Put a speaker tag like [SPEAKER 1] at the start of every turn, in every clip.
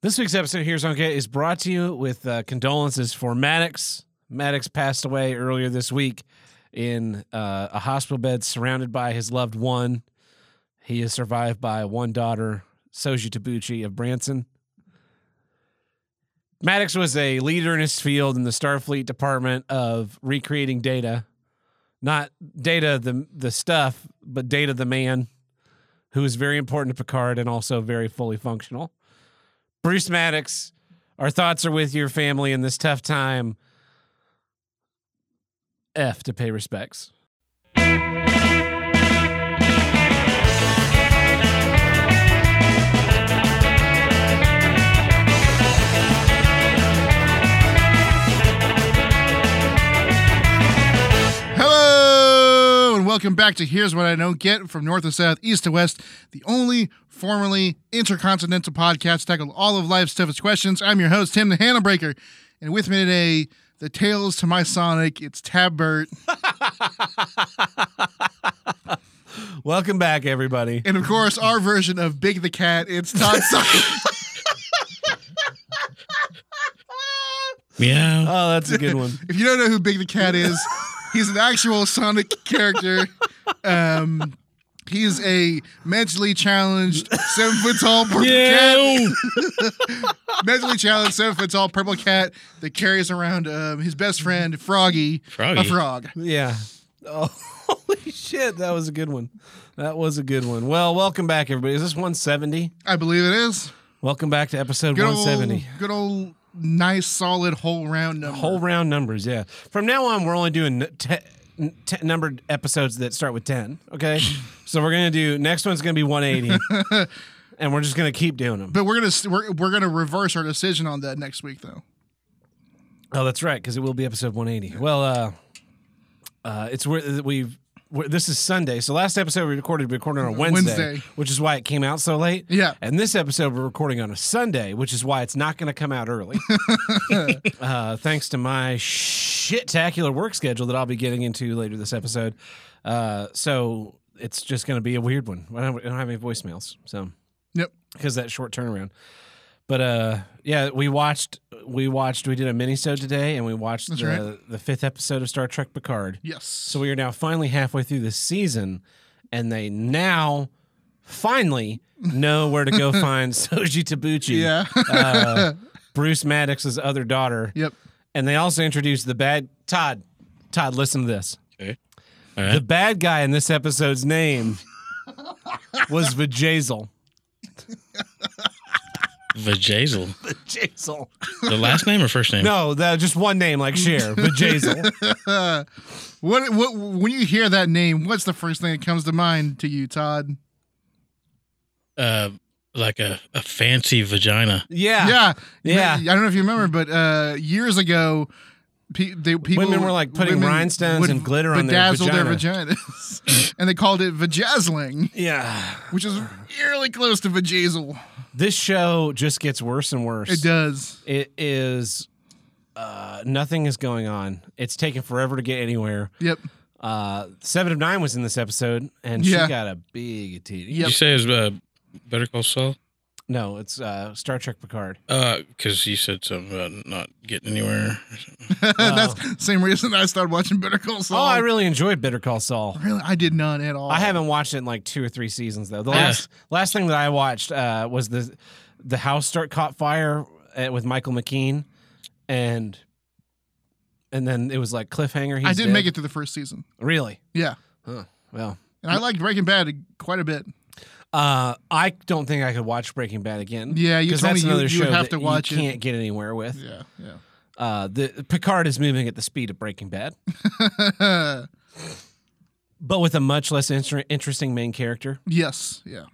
[SPEAKER 1] This week's episode of Here's On Get is brought to you with uh, condolences for Maddox. Maddox passed away earlier this week in uh, a hospital bed surrounded by his loved one. He is survived by one daughter, Soji Tabuchi of Branson. Maddox was a leader in his field in the Starfleet Department of recreating data. Not data the the stuff, but data the man, who is very important to Picard and also very fully functional. Bruce Maddox, our thoughts are with your family in this tough time. F to pay respects.
[SPEAKER 2] Hello, and welcome back to Here's What I Don't Get from North to South, East to West, the only formerly intercontinental podcast to tackle all of life's toughest questions. I'm your host, Tim the Handle Breaker, and with me today, the tales to my Sonic, it's Tabbert,
[SPEAKER 1] Welcome back, everybody.
[SPEAKER 2] and of course, our version of Big the Cat, it's Todd Sonic.
[SPEAKER 3] Yeah.
[SPEAKER 1] Oh, that's a good one.
[SPEAKER 2] if you don't know who Big the Cat is, he's an actual Sonic character. Um, he's a mentally challenged, seven foot tall purple cat. mentally challenged, seven foot tall purple cat that carries around um, his best friend Froggy,
[SPEAKER 3] Froggy?
[SPEAKER 2] a frog.
[SPEAKER 1] Yeah. Oh, holy shit. That was a good one. That was a good one. Well, welcome back, everybody. Is this 170?
[SPEAKER 2] I believe it is
[SPEAKER 1] Welcome back to episode
[SPEAKER 2] good
[SPEAKER 1] 170.
[SPEAKER 2] old, good old, nice, solid whole round number.
[SPEAKER 1] Whole round numbers, yeah. From now on, we're only doing n- te- n- te- numbered episodes that start with 10, okay? so we're going to do, next one's going to be 180, and we're just going to keep doing them.
[SPEAKER 2] but we're gonna we we're, we're gonna reverse our decision on that next week though.
[SPEAKER 1] Oh, that's right, because it will be episode 180. Well, uh, uh, it's where we've. We're, this is Sunday, so last episode we recorded we recorded on a Wednesday,
[SPEAKER 2] Wednesday.
[SPEAKER 1] which is why it came out so late.
[SPEAKER 2] Yeah.
[SPEAKER 1] and this episode we're recording on a Sunday, which is why it's not going to come out early. uh, thanks to my shit-tacular work schedule that I'll be getting into later this episode, uh, so it's just going to be a weird one. I don't, I don't have any voicemails, so
[SPEAKER 2] Yep.
[SPEAKER 1] because that short turnaround. But uh, yeah, we watched we watched we did a mini today, and we watched
[SPEAKER 2] That's
[SPEAKER 1] the,
[SPEAKER 2] right.
[SPEAKER 1] the fifth episode of Star Trek Picard.
[SPEAKER 2] Yes.
[SPEAKER 1] So we are now finally halfway through this season, and they now finally know where to go find Soji Tabuchi,
[SPEAKER 2] yeah.
[SPEAKER 1] uh, Bruce Maddox's other daughter,
[SPEAKER 2] yep.
[SPEAKER 1] and they also introduced the bad Todd. Todd, listen to this.
[SPEAKER 3] All
[SPEAKER 1] The
[SPEAKER 3] right.
[SPEAKER 1] bad guy in this episode's name was Vajazel.
[SPEAKER 3] Vajazel.
[SPEAKER 1] Vajazel.
[SPEAKER 3] The last name or first name?
[SPEAKER 1] No, that just one name like Cher, Vajazel.
[SPEAKER 2] What what when you hear that name, what's the first thing that comes to mind to you, Todd?
[SPEAKER 3] Uh, like a, a fancy vagina.
[SPEAKER 1] Yeah.
[SPEAKER 2] yeah,
[SPEAKER 1] Yeah.
[SPEAKER 2] I don't know if you remember, but uh, years ago, pe- they, people
[SPEAKER 1] Women were, like, putting
[SPEAKER 2] women
[SPEAKER 1] rhinestones
[SPEAKER 2] would
[SPEAKER 1] and glitter on their
[SPEAKER 2] bedazzle vaginas, and they called it vajazzling,
[SPEAKER 1] Yeah.
[SPEAKER 2] which is eerily close to vajazzle.
[SPEAKER 1] This show just gets worse and worse.
[SPEAKER 2] It does.
[SPEAKER 1] It is uh nothing is going on. It's taking forever to get anywhere.
[SPEAKER 2] Yep.
[SPEAKER 1] Uh Seven of Nine was in this episode and
[SPEAKER 2] Yeah.
[SPEAKER 1] she got a big titty.
[SPEAKER 2] Yep.
[SPEAKER 3] You say it was uh, Better Call Saul?
[SPEAKER 1] No, it's uh Star Trek Picard.
[SPEAKER 3] Because you said something about not getting anywhere.
[SPEAKER 2] That's the same reason I started watching Better Call Saul.
[SPEAKER 1] Oh, I really enjoyed Bitter Call Saul.
[SPEAKER 2] really, I did not at all.
[SPEAKER 1] I haven't watched it in like two or three seasons though. The
[SPEAKER 3] Yeah.
[SPEAKER 1] last last thing that I watched uh, was the the house start caught fire uh, with Michael McKean, and and then it was like cliffhanger. He's
[SPEAKER 2] I did make it through the first season.
[SPEAKER 1] really.
[SPEAKER 2] Yeah,
[SPEAKER 1] Well,
[SPEAKER 2] and I liked Breaking Bad quite a bit.
[SPEAKER 1] uh, I don't think I could watch Breaking Bad again.
[SPEAKER 2] Yeah, you
[SPEAKER 1] 'Cause
[SPEAKER 2] told
[SPEAKER 1] that's
[SPEAKER 2] me you-
[SPEAKER 1] another
[SPEAKER 2] you
[SPEAKER 1] show
[SPEAKER 2] would have
[SPEAKER 1] that
[SPEAKER 2] to watch
[SPEAKER 1] you
[SPEAKER 2] it.
[SPEAKER 1] can't get anywhere with.
[SPEAKER 2] Yeah, yeah.
[SPEAKER 1] Uh, the Picard is moving at the speed of Breaking Bad, but with a much less inter- interesting main character.
[SPEAKER 2] yes, yeah.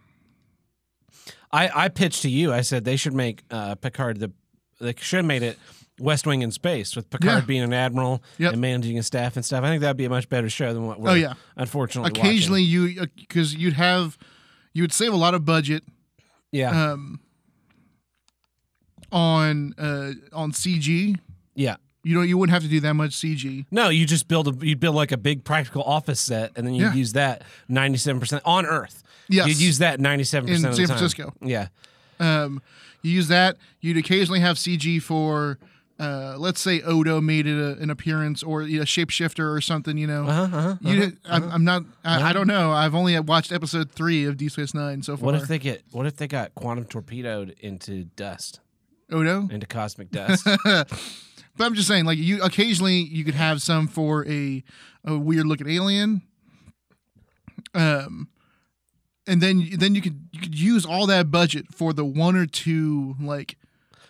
[SPEAKER 1] I, I pitched to you. I said they should make uh, Picard the they should have made it West Wing in space with Picard
[SPEAKER 2] Yeah.
[SPEAKER 1] being an admiral
[SPEAKER 2] Yep.
[SPEAKER 1] and managing his staff and stuff. I think that'd be a much better show than what we're
[SPEAKER 2] Oh, yeah.
[SPEAKER 1] unfortunately watching.
[SPEAKER 2] Occasionally, you because you'd have you would save a lot of budget
[SPEAKER 1] yeah
[SPEAKER 2] um, on uh, on CG.
[SPEAKER 1] yeah
[SPEAKER 2] You know, you wouldn't have to do that much CG.
[SPEAKER 1] no you just build a you build like a big practical office set and then you
[SPEAKER 2] Yeah.
[SPEAKER 1] would use that ninety seven percent on Earth
[SPEAKER 2] Yes.
[SPEAKER 1] you'd use that ninety seven
[SPEAKER 2] In
[SPEAKER 1] percent
[SPEAKER 2] San Francisco.
[SPEAKER 1] yeah
[SPEAKER 2] Um, you use that. You'd occasionally have CG for, uh, let's say Odo made it a, an appearance or you know, shapeshifter or something. You know,
[SPEAKER 1] Uh-huh, uh-huh,
[SPEAKER 2] you.
[SPEAKER 1] uh-huh.
[SPEAKER 2] did- I'm, I'm not. I, I don't know. I've only watched episode three of D Space Nine so far.
[SPEAKER 1] What if they get? What if they got quantum torpedoed into dust,
[SPEAKER 2] Odo?
[SPEAKER 1] into cosmic dust?
[SPEAKER 2] But I'm just saying, like you occasionally you could have some for a a weird looking alien. Um, and then then you could you could use all that budget for the one or two like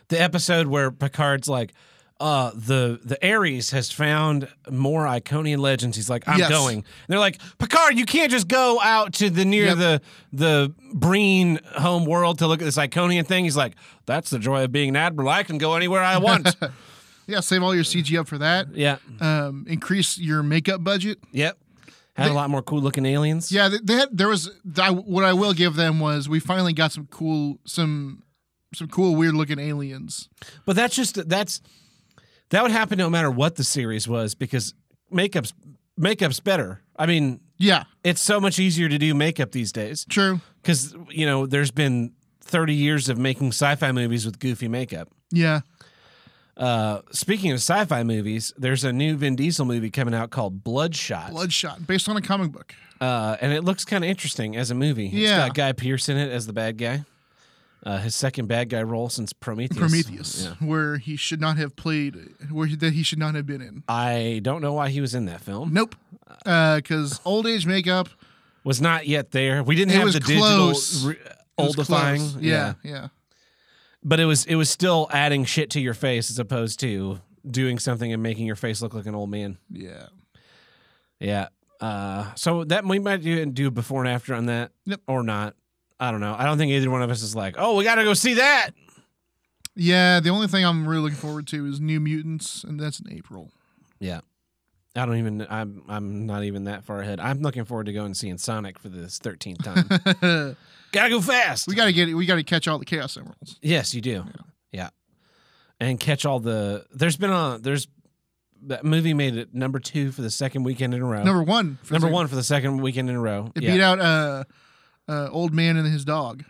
[SPEAKER 1] the episode where Picard's like, uh, the the Ares has found more Iconian legends. He's like, I'm
[SPEAKER 2] Yes.
[SPEAKER 1] going. And they're like, Picard, you can't just go out to the near
[SPEAKER 2] Yep.
[SPEAKER 1] the the Breen home world to look at this Iconian thing. He's like, that's the joy of being an admiral. I can go anywhere I want.
[SPEAKER 2] yeah save all your CG up for that.
[SPEAKER 1] yeah,
[SPEAKER 2] Um, increase your makeup budget.
[SPEAKER 1] yep. Had a lot more cool looking aliens.
[SPEAKER 2] Yeah, they, they had, there was I, what I will give them was we finally got some cool some some cool weird looking aliens.
[SPEAKER 1] But that's just that's that would happen no matter what the series was because makeup's makeup's better. I mean,
[SPEAKER 2] Yeah,
[SPEAKER 1] it's so much easier to do makeup these days
[SPEAKER 2] true.
[SPEAKER 1] because you know there's been 30 years of making sci-fi movies with goofy makeup.
[SPEAKER 2] Yeah,
[SPEAKER 1] Uh, speaking of sci-fi movies, there's a new Vin Diesel movie coming out called Bloodshot,
[SPEAKER 2] Bloodshot based on a comic book.
[SPEAKER 1] uh, and it looks kind of interesting as a movie.
[SPEAKER 2] Yeah.
[SPEAKER 1] It's got Guy Pearce in it as the bad guy. Uh, his second bad guy role since Prometheus.
[SPEAKER 2] Prometheus,
[SPEAKER 1] Yeah.
[SPEAKER 2] where he should not have played, where he, that he should not have been in.
[SPEAKER 1] I don't know why he was in that film.
[SPEAKER 2] Nope, because old age makeup
[SPEAKER 1] was not yet there. We didn't
[SPEAKER 2] It
[SPEAKER 1] have
[SPEAKER 2] was
[SPEAKER 1] the
[SPEAKER 2] close.
[SPEAKER 1] digital re-
[SPEAKER 2] was
[SPEAKER 1] oldifying.
[SPEAKER 2] close. Yeah, yeah,
[SPEAKER 1] but it was it was still adding shit to your face as opposed to doing something and making your face look like an old man.
[SPEAKER 2] yeah,
[SPEAKER 1] Yeah. Uh, so that we might do do before and after on that,
[SPEAKER 2] Yep.
[SPEAKER 1] or not. I don't know. I don't think either one of us is like, oh, we got to go see that.
[SPEAKER 2] Yeah, The only thing I'm really looking forward to is New Mutants, and that's in April.
[SPEAKER 1] Yeah. I don't even. I'm. I'm not even that far ahead. I'm looking forward to going and seeing Sonic for this thirteenth time.
[SPEAKER 2] we
[SPEAKER 1] Gotta go fast.
[SPEAKER 2] got to get, we got to catch all the Chaos Emeralds.
[SPEAKER 1] Yes, you do. Yeah. And catch all the there's been a there's that movie made it number 2 for the second weekend in a row.
[SPEAKER 2] Number one, for
[SPEAKER 1] Number
[SPEAKER 2] the-
[SPEAKER 1] 1 for the second weekend in a row.
[SPEAKER 2] It
[SPEAKER 1] yeah.
[SPEAKER 2] beat out uh, uh, Old Man and His Dog.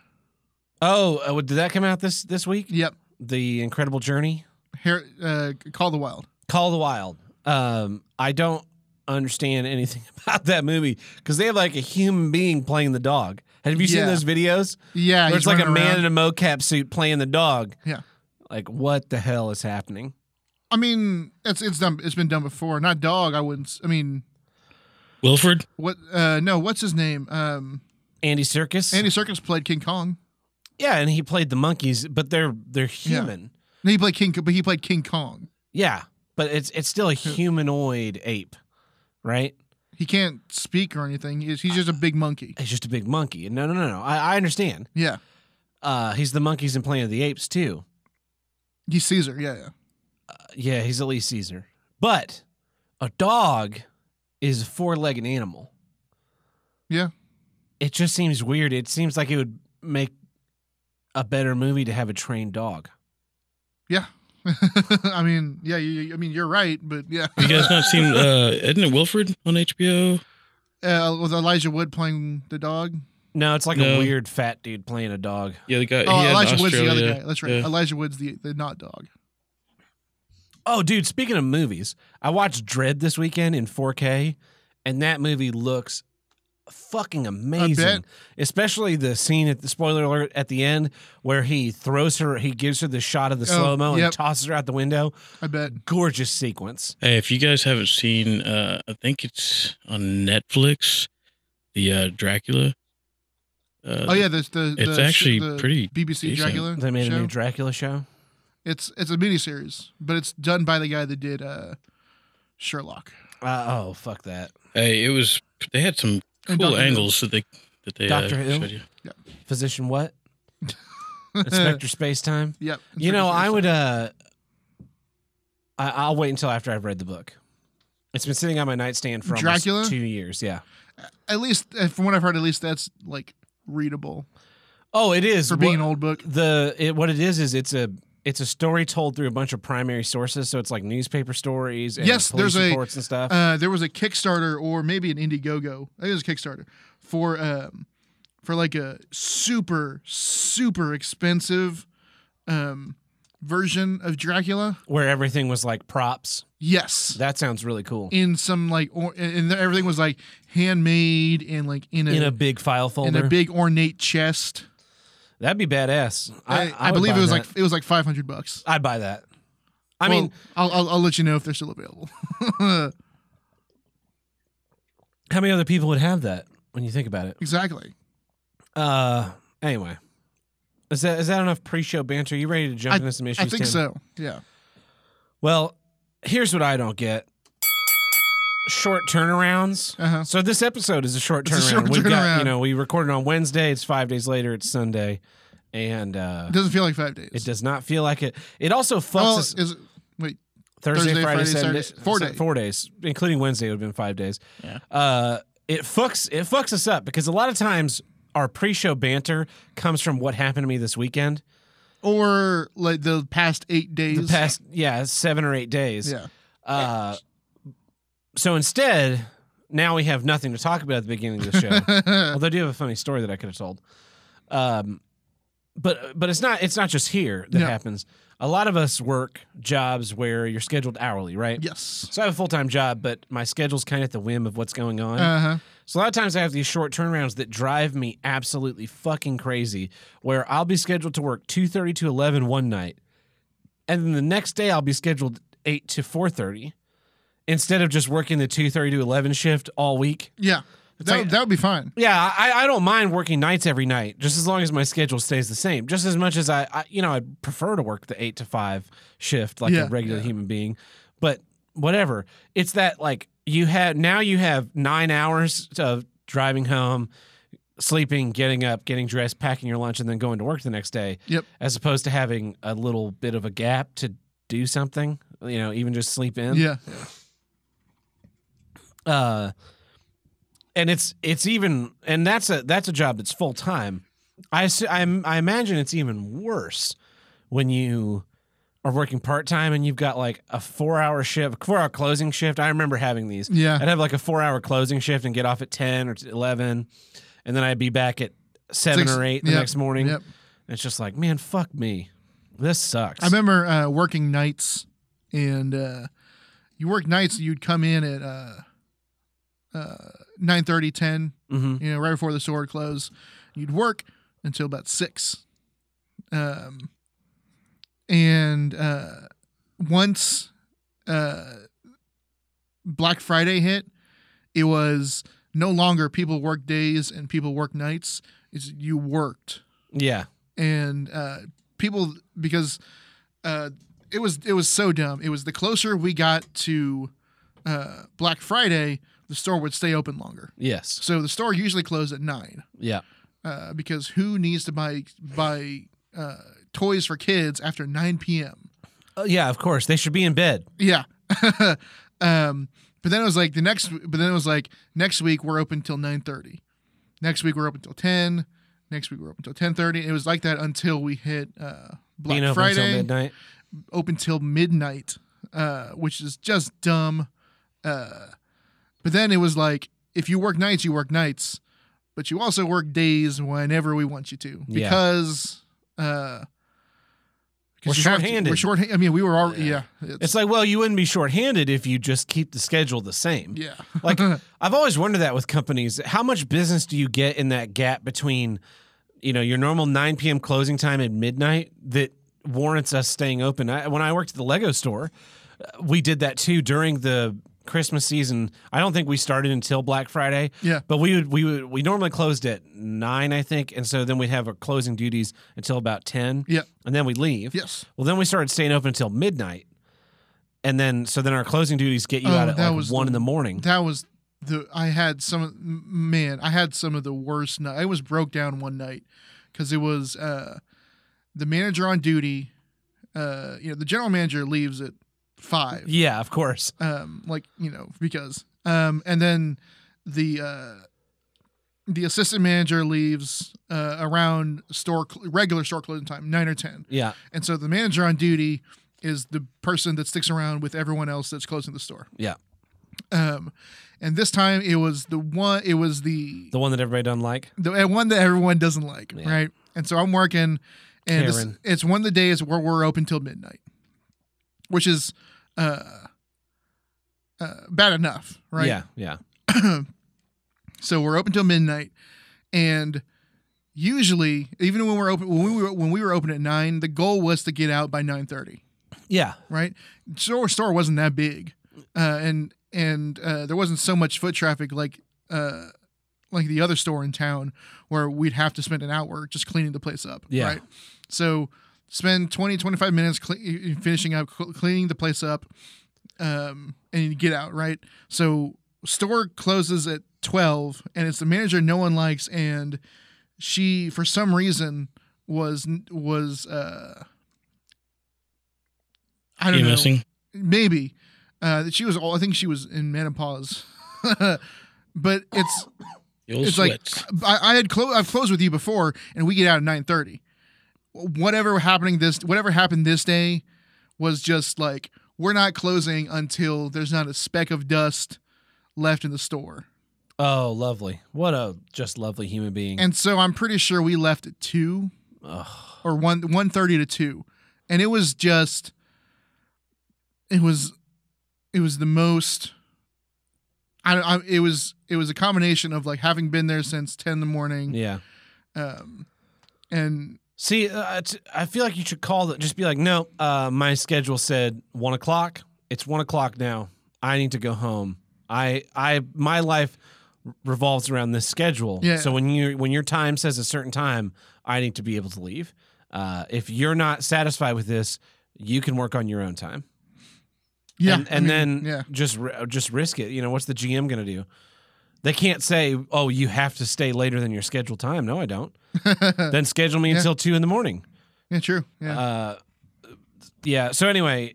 [SPEAKER 1] oh, uh, did that come out this this week?
[SPEAKER 2] Yep,
[SPEAKER 1] The Incredible Journey,
[SPEAKER 2] Her- uh, Call the Wild.
[SPEAKER 1] Call of the Wild. Um I don't understand anything about that movie cuz they have like a human being playing the dog. Have you seen
[SPEAKER 2] Yeah.
[SPEAKER 1] those videos?
[SPEAKER 2] Yeah,
[SPEAKER 1] Where
[SPEAKER 2] he's
[SPEAKER 1] it's like a
[SPEAKER 2] running
[SPEAKER 1] man
[SPEAKER 2] around.
[SPEAKER 1] in a mocap suit playing the dog.
[SPEAKER 2] Yeah.
[SPEAKER 1] Like what the hell is happening?
[SPEAKER 2] I mean, it's it's done. It's been done before. Not dog. I wouldn't. s- I mean,
[SPEAKER 3] Wilford?
[SPEAKER 2] what? Uh, no. What's his name? Um,
[SPEAKER 1] Andy Circus.
[SPEAKER 2] Andy Serkis played King Kong.
[SPEAKER 1] Yeah, and he played the monkeys, but they're they're human.
[SPEAKER 2] No, he played King, but he played King Kong.
[SPEAKER 1] Yeah, but it's it's still a humanoid ape, right?
[SPEAKER 2] He can't speak or anything. He's, he's just a big monkey.
[SPEAKER 1] He's just a big monkey. No, no, no, no. I, I understand.
[SPEAKER 2] Yeah,
[SPEAKER 1] Uh, he's the monkeys in Planet of the Apes too.
[SPEAKER 2] he's Caesar. Yeah, yeah.
[SPEAKER 1] Uh, yeah, he's at least Caesar. But a dog is a four-legged animal.
[SPEAKER 2] Yeah.
[SPEAKER 1] It just seems weird. It seems like it would make a better movie to have a trained dog.
[SPEAKER 2] I mean, yeah. You, you- I mean, you're right, but yeah.
[SPEAKER 3] You guys not seen, uh, isn't it Wilford on HBO?
[SPEAKER 2] Uh, with Elijah Wood playing the dog.
[SPEAKER 1] No, it's like a
[SPEAKER 3] No.
[SPEAKER 1] weird fat dude playing a dog.
[SPEAKER 3] Yeah, the guy.
[SPEAKER 2] Oh,
[SPEAKER 3] he had
[SPEAKER 2] Elijah Wood's the other
[SPEAKER 3] Australia.
[SPEAKER 2] guy. That's right.
[SPEAKER 3] Yeah.
[SPEAKER 2] Elijah Wood's the the not dog.
[SPEAKER 1] Oh, dude, speaking of movies, I watched Dread this weekend in 4K, and that movie looks fucking amazing. Especially the scene at the spoiler alert at the end where he throws her, he gives her the shot of the
[SPEAKER 2] Oh,
[SPEAKER 1] slow mo
[SPEAKER 2] yep.
[SPEAKER 1] and tosses her out the window.
[SPEAKER 2] I bet.
[SPEAKER 1] Gorgeous sequence.
[SPEAKER 3] Hey, if you guys haven't seen, uh, I think it's on Netflix, the uh, Dracula. Uh,
[SPEAKER 2] Oh yeah, the the, the
[SPEAKER 3] it's actually
[SPEAKER 2] the
[SPEAKER 3] pretty
[SPEAKER 2] BBC
[SPEAKER 3] decent.
[SPEAKER 2] Dracula.
[SPEAKER 1] They made
[SPEAKER 2] show.
[SPEAKER 1] a new Dracula show.
[SPEAKER 2] It's it's a miniseries, but it's done by the guy that did uh, Sherlock.
[SPEAKER 1] Uh, oh, fuck that.
[SPEAKER 3] Hey, it was. They had some
[SPEAKER 2] And
[SPEAKER 3] cool
[SPEAKER 2] Doctor Who.
[SPEAKER 3] angles that they that they
[SPEAKER 1] Doctor
[SPEAKER 3] uh,
[SPEAKER 1] Who?
[SPEAKER 3] showed you.
[SPEAKER 1] Physician what? Inspector Space Time?
[SPEAKER 2] Yep.
[SPEAKER 1] You know, I would. uh I, I'll wait until after I've read the book. It's been sitting on my nightstand for almost
[SPEAKER 2] Dracula?
[SPEAKER 1] two years. Yeah.
[SPEAKER 2] At least, uh, from what I've heard, at least that's like readable
[SPEAKER 1] Oh, it is
[SPEAKER 2] for being
[SPEAKER 1] What-
[SPEAKER 2] an old book.
[SPEAKER 1] the it, what it is is it's a it's a story told through a bunch of primary sources. So it's like newspaper stories and
[SPEAKER 2] Yes,
[SPEAKER 1] police
[SPEAKER 2] there's a-
[SPEAKER 1] reports and stuff.
[SPEAKER 2] Uh, there was a Kickstarter or maybe an Indiegogo. I think it was a Kickstarter for um, for like a super super expensive um version of Dracula.
[SPEAKER 1] where everything was like props.
[SPEAKER 2] Yes.
[SPEAKER 1] That sounds really cool.
[SPEAKER 2] In some like or and everything was like handmade and like in a
[SPEAKER 1] In a big file
[SPEAKER 2] in
[SPEAKER 1] folder.
[SPEAKER 2] a big ornate chest.
[SPEAKER 1] That'd be badass.
[SPEAKER 2] I,
[SPEAKER 1] I,
[SPEAKER 2] I
[SPEAKER 1] would
[SPEAKER 2] believe
[SPEAKER 1] buy
[SPEAKER 2] it was
[SPEAKER 1] that.
[SPEAKER 2] like it was like five hundred bucks.
[SPEAKER 1] I'd buy that. I
[SPEAKER 2] Well,
[SPEAKER 1] mean,
[SPEAKER 2] I'll, I'll I'll let you know if they're still available.
[SPEAKER 1] how many other people would have that when you think about it?
[SPEAKER 2] exactly.
[SPEAKER 1] Uh, anyway, is that is that enough pre-show banter? You ready to jump into some issues?
[SPEAKER 2] I think
[SPEAKER 1] Tim?
[SPEAKER 2] so. Yeah.
[SPEAKER 1] Well, here's what I don't get: short turnarounds.
[SPEAKER 2] Uh huh.
[SPEAKER 1] So this episode is a short
[SPEAKER 2] It's
[SPEAKER 1] turnaround.
[SPEAKER 2] a short
[SPEAKER 1] We've got you
[SPEAKER 2] turnaround.
[SPEAKER 1] know we recorded on Wednesday. It's five days later. It's Sunday, and uh,
[SPEAKER 2] It doesn't feel like five days.
[SPEAKER 1] it does not feel like it. It also fucks
[SPEAKER 2] Well,
[SPEAKER 1] us
[SPEAKER 2] is it, wait.
[SPEAKER 1] Thursday,
[SPEAKER 2] Thursday,
[SPEAKER 1] Friday,
[SPEAKER 2] Friday,
[SPEAKER 1] Saturday,
[SPEAKER 2] Saturday. Four
[SPEAKER 1] Sa-
[SPEAKER 2] days.
[SPEAKER 1] four days, including Wednesday would have been five days.
[SPEAKER 3] Yeah.
[SPEAKER 1] Uh, it fucks it fucks us up because a lot of times our pre-show banter comes from what happened to me this weekend.
[SPEAKER 2] Or like the past eight days.
[SPEAKER 1] the past yeah seven or eight days.
[SPEAKER 2] Yeah.
[SPEAKER 1] Uh, so instead, now we have nothing to talk about at the beginning of the show. Although I do have a funny story that I could have told. Um, but but it's not it's not just here that
[SPEAKER 2] No.
[SPEAKER 1] happens. A lot of us work jobs where you're scheduled hourly, right?
[SPEAKER 2] yes.
[SPEAKER 1] So I have a full time job, but my schedule's kind of at the whim of what's going on.
[SPEAKER 2] Uh huh.
[SPEAKER 1] So a lot of times I have these short turnarounds that drive me absolutely fucking crazy where I'll be scheduled to work 2:30 to 11 one night and then the next day I'll be scheduled 8 to 4:30 instead of just working the 2:30 to 11 shift all week.
[SPEAKER 2] Yeah. That,
[SPEAKER 1] like-
[SPEAKER 2] that would be fine.
[SPEAKER 1] Yeah, I, I don't mind working nights every night, just as long as my schedule stays the same. Just as much as I, I you know, I'd prefer to work the eight to five shift like
[SPEAKER 2] Yeah,
[SPEAKER 1] a regular
[SPEAKER 2] yeah.
[SPEAKER 1] human being, but whatever. It's that like you have now you have nine hours of driving home, sleeping, getting up, getting dressed, packing your lunch, and then going to work the next day.
[SPEAKER 2] Yep.
[SPEAKER 1] As opposed to having a little bit of a gap to do something, you know, even just sleep in
[SPEAKER 2] Yeah.
[SPEAKER 1] uh and it's it's even and that's a that's a job that's full time i assu- I'm, i imagine it's even worse when you are working part time and you've got like a 4 hour shift 4 hour closing shift i remember having these
[SPEAKER 2] Yeah.
[SPEAKER 1] i'd have like a 4 hour closing shift and get off at 10 or 11 and then i'd be back at 7
[SPEAKER 2] Six-
[SPEAKER 1] or 8 the
[SPEAKER 2] yep,
[SPEAKER 1] next morning
[SPEAKER 2] Yep.
[SPEAKER 1] it's just like man fuck me this sucks
[SPEAKER 2] I remember uh, working nights, and uh, you work nights. You'd come in at uh, uh, 9 10,
[SPEAKER 1] Mhm.
[SPEAKER 2] you know, right before the store closed. You'd work until about six. Um, and uh, once uh, Black Friday hit, it was no longer people work days and people work nights. It's you worked
[SPEAKER 1] yeah
[SPEAKER 2] and uh, people because uh, it was it was so dumb. It was the closer we got to uh, Black Friday, the store would stay open longer.
[SPEAKER 1] yes
[SPEAKER 2] So the store usually closed at nine
[SPEAKER 1] yeah
[SPEAKER 2] uh, because who needs to buy buy uh, toys for kids after nine p.m.
[SPEAKER 1] Uh, yeah of course they should be in bed
[SPEAKER 2] Yeah. um, but then it was like the next. But then it was like next week we're open till nine thirty. Next week we're open till ten. Next week we're open till ten thirty. It was like that until we hit uh, Black
[SPEAKER 1] being open
[SPEAKER 2] Friday.
[SPEAKER 1] until midnight
[SPEAKER 2] open till midnight, uh, which is just dumb. Uh, but then it was like, if you work nights, you work nights, but you also work days whenever we want you to
[SPEAKER 1] Yeah.
[SPEAKER 2] because uh,
[SPEAKER 1] We're
[SPEAKER 2] 'cause you have to-
[SPEAKER 1] shorthanded.
[SPEAKER 2] We're short. I mean, we were already
[SPEAKER 1] Yeah.
[SPEAKER 2] yeah.
[SPEAKER 1] It's like, well, you wouldn't be shorthanded if you just keep the schedule the same.
[SPEAKER 2] yeah,
[SPEAKER 1] Like, I've always wondered that with companies. How much business do you get in that gap between, you know, your normal 9 p.m. closing time and midnight that warrants us staying open? I, when I worked at the Lego store, uh, we did that too during the Christmas season. I don't think we started until Black Friday.
[SPEAKER 2] Yeah.
[SPEAKER 1] But we would, we would, we normally closed at nine, I think. And so then we'd have our closing duties until about 10.
[SPEAKER 2] Yeah.
[SPEAKER 1] And then we leave.
[SPEAKER 2] yes.
[SPEAKER 1] Well, then we started staying open until midnight, and then so then our closing duties get you
[SPEAKER 2] Oh,
[SPEAKER 1] out at
[SPEAKER 2] that
[SPEAKER 1] like
[SPEAKER 2] was
[SPEAKER 1] one
[SPEAKER 2] the-
[SPEAKER 1] in the morning.
[SPEAKER 2] That was the I had some m- man. I had some of the worst. Night. I was broke down one night because it was uh, the manager on duty. Uh, you know, the general manager leaves at five.
[SPEAKER 1] yeah, of course.
[SPEAKER 2] um like you know because um and then the uh the assistant manager leaves uh around store cl- regular store closing time 9 or 10
[SPEAKER 1] Yeah,
[SPEAKER 2] and so the manager on duty is the person that sticks around with everyone else that's closing the store
[SPEAKER 1] Yeah.
[SPEAKER 2] Um, and this time it was the one. It was the
[SPEAKER 1] The one that everybody doesn't like.
[SPEAKER 2] the and one that everyone doesn't like,
[SPEAKER 1] Yeah.
[SPEAKER 2] right? And so I'm working, and it's,
[SPEAKER 1] Karen.
[SPEAKER 2] it's one of the days where we're open till midnight, which is uh, uh, bad enough, right?
[SPEAKER 1] Yeah, yeah.
[SPEAKER 2] So we're open till midnight, and usually, even when we're open, when we were when we were open at nine, the goal was to get out by nine thirty,
[SPEAKER 1] Yeah.
[SPEAKER 2] right? Store store wasn't that big, uh, and and uh, there wasn't so much foot traffic like uh, like the other store in town where we'd have to spend an hour just cleaning the place up.
[SPEAKER 1] Yeah.
[SPEAKER 2] Right. So spend 20, 25 minutes cle- finishing up, cl- cleaning the place up, um, and you get out. Right. So store closes at twelve, and it's the manager no one likes, and she for some reason was was uh I don't
[SPEAKER 3] Game
[SPEAKER 2] know
[SPEAKER 3] missing.
[SPEAKER 2] maybe uh that she was all I think she was in menopause but it's
[SPEAKER 3] The old
[SPEAKER 2] It's like-
[SPEAKER 3] sweats.
[SPEAKER 2] I, I had clo- I've closed with you before and we get out at 9:30 whatever happening this whatever happened this day was just like we're not closing until there's not a speck of dust left in the store
[SPEAKER 1] Oh, lovely. What a just lovely human being.
[SPEAKER 2] and so I'm pretty sure we left at 2
[SPEAKER 1] Ugh.
[SPEAKER 2] or 1 1:30 to 2 and it was just it was it was the most I, I it was it was a combination of like having been there since 10 in the morning
[SPEAKER 1] Yeah.
[SPEAKER 2] um and
[SPEAKER 1] See, uh, it's, I feel like you should call it. Just be like, no, uh, my schedule said one o'clock. It's one o'clock now. I need to go home. I, I, my life revolves around this schedule.
[SPEAKER 2] Yeah.
[SPEAKER 1] So when you when your time says a certain time, I need to be able to leave. Uh, if you're not satisfied with this, you can work on your own time.
[SPEAKER 2] yeah
[SPEAKER 1] and,
[SPEAKER 2] I
[SPEAKER 1] and
[SPEAKER 2] mean,
[SPEAKER 1] then
[SPEAKER 2] yeah
[SPEAKER 1] just ri- just risk it. You know, what's the GM going to do? They can't say, "Oh, you have to stay later than your scheduled time." No, I don't. then schedule me
[SPEAKER 2] Uh, Yeah.
[SPEAKER 1] until two in the morning.
[SPEAKER 2] yeah true yeah
[SPEAKER 1] Uh, yeah. So anyway,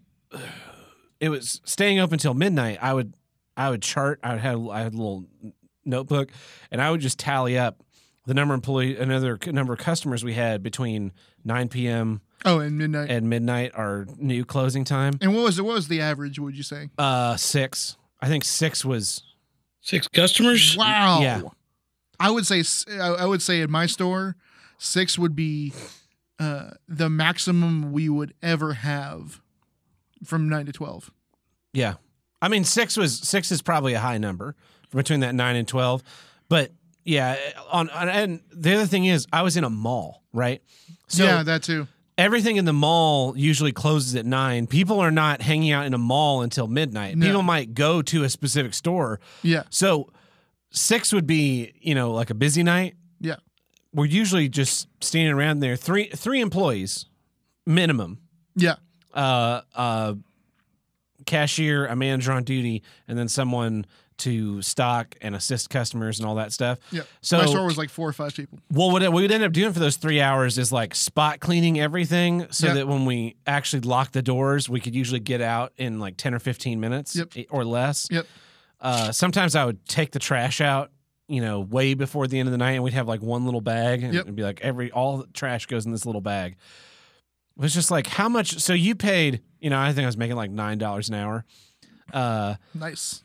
[SPEAKER 1] it was staying open till midnight. I would I would chart. I would have I had a little notebook, and I would just tally up the number of employee, another c- number of customers we had between nine p.m.
[SPEAKER 2] oh and midnight and,
[SPEAKER 1] and midnight, our new closing time.
[SPEAKER 2] what was the what was the average would you say
[SPEAKER 1] Uh, six. I think six was
[SPEAKER 3] Six customers.
[SPEAKER 2] wow
[SPEAKER 1] yeah.
[SPEAKER 2] i would say s- i I would say at my store 6 would be uh the maximum we would ever have from 9 to 12
[SPEAKER 1] Yeah. I mean, six was six is probably a high number between that nine and twelve, but yeah. On, on and the other thing is, I was in a mall, right? So
[SPEAKER 2] yeah that too
[SPEAKER 1] everything in the mall usually closes at nine. People are not hanging out in a mall until midnight.
[SPEAKER 2] No.
[SPEAKER 1] People might go to a specific store.
[SPEAKER 2] yeah
[SPEAKER 1] So six would be, you know, like a busy night.
[SPEAKER 2] Yeah.
[SPEAKER 1] We're usually just standing around there. Three three employees minimum
[SPEAKER 2] yeah
[SPEAKER 1] uh, uh, cashier, a manager on duty, and then someone to stock and assist customers and all that stuff.
[SPEAKER 2] Yeah.
[SPEAKER 1] So,
[SPEAKER 2] my store was like four or five people.
[SPEAKER 1] well, what we would end up doing for those three hours is like spot cleaning everything so
[SPEAKER 2] Yep.
[SPEAKER 1] that when we actually lock the doors, we could usually get out in like 10 or 15 minutes
[SPEAKER 2] Yep.
[SPEAKER 1] i- or less.
[SPEAKER 2] Yep.
[SPEAKER 1] Uh, sometimes I would take the trash out. You know, way before the end of the night, and we'd have like one little bag, and
[SPEAKER 2] Yep.
[SPEAKER 1] it'd be like every all the trash goes in this little bag. It was just like how much. So you paid, you know, I think I was making like nine dollars an hour. Uh,
[SPEAKER 2] Nice.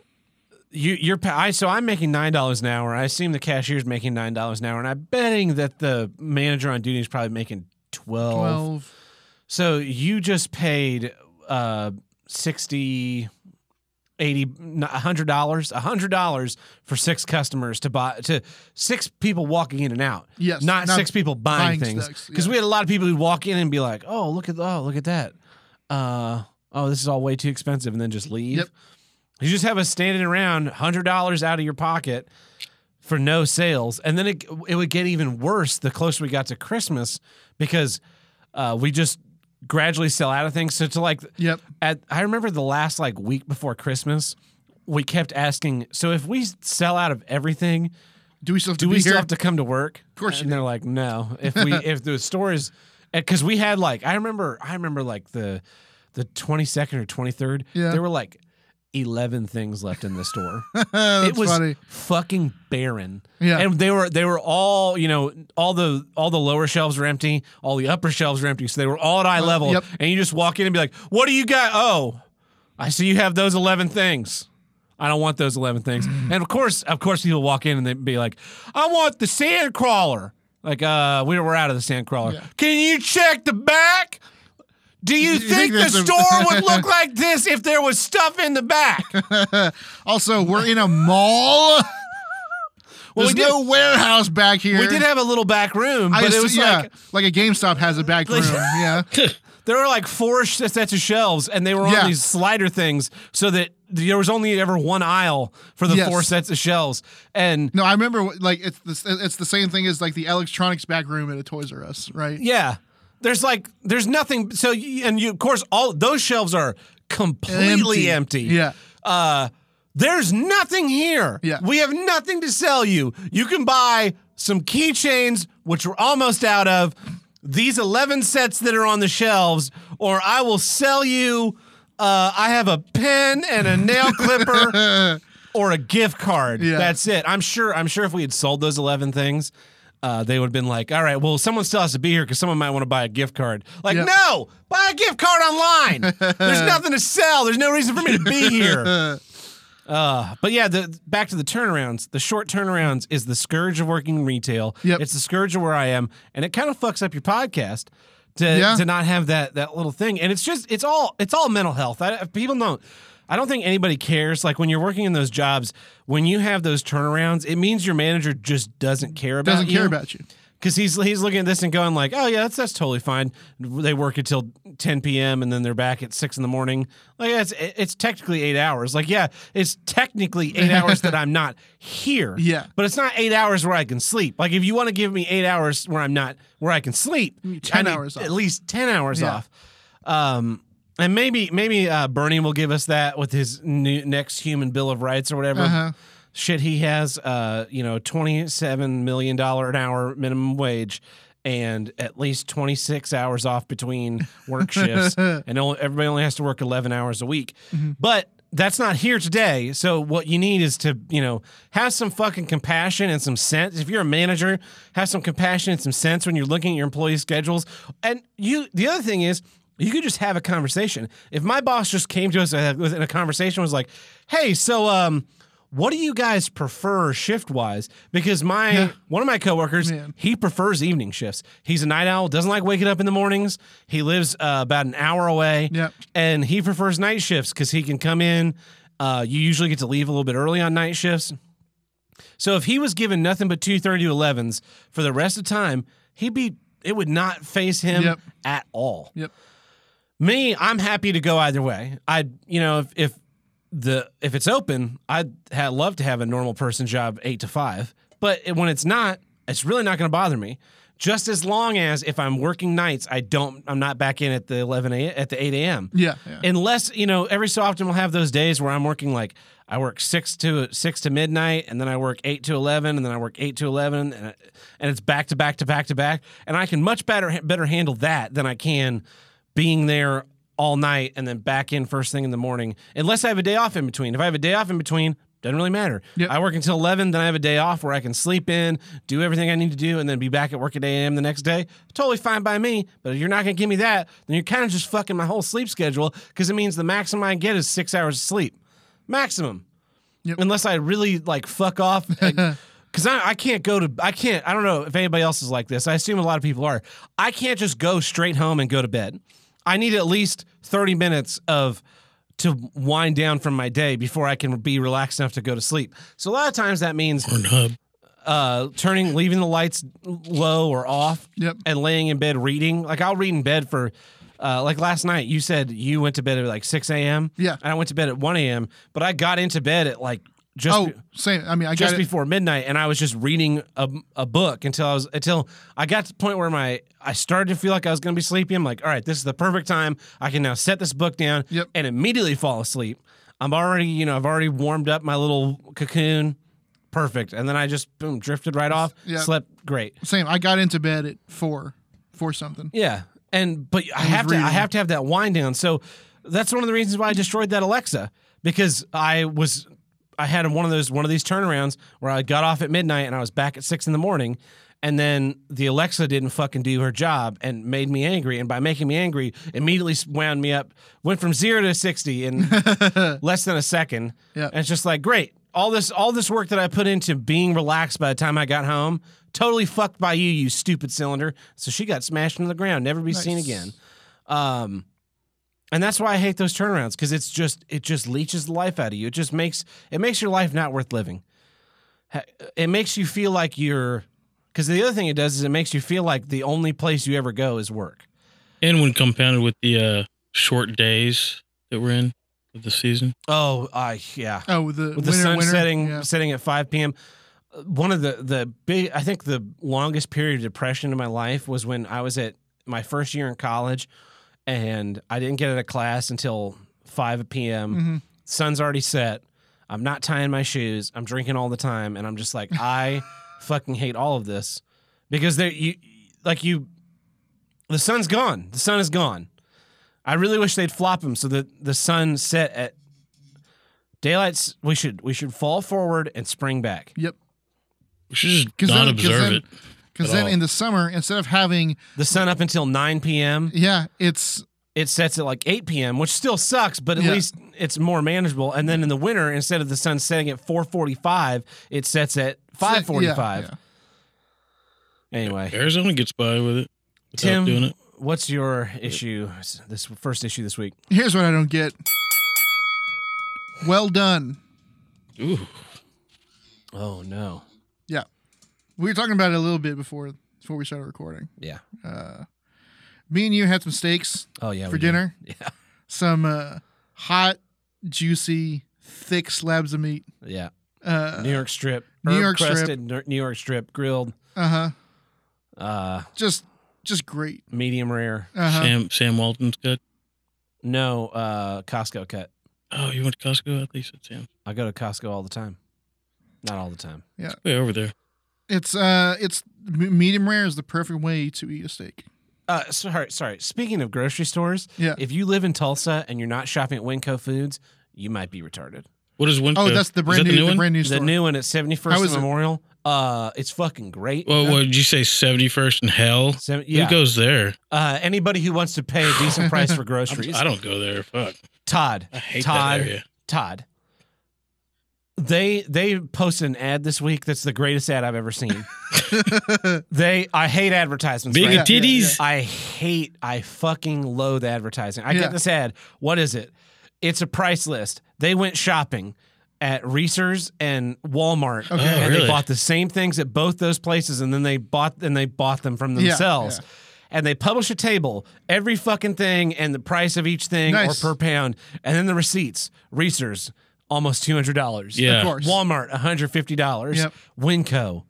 [SPEAKER 1] you you're pa- I so I'm making nine dollars an hour. I assume the cashier's making nine dollars an hour, and I'm betting that the manager on duty is probably making twelve.
[SPEAKER 2] Twelve.
[SPEAKER 1] So you just paid uh 60 80 100 dollars, hundred dollars for six customers to buy to six people walking in and out.
[SPEAKER 2] Yes.
[SPEAKER 1] Not, six people buying,
[SPEAKER 2] buying
[SPEAKER 1] things
[SPEAKER 2] stocks,
[SPEAKER 1] because
[SPEAKER 2] yeah.
[SPEAKER 1] we had a lot of people who walk in and be like, "Oh, look at oh, look at that. Uh, oh, this is all way too expensive," and then just leave.
[SPEAKER 2] Yep.
[SPEAKER 1] You just have us standing around, hundred dollars out of your pocket for no sales, and then it it would get even worse the closer we got to Christmas because uh, we just gradually sell out of things. So to like
[SPEAKER 2] Yep.
[SPEAKER 1] at I remember the last like week before Christmas. We kept asking, so if we sell out of everything,
[SPEAKER 2] Do we still have
[SPEAKER 1] do
[SPEAKER 2] to
[SPEAKER 1] we
[SPEAKER 2] be
[SPEAKER 1] still
[SPEAKER 2] here?
[SPEAKER 1] have to come to work? Of
[SPEAKER 2] course you
[SPEAKER 1] And they're like, no. If we if the store is because we had like I remember I remember like the the twenty second or twenty third.
[SPEAKER 2] Yeah.
[SPEAKER 1] There were like eleven things left in the store.
[SPEAKER 2] That's
[SPEAKER 1] it was
[SPEAKER 2] funny.
[SPEAKER 1] fucking barren.
[SPEAKER 2] Yeah.
[SPEAKER 1] And they were they were all you know all the all the lower shelves were empty, all the upper shelves were empty, so they were all at eye level.
[SPEAKER 2] Uh, yep.
[SPEAKER 1] And you just walk in and be like, what do you got? Oh, I see you have those eleven things. I don't want those eleven things.
[SPEAKER 2] Mm-hmm.
[SPEAKER 1] And of course, of course, people walk in and they'd be like, "I want the sand crawler." Like, uh, we were out of the sand crawler.
[SPEAKER 2] Yeah.
[SPEAKER 1] Can you check the back? Do you,
[SPEAKER 2] you
[SPEAKER 1] think,
[SPEAKER 2] think
[SPEAKER 1] the
[SPEAKER 2] that's a-
[SPEAKER 1] store would look like this if there was stuff in the back?
[SPEAKER 2] Also, we're in a mall.
[SPEAKER 1] Well, we did,
[SPEAKER 2] There's no warehouse back here.
[SPEAKER 1] we did have a little back room,
[SPEAKER 2] I
[SPEAKER 1] but it
[SPEAKER 2] assu-
[SPEAKER 1] was
[SPEAKER 2] yeah,
[SPEAKER 1] like
[SPEAKER 2] like a GameStop has a back room. yeah,
[SPEAKER 1] There were like four sh- sets of shelves, and they were on
[SPEAKER 2] Yeah.
[SPEAKER 1] these slider things, so that there was only ever one aisle for the
[SPEAKER 2] Yes.
[SPEAKER 1] four sets of shelves. And
[SPEAKER 2] no, I remember. what- Like it's the it's the same thing as like the electronics back room at a Toys R Us, right?
[SPEAKER 1] yeah, there's like there's nothing. So y- and you of course all those shelves are completely empty.
[SPEAKER 2] Yeah,
[SPEAKER 1] Uh, there's nothing here.
[SPEAKER 2] Yeah.
[SPEAKER 1] We have nothing to sell you. You can buy some keychains, which we're almost out of, these 11 sets that are on the shelves, or I will sell you. Uh, I have a pen and a nail clipper or a gift card.
[SPEAKER 2] Yeah.
[SPEAKER 1] That's it. I'm sure. I'm sure if we had sold those 11 things, uh, they would have been like, all right, well, someone still has to be here because someone might want to buy a gift card. Like,
[SPEAKER 2] Yeah.
[SPEAKER 1] no, buy a gift card online. There's nothing to sell. There's no reason for me to be here. Uh, but yeah, the back to the turnarounds. The short turnarounds is the scourge of working retail.
[SPEAKER 2] Yep.
[SPEAKER 1] It's the scourge of where I am, and it kind of fucks up your podcast to
[SPEAKER 2] Yeah.
[SPEAKER 1] to not have that that little thing. And it's just it's all it's all mental health. I, if people don't. I don't think anybody cares. Like when you're working in those jobs, when you have those turnarounds, it means your manager just doesn't care about
[SPEAKER 2] doesn't
[SPEAKER 1] you
[SPEAKER 2] care about you.
[SPEAKER 1] because he's he's looking at this and going like, oh yeah, that's that's totally fine. They work until 10 p.m. and then they're back at six in the morning. Like yeah, it's it's technically eight hours. Like yeah, it's technically eight hours that I'm not here.
[SPEAKER 2] Yeah.
[SPEAKER 1] but it's not eight hours where I can sleep. Like if you want to give me eight hours where I'm not where I can sleep,
[SPEAKER 2] 10
[SPEAKER 1] I need
[SPEAKER 2] hours off.
[SPEAKER 1] at least ten hours
[SPEAKER 2] Yeah.
[SPEAKER 1] off. Um, and maybe maybe uh, Bernie will give us that with his new, next Human Bill of Rights or whatever
[SPEAKER 2] Uh-huh.
[SPEAKER 1] shit he has uh you know 27 million dollar an hour minimum wage and at least 26 hours off between work shifts and only, everybody only has to work 11 hours a week
[SPEAKER 2] Mm-hmm.
[SPEAKER 1] but that's not here today so what you need is to you know have some fucking compassion and some sense if you're a manager have some compassion and some sense when you're looking at your employees schedules and you the other thing is you could just have a conversation if my boss just came to us uh, with- in a conversation was like hey so um what do you guys prefer shift wise? Because my one of my coworkers,
[SPEAKER 2] Man.
[SPEAKER 1] he prefers evening shifts. He's a night owl, doesn't like waking up in the mornings. He lives uh, about an hour away,
[SPEAKER 2] Yep.
[SPEAKER 1] and he prefers night shifts because he can come in. Uh, you usually get to leave a little bit early on night shifts. So if he was given nothing but two thirty to elevens for the rest of the time, he'd be it would not face him
[SPEAKER 2] Yep.
[SPEAKER 1] at all.
[SPEAKER 2] Yep.
[SPEAKER 1] Me, I'm happy to go either way. I you know, if if the if it's open, I'd ha- love to have a normal person job eight to five. But it- when it's not, it's really not going to bother me. Just as long as if I'm working nights, I don't, I'm not back in at the eleven a, at the eight a.m.
[SPEAKER 2] Yeah, yeah.
[SPEAKER 1] Unless you know, every so often we'll have those days where I'm working like I work six to six to midnight, and then I work eight to eleven, and then I work eight to eleven, and, I- and it's back to back to back to back. And I can much better better handle that than I can being there all night and then back in first thing in the morning. Unless I have a day off in between. If I have a day off in between, doesn't really matter.
[SPEAKER 2] Yep.
[SPEAKER 1] I work until eleven, then I have a day off where I can sleep in, do everything I need to do, and then be back at work at 8 a.m. the next day. Totally fine by me. But if you're not gonna give me that, then you're kind of just fucking my whole sleep schedule because it means the maximum I get is six hours of sleep, maximum.
[SPEAKER 2] Yep.
[SPEAKER 1] Unless I really like fuck off. Because I, I can't go to, I can't, I don't know if anybody else is like this. I assume a lot of people are. I can't just go straight home and go to bed. I need at least 30 minutes of, to wind down from my day before I can be relaxed enough to go to sleep. So a lot of times that means
[SPEAKER 3] Pornhub.
[SPEAKER 1] uh, turning, leaving the lights low or off,
[SPEAKER 2] Yep.
[SPEAKER 1] and laying in bed reading. Like I'll read in bed for, uh, like last night. You said you went to bed at like six a.m.
[SPEAKER 2] Yeah.
[SPEAKER 1] and I went to bed at one a.m. But I got into bed at like just
[SPEAKER 2] Oh, same. I mean, I
[SPEAKER 1] just
[SPEAKER 2] got it.
[SPEAKER 1] before midnight, and I was just reading a, a book until I was until I got to the point where my I started to feel like I was going to be sleepy. I'm like, all right, this is the perfect time. I can now set this book down
[SPEAKER 2] Yep.
[SPEAKER 1] and immediately fall asleep. I'm already, you know, I've already warmed up my little cocoon, perfect. And then I just boom drifted right off,
[SPEAKER 2] Yeah.
[SPEAKER 1] slept great.
[SPEAKER 2] Same. I got into bed at four, four something.
[SPEAKER 1] Yeah, and but I have to I
[SPEAKER 2] reading.
[SPEAKER 1] have to have that wind down. So that's one of the reasons why I destroyed that Alexa because I was I had one of those one of these turnarounds where I got off at midnight and I was back at six in the morning, And then the Alexa didn't fucking do her job and made me angry. And by making me angry, immediately wound me up. Went from zero to sixty in less than a second.
[SPEAKER 2] Yeah.
[SPEAKER 1] And it's just like, great. All this all this work that I put into being relaxed by the time I got home, totally fucked by you, you stupid cylinder. So she got smashed into the ground, never be seen
[SPEAKER 2] Nice.
[SPEAKER 1] again. Um and that's why I hate those turnarounds because it's just it just leeches the life out of you. It just makes it makes your life not worth living. Ha- It makes you feel like you're because the other thing it does is it makes you feel like the only place you ever go is work.
[SPEAKER 3] And when compounded with the uh, short days that we're in of the season,
[SPEAKER 1] Oh, I yeah.
[SPEAKER 2] Oh, with the
[SPEAKER 1] with
[SPEAKER 2] winter,
[SPEAKER 1] the sun
[SPEAKER 2] winter.
[SPEAKER 1] setting
[SPEAKER 2] Yeah.
[SPEAKER 1] setting at 5 p.m. Uh, One of the the big I think the longest period of depression in my life was when I was at my first year in college, and I didn't get out of class until 5 p.m.
[SPEAKER 2] Mhm.
[SPEAKER 1] Sun's already set. I'm not tying my shoes. I'm drinking all the time, and I'm just like I fucking hate all of this because there you like you the sun's gone. The sun is gone. I really wish they'd flop him so that the sun set at daylight's we should we should fall forward and spring back
[SPEAKER 2] Yep.
[SPEAKER 3] we should just
[SPEAKER 2] 'Cause
[SPEAKER 3] not
[SPEAKER 2] then- 'cause
[SPEAKER 3] observe
[SPEAKER 2] then-
[SPEAKER 3] it.
[SPEAKER 2] Because
[SPEAKER 3] At
[SPEAKER 2] then
[SPEAKER 3] all.
[SPEAKER 2] in the summer, instead of having
[SPEAKER 1] the sun up until 9 p.m
[SPEAKER 2] yeah, it's
[SPEAKER 1] it sets at like 8 p.m which still sucks but at
[SPEAKER 2] Yeah.
[SPEAKER 1] least it's more manageable and then in the winter instead of the sun setting at 4.45 it sets at 5.45
[SPEAKER 2] Yeah,
[SPEAKER 1] anyway
[SPEAKER 3] Arizona gets by with it without
[SPEAKER 1] Tim-
[SPEAKER 3] doing it.
[SPEAKER 1] what's your issue this first issue this week
[SPEAKER 2] yeah. Here's what I don't get. Well done.
[SPEAKER 3] Ooh,
[SPEAKER 1] oh no
[SPEAKER 2] We were talking about it a little bit before before we started recording.
[SPEAKER 1] yeah
[SPEAKER 2] Uh, me and you had some steaks
[SPEAKER 1] oh yeah
[SPEAKER 2] for
[SPEAKER 1] we do.
[SPEAKER 2] dinner.
[SPEAKER 1] yeah
[SPEAKER 2] Some uh, hot, juicy, thick slabs of meat.
[SPEAKER 1] yeah
[SPEAKER 2] Uh
[SPEAKER 1] new york strip
[SPEAKER 2] New York strip.
[SPEAKER 1] crusted new york strip grilled
[SPEAKER 2] huh.
[SPEAKER 1] uh
[SPEAKER 2] uh-huh. Just just great.
[SPEAKER 1] medium rare
[SPEAKER 2] Uh huh.
[SPEAKER 3] Sam Sam Walton's cut.
[SPEAKER 1] no uh costco cut
[SPEAKER 3] Oh, you went to Costco? I think you said Sam.
[SPEAKER 1] I go to Costco all the time. Not all the time.
[SPEAKER 3] Way over there.
[SPEAKER 2] It's uh it's m- medium rare is the perfect way to eat a steak.
[SPEAKER 1] Uh, sorry, sorry. Speaking of grocery stores,
[SPEAKER 2] Yeah.
[SPEAKER 1] if you live in Tulsa and you're not shopping at Winco Foods, you might be retarded.
[SPEAKER 3] What is Winco?
[SPEAKER 2] Oh, that's the
[SPEAKER 3] Is
[SPEAKER 2] brand new,
[SPEAKER 3] that the new
[SPEAKER 2] the,
[SPEAKER 3] one?
[SPEAKER 2] brand new
[SPEAKER 1] The
[SPEAKER 2] store.
[SPEAKER 1] new one at 71st
[SPEAKER 2] How
[SPEAKER 1] and
[SPEAKER 2] is it?
[SPEAKER 1] Memorial, uh, it's fucking great.
[SPEAKER 3] Well, what did you say? Seventy first and hell.
[SPEAKER 1] Seven-
[SPEAKER 3] Who
[SPEAKER 1] yeah.
[SPEAKER 3] goes there?
[SPEAKER 1] Uh, anybody who wants to pay a decent price for
[SPEAKER 3] I'm-
[SPEAKER 1] groceries,
[SPEAKER 3] I don't go there. Fuck.
[SPEAKER 1] Todd,
[SPEAKER 3] I hate
[SPEAKER 1] Todd.
[SPEAKER 3] that area.
[SPEAKER 1] Todd. They they posted an ad this week that's the greatest ad I've ever seen. they I hate advertisements.
[SPEAKER 3] Big
[SPEAKER 1] right?
[SPEAKER 2] yeah,
[SPEAKER 3] titties.
[SPEAKER 1] I hate, I fucking loathe advertising. I
[SPEAKER 2] Yeah.
[SPEAKER 1] get this ad. What is it? It's a price list. They went shopping at Reese's and Walmart,
[SPEAKER 2] Okay.
[SPEAKER 1] and
[SPEAKER 3] Oh, really?
[SPEAKER 1] they bought the same things at both those places, and then they bought and they bought them from
[SPEAKER 2] Yeah,
[SPEAKER 1] themselves. And they publish a table, every fucking thing, and the price of each thing
[SPEAKER 2] Nice.
[SPEAKER 1] or per pound, and then the receipts. Reese's almost two hundred dollars.
[SPEAKER 3] Yeah.
[SPEAKER 2] Of course.
[SPEAKER 1] Walmart one hundred fifty dollars.
[SPEAKER 2] Yep.
[SPEAKER 1] Winco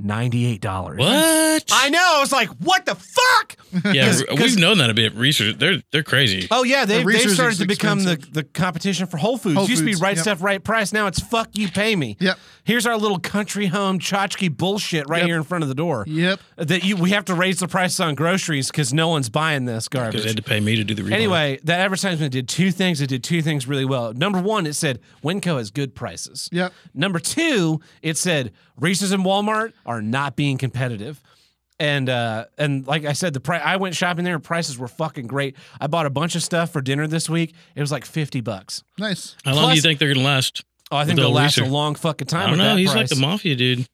[SPEAKER 1] ninety eight dollars.
[SPEAKER 3] What?
[SPEAKER 1] I know. I was like, what the fuck?
[SPEAKER 3] yeah,
[SPEAKER 1] 'Cause-
[SPEAKER 3] we've
[SPEAKER 1] 'cause-
[SPEAKER 3] known that a bit. Research. They're they're crazy.
[SPEAKER 1] Oh yeah, they they
[SPEAKER 2] Reese's
[SPEAKER 1] started
[SPEAKER 2] is
[SPEAKER 1] to become the, the competition for Whole Foods.
[SPEAKER 2] Whole
[SPEAKER 1] Used to
[SPEAKER 2] Foods,
[SPEAKER 1] be right
[SPEAKER 2] yep.
[SPEAKER 1] stuff, right price. Now it's fuck you, pay me.
[SPEAKER 2] Yep.
[SPEAKER 1] Here's our little country home tchotchke bullshit right
[SPEAKER 2] Yep.
[SPEAKER 1] here in front of the door.
[SPEAKER 2] Yep.
[SPEAKER 1] That you we have to raise the price on groceries because no one's buying this
[SPEAKER 3] Because
[SPEAKER 1] garbage.
[SPEAKER 3] they had to pay me to do the research.
[SPEAKER 1] Anyway, that advertisement did two things. It did two things really well. Number one, it said Winco has good prices.
[SPEAKER 2] Yep.
[SPEAKER 1] Number two, it said Reese's and Walmart are not being competitive. And uh, and like I said, the price I went shopping there and prices were fucking great. I bought a bunch of stuff for dinner this week. It was like fifty bucks.
[SPEAKER 2] Nice.
[SPEAKER 3] how long do
[SPEAKER 1] plus-
[SPEAKER 3] you think they're gonna last?
[SPEAKER 1] Oh, I think
[SPEAKER 3] Little
[SPEAKER 1] they'll last a
[SPEAKER 3] Reese's.
[SPEAKER 1] long fucking time.
[SPEAKER 3] I don't
[SPEAKER 1] with
[SPEAKER 3] know.
[SPEAKER 1] that
[SPEAKER 3] He's
[SPEAKER 1] price.
[SPEAKER 3] like the mafia dude.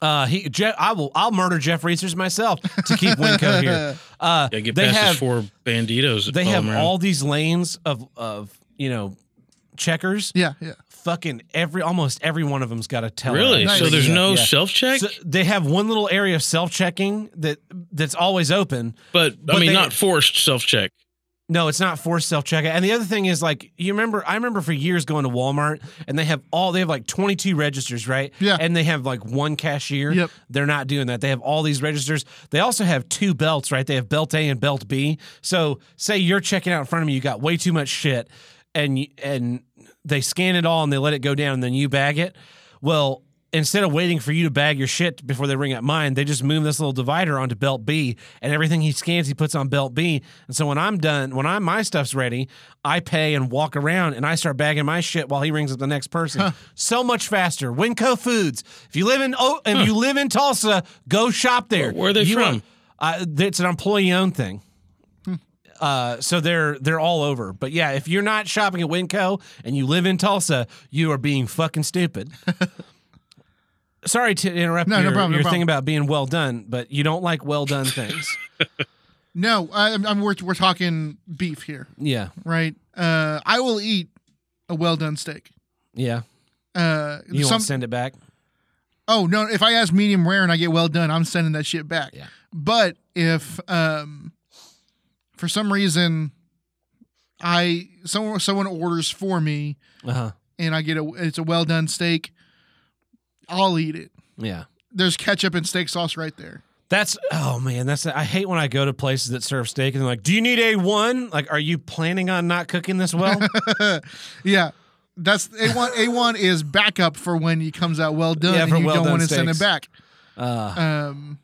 [SPEAKER 1] Uh, he, Je- I will. I'll murder Jeff Reese's myself to keep Winco here. Uh,
[SPEAKER 3] Gotta get
[SPEAKER 1] they
[SPEAKER 3] past
[SPEAKER 1] have
[SPEAKER 3] his four banditos. that
[SPEAKER 1] they
[SPEAKER 3] follow
[SPEAKER 1] have
[SPEAKER 3] him around.
[SPEAKER 1] all these lanes of of you know checkers.
[SPEAKER 2] Yeah, yeah.
[SPEAKER 1] Fucking every almost every one of them's got a teller.
[SPEAKER 3] Really?
[SPEAKER 2] Nice.
[SPEAKER 3] So there's no
[SPEAKER 1] Yeah.
[SPEAKER 3] self check,
[SPEAKER 1] So they have one little area of self checking that that's always open.
[SPEAKER 3] but, I
[SPEAKER 1] but
[SPEAKER 3] mean,
[SPEAKER 1] they-
[SPEAKER 3] not forced self check.
[SPEAKER 1] No, it's not forced self checkout. And the other thing is like you remember I remember for years going to Walmart and they have all they have like 22 registers, right?
[SPEAKER 2] Yeah.
[SPEAKER 1] And they have like one cashier.
[SPEAKER 2] Yep.
[SPEAKER 1] They're not doing that. They have all these registers. They also have two belts, right? They have belt A and belt B. So say you're checking out in front of me, you got way too much shit and you- and they scan it all and they let it go down and then you bag it. Well, instead of waiting for you to bag your shit before they ring up mine, they just move this little divider onto belt B, and everything he scans, he puts on belt B. And so when I'm done, when I'm my stuff's ready, I pay and walk around, and I start bagging my shit while he rings up the next person. So much faster. Winco Foods. If you live in oh, if you live in Tulsa, go shop there.
[SPEAKER 3] Where- where are they
[SPEAKER 1] You
[SPEAKER 3] from?
[SPEAKER 1] want- uh, it's an employee-owned thing. Uh, so they're they're all over. But yeah, if you're not shopping at Winco and you live in Tulsa, you are being fucking stupid. Sorry to interrupt
[SPEAKER 2] No, no
[SPEAKER 1] your,
[SPEAKER 2] problem, no
[SPEAKER 1] your
[SPEAKER 2] problem.
[SPEAKER 1] thing about being well done, but you don't like well done things.
[SPEAKER 2] No, I, I'm we're we're talking beef here,
[SPEAKER 1] yeah,
[SPEAKER 2] right? Uh, I will eat a well done steak.
[SPEAKER 1] yeah.
[SPEAKER 2] Uh,
[SPEAKER 1] You
[SPEAKER 2] some,
[SPEAKER 1] won't send it back.
[SPEAKER 2] oh no, if I ask medium rare and I get well done, I'm sending that shit back.
[SPEAKER 1] Yeah.
[SPEAKER 2] But if um, for some reason, I someone someone orders for me
[SPEAKER 1] Uh huh.
[SPEAKER 2] and I get a it's a well done steak, I'll eat it.
[SPEAKER 1] Yeah.
[SPEAKER 2] There's ketchup and steak sauce right there.
[SPEAKER 1] That's oh man, that's I hate when I go to places that serve steak and they're like, "Do you need a one? Like, are you planning on not cooking this well?"
[SPEAKER 2] yeah. That's A one. A one is backup for when he comes out well done,
[SPEAKER 1] Yeah,
[SPEAKER 2] and
[SPEAKER 1] for
[SPEAKER 2] you don't
[SPEAKER 1] well-done
[SPEAKER 2] want to send it
[SPEAKER 1] steaks.
[SPEAKER 2] back.
[SPEAKER 1] Uh,
[SPEAKER 2] Um,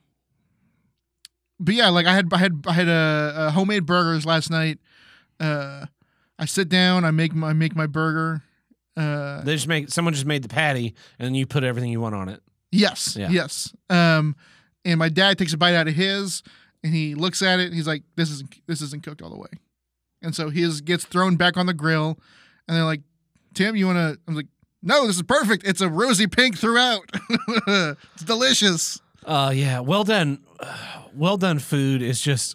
[SPEAKER 2] but yeah, like I had I had I had a, uh homemade burgers last night. Uh, I sit down, I make my I make my burger. Uh,
[SPEAKER 1] they just make someone just made the patty and you put everything you want on it.
[SPEAKER 2] yes,
[SPEAKER 1] Yeah.
[SPEAKER 2] yes. Um, and my dad takes a bite out of his, and he looks at it, and he's like, "This isn't this isn't cooked all the way," and so his gets thrown back on the grill, and they're like, "Tim, you want to?" I'm like, "No, this is perfect. It's a rosy pink throughout. it's delicious."
[SPEAKER 1] Uh yeah, well done. Well done food is just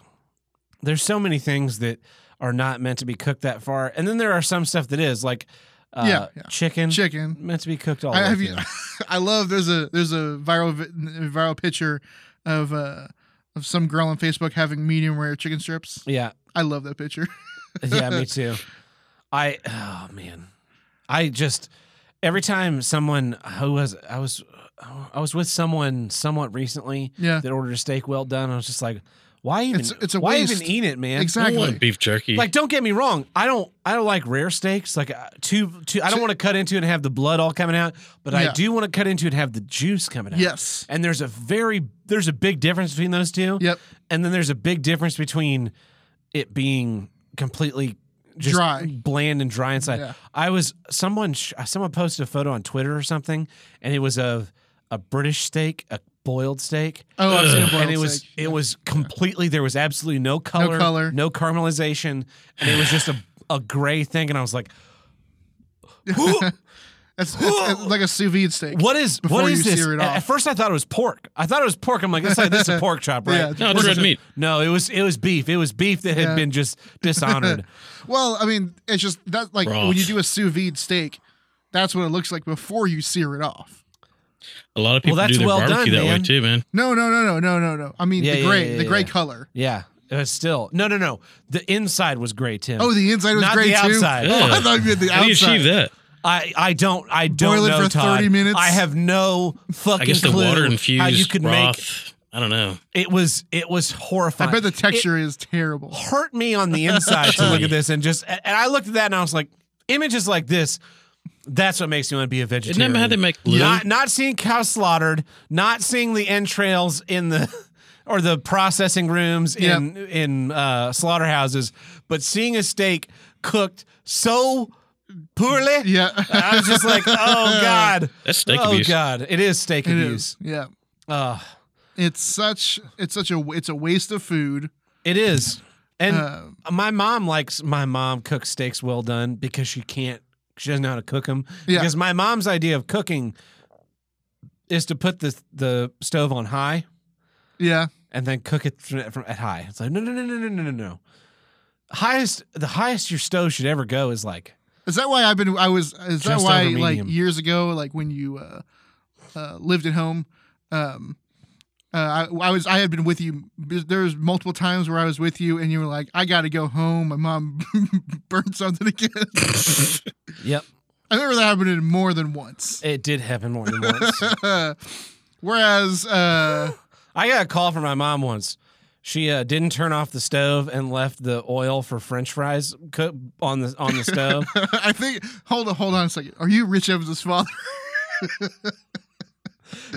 [SPEAKER 1] there's so many things that are not meant to be cooked that far. And then there are some stuff that is like uh
[SPEAKER 2] Yeah, yeah.
[SPEAKER 1] chicken
[SPEAKER 2] Chicken.
[SPEAKER 1] meant to be cooked all
[SPEAKER 2] I,
[SPEAKER 1] the
[SPEAKER 2] have
[SPEAKER 1] way
[SPEAKER 2] you,
[SPEAKER 1] through.
[SPEAKER 2] I love there's a there's a viral vi- viral picture of uh of some girl on Facebook having medium rare chicken strips.
[SPEAKER 1] Yeah.
[SPEAKER 2] I love that picture.
[SPEAKER 1] Yeah, me too. I oh man. I just every time someone who was I was I was with someone somewhat recently
[SPEAKER 2] Yeah.
[SPEAKER 1] that ordered a steak well done. I was just like, why even
[SPEAKER 2] It's- it's a
[SPEAKER 1] why
[SPEAKER 2] waste.
[SPEAKER 1] even eat it, man?
[SPEAKER 3] I
[SPEAKER 2] Exactly.
[SPEAKER 3] want beef jerky.
[SPEAKER 1] Like, don't get me wrong. I don't. I don't like rare steaks. Like, uh, too. Too. I don't
[SPEAKER 2] So-
[SPEAKER 1] want to cut into it and have the blood all coming out. But
[SPEAKER 2] Yeah.
[SPEAKER 1] I do want to cut into it and have the juice coming out.
[SPEAKER 2] Yes.
[SPEAKER 1] And there's a very there's a big difference between those two.
[SPEAKER 2] Yep.
[SPEAKER 1] And then there's a big difference between it being completely just
[SPEAKER 2] Dry.
[SPEAKER 1] bland and dry inside.
[SPEAKER 2] Yeah.
[SPEAKER 1] I was someone sh- someone posted a photo on Twitter or something, and it was of a British steak, a boiled steak,
[SPEAKER 2] Oh, I've seen a
[SPEAKER 1] and
[SPEAKER 2] boiled
[SPEAKER 1] it was
[SPEAKER 2] steak.
[SPEAKER 1] it was completely there was absolutely no color,
[SPEAKER 2] color.
[SPEAKER 1] no caramelization, and it was just a a gray thing. And I was like, "Who-
[SPEAKER 2] That's, that's- that's like a sous vide steak.
[SPEAKER 1] "What is
[SPEAKER 2] Before
[SPEAKER 1] what
[SPEAKER 2] you
[SPEAKER 1] is this?"
[SPEAKER 2] sear it
[SPEAKER 1] At,
[SPEAKER 2] off.
[SPEAKER 1] at first, I thought it was pork. I thought it was pork. I'm like, "That's like this is a pork chop,
[SPEAKER 2] Yeah,
[SPEAKER 1] right?"
[SPEAKER 2] it's-
[SPEAKER 3] no, it's red meat.
[SPEAKER 1] No, it was it was beef. It was beef that had
[SPEAKER 2] Yeah.
[SPEAKER 1] been just dishonored.
[SPEAKER 2] Well, I mean, it's just that like
[SPEAKER 3] Broth.
[SPEAKER 2] when you do a sous vide steak, that's what it looks like before you sear it off.
[SPEAKER 3] A lot of people
[SPEAKER 1] Well,
[SPEAKER 3] do
[SPEAKER 1] that's
[SPEAKER 3] their
[SPEAKER 1] well done,
[SPEAKER 3] barbecue that
[SPEAKER 1] man.
[SPEAKER 3] way too, man.
[SPEAKER 2] No, no, no, no, no, no, no. I mean
[SPEAKER 1] Yeah,
[SPEAKER 2] the
[SPEAKER 1] yeah,
[SPEAKER 2] gray,
[SPEAKER 1] yeah,
[SPEAKER 2] the
[SPEAKER 1] yeah,
[SPEAKER 2] gray
[SPEAKER 1] yeah.
[SPEAKER 2] color.
[SPEAKER 1] yeah, it was still no, no, no. The inside was gray, Tim.
[SPEAKER 2] Oh, the inside was
[SPEAKER 1] Not
[SPEAKER 2] gray
[SPEAKER 1] the
[SPEAKER 2] too.
[SPEAKER 1] outside.
[SPEAKER 2] Oh, I thought you meant the
[SPEAKER 3] How do you achieve
[SPEAKER 2] outside.
[SPEAKER 3] that?
[SPEAKER 1] I, I don't I don't
[SPEAKER 2] Boil it
[SPEAKER 1] know
[SPEAKER 2] for
[SPEAKER 1] Todd.
[SPEAKER 2] 30 minutes?
[SPEAKER 1] I have no fucking
[SPEAKER 3] I guess the
[SPEAKER 1] clue
[SPEAKER 3] water
[SPEAKER 1] how
[SPEAKER 3] infused
[SPEAKER 1] you could
[SPEAKER 3] broth.
[SPEAKER 1] make
[SPEAKER 3] I don't know.
[SPEAKER 1] it was it was horrifying.
[SPEAKER 2] I bet the
[SPEAKER 1] It
[SPEAKER 2] texture is terrible.
[SPEAKER 1] hurt me on the inside to look at this and just and I looked at that and I was like images like this that's what makes me want to be a
[SPEAKER 3] Isn't
[SPEAKER 1] vegetarian.
[SPEAKER 3] that how they make glue?
[SPEAKER 1] Not not seeing cows slaughtered, not seeing the entrails in the or the processing rooms in in uh, slaughterhouses, but seeing a steak cooked so poorly.
[SPEAKER 2] Yeah.
[SPEAKER 1] I was just like, oh god,
[SPEAKER 3] That's steak
[SPEAKER 1] oh
[SPEAKER 3] abuse.
[SPEAKER 1] god, it is steak
[SPEAKER 2] It
[SPEAKER 1] abuse.
[SPEAKER 2] is. Yeah.
[SPEAKER 1] Ugh.
[SPEAKER 2] It's such it's such a it's a waste of food.
[SPEAKER 1] it is. And
[SPEAKER 2] Uh,
[SPEAKER 1] my mom likes my mom cooks steaks well done because she can't she doesn't know how to cook them
[SPEAKER 2] Yeah.
[SPEAKER 1] because my mom's idea of cooking is to put the the stove on high
[SPEAKER 2] yeah,
[SPEAKER 1] and then cook it from, from at high it's like no no no no no no no no highest the highest your stove should ever go is like
[SPEAKER 2] is that why I've been? I was. Is that
[SPEAKER 1] Just
[SPEAKER 2] why
[SPEAKER 1] over
[SPEAKER 2] like
[SPEAKER 1] medium.
[SPEAKER 2] years ago, like when you uh, uh, lived at home, um, uh, I, I was. I had been with you. There was multiple times where I was with you, and you were like, "I got to go home. My mom burned something again."
[SPEAKER 1] yep
[SPEAKER 2] I remember that happening more than once.
[SPEAKER 1] it did happen more than once
[SPEAKER 2] Whereas, uh,
[SPEAKER 1] I got a call from my mom once. She uh, didn't turn off the stove and left the oil for French fries cook on the on the stove.
[SPEAKER 2] I think hold on, hold on a second. Are you Rich Evans' father?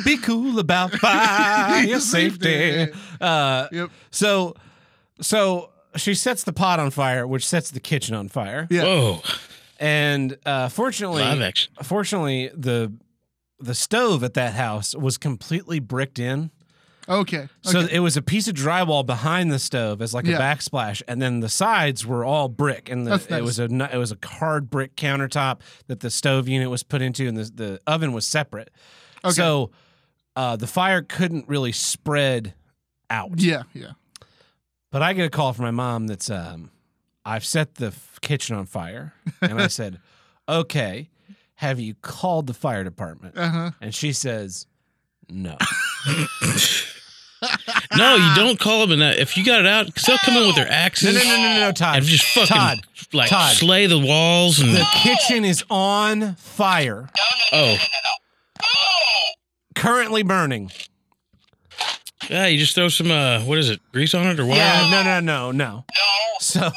[SPEAKER 1] Be cool about fire safety. Uh,
[SPEAKER 2] Yep.
[SPEAKER 1] So, so she sets the pot on fire, which sets the kitchen on fire.
[SPEAKER 2] Yeah.
[SPEAKER 3] Whoa,
[SPEAKER 1] And uh, fortunately,
[SPEAKER 3] live action.
[SPEAKER 1] fortunately the the stove at that house was completely bricked in.
[SPEAKER 2] Okay.
[SPEAKER 1] So
[SPEAKER 2] okay.
[SPEAKER 1] it was a piece of drywall behind the stove as like
[SPEAKER 2] Yeah.
[SPEAKER 1] a backsplash, and then the sides were all brick, and the,
[SPEAKER 2] That's nice.
[SPEAKER 1] it was a nu- it was a hard brick countertop that the stove unit was put into, and the the oven was separate.
[SPEAKER 2] Okay.
[SPEAKER 1] So uh, the fire couldn't really spread out.
[SPEAKER 2] yeah, yeah.
[SPEAKER 1] But I get a call from my mom that's um, I've set the f- kitchen on fire, and I said, "Okay, have you called the fire department?"
[SPEAKER 2] Uh huh.
[SPEAKER 1] And she says, "No."
[SPEAKER 3] No, you don't call them in that. If you got it out, because they'll come in with their
[SPEAKER 1] Ah. No,
[SPEAKER 3] axes
[SPEAKER 1] no, no, no, no, no, Todd.
[SPEAKER 3] and just fucking
[SPEAKER 1] Todd,
[SPEAKER 3] like
[SPEAKER 1] Todd.
[SPEAKER 3] slay the walls and
[SPEAKER 1] the kitchen is on fire,
[SPEAKER 3] oh,
[SPEAKER 1] currently burning.
[SPEAKER 3] yeah, you just throw some uh, what is it, grease on it or what?
[SPEAKER 1] Yeah, no, no, no, no. So, no, no.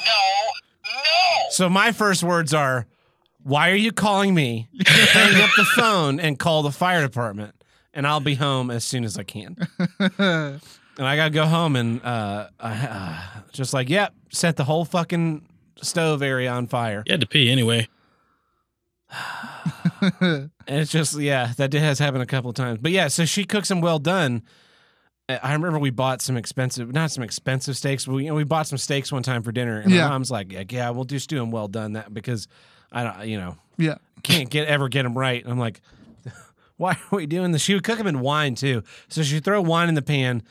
[SPEAKER 1] So my first words are, "Why are you calling me?" Hang up the phone and call the fire department, and I'll be home as soon as I can. And I gotta go home and uh, I, uh just like, yep, set the whole fucking stove area on fire.
[SPEAKER 3] You had to pee anyway.
[SPEAKER 1] And it's just, yeah, that did- has happened a couple of times. But yeah, so she cooks them well done. I I remember we bought some expensive, not some expensive steaks, but we, you know, we bought some steaks one time for dinner. And
[SPEAKER 2] Yeah.
[SPEAKER 1] my mom's like, yeah, yeah, we'll just do them well done that because I don't, you know,
[SPEAKER 2] yeah.
[SPEAKER 1] can't get ever get them right. And I'm like, why are we doing this? She would cook them in wine too. So she'd throw wine in the pan,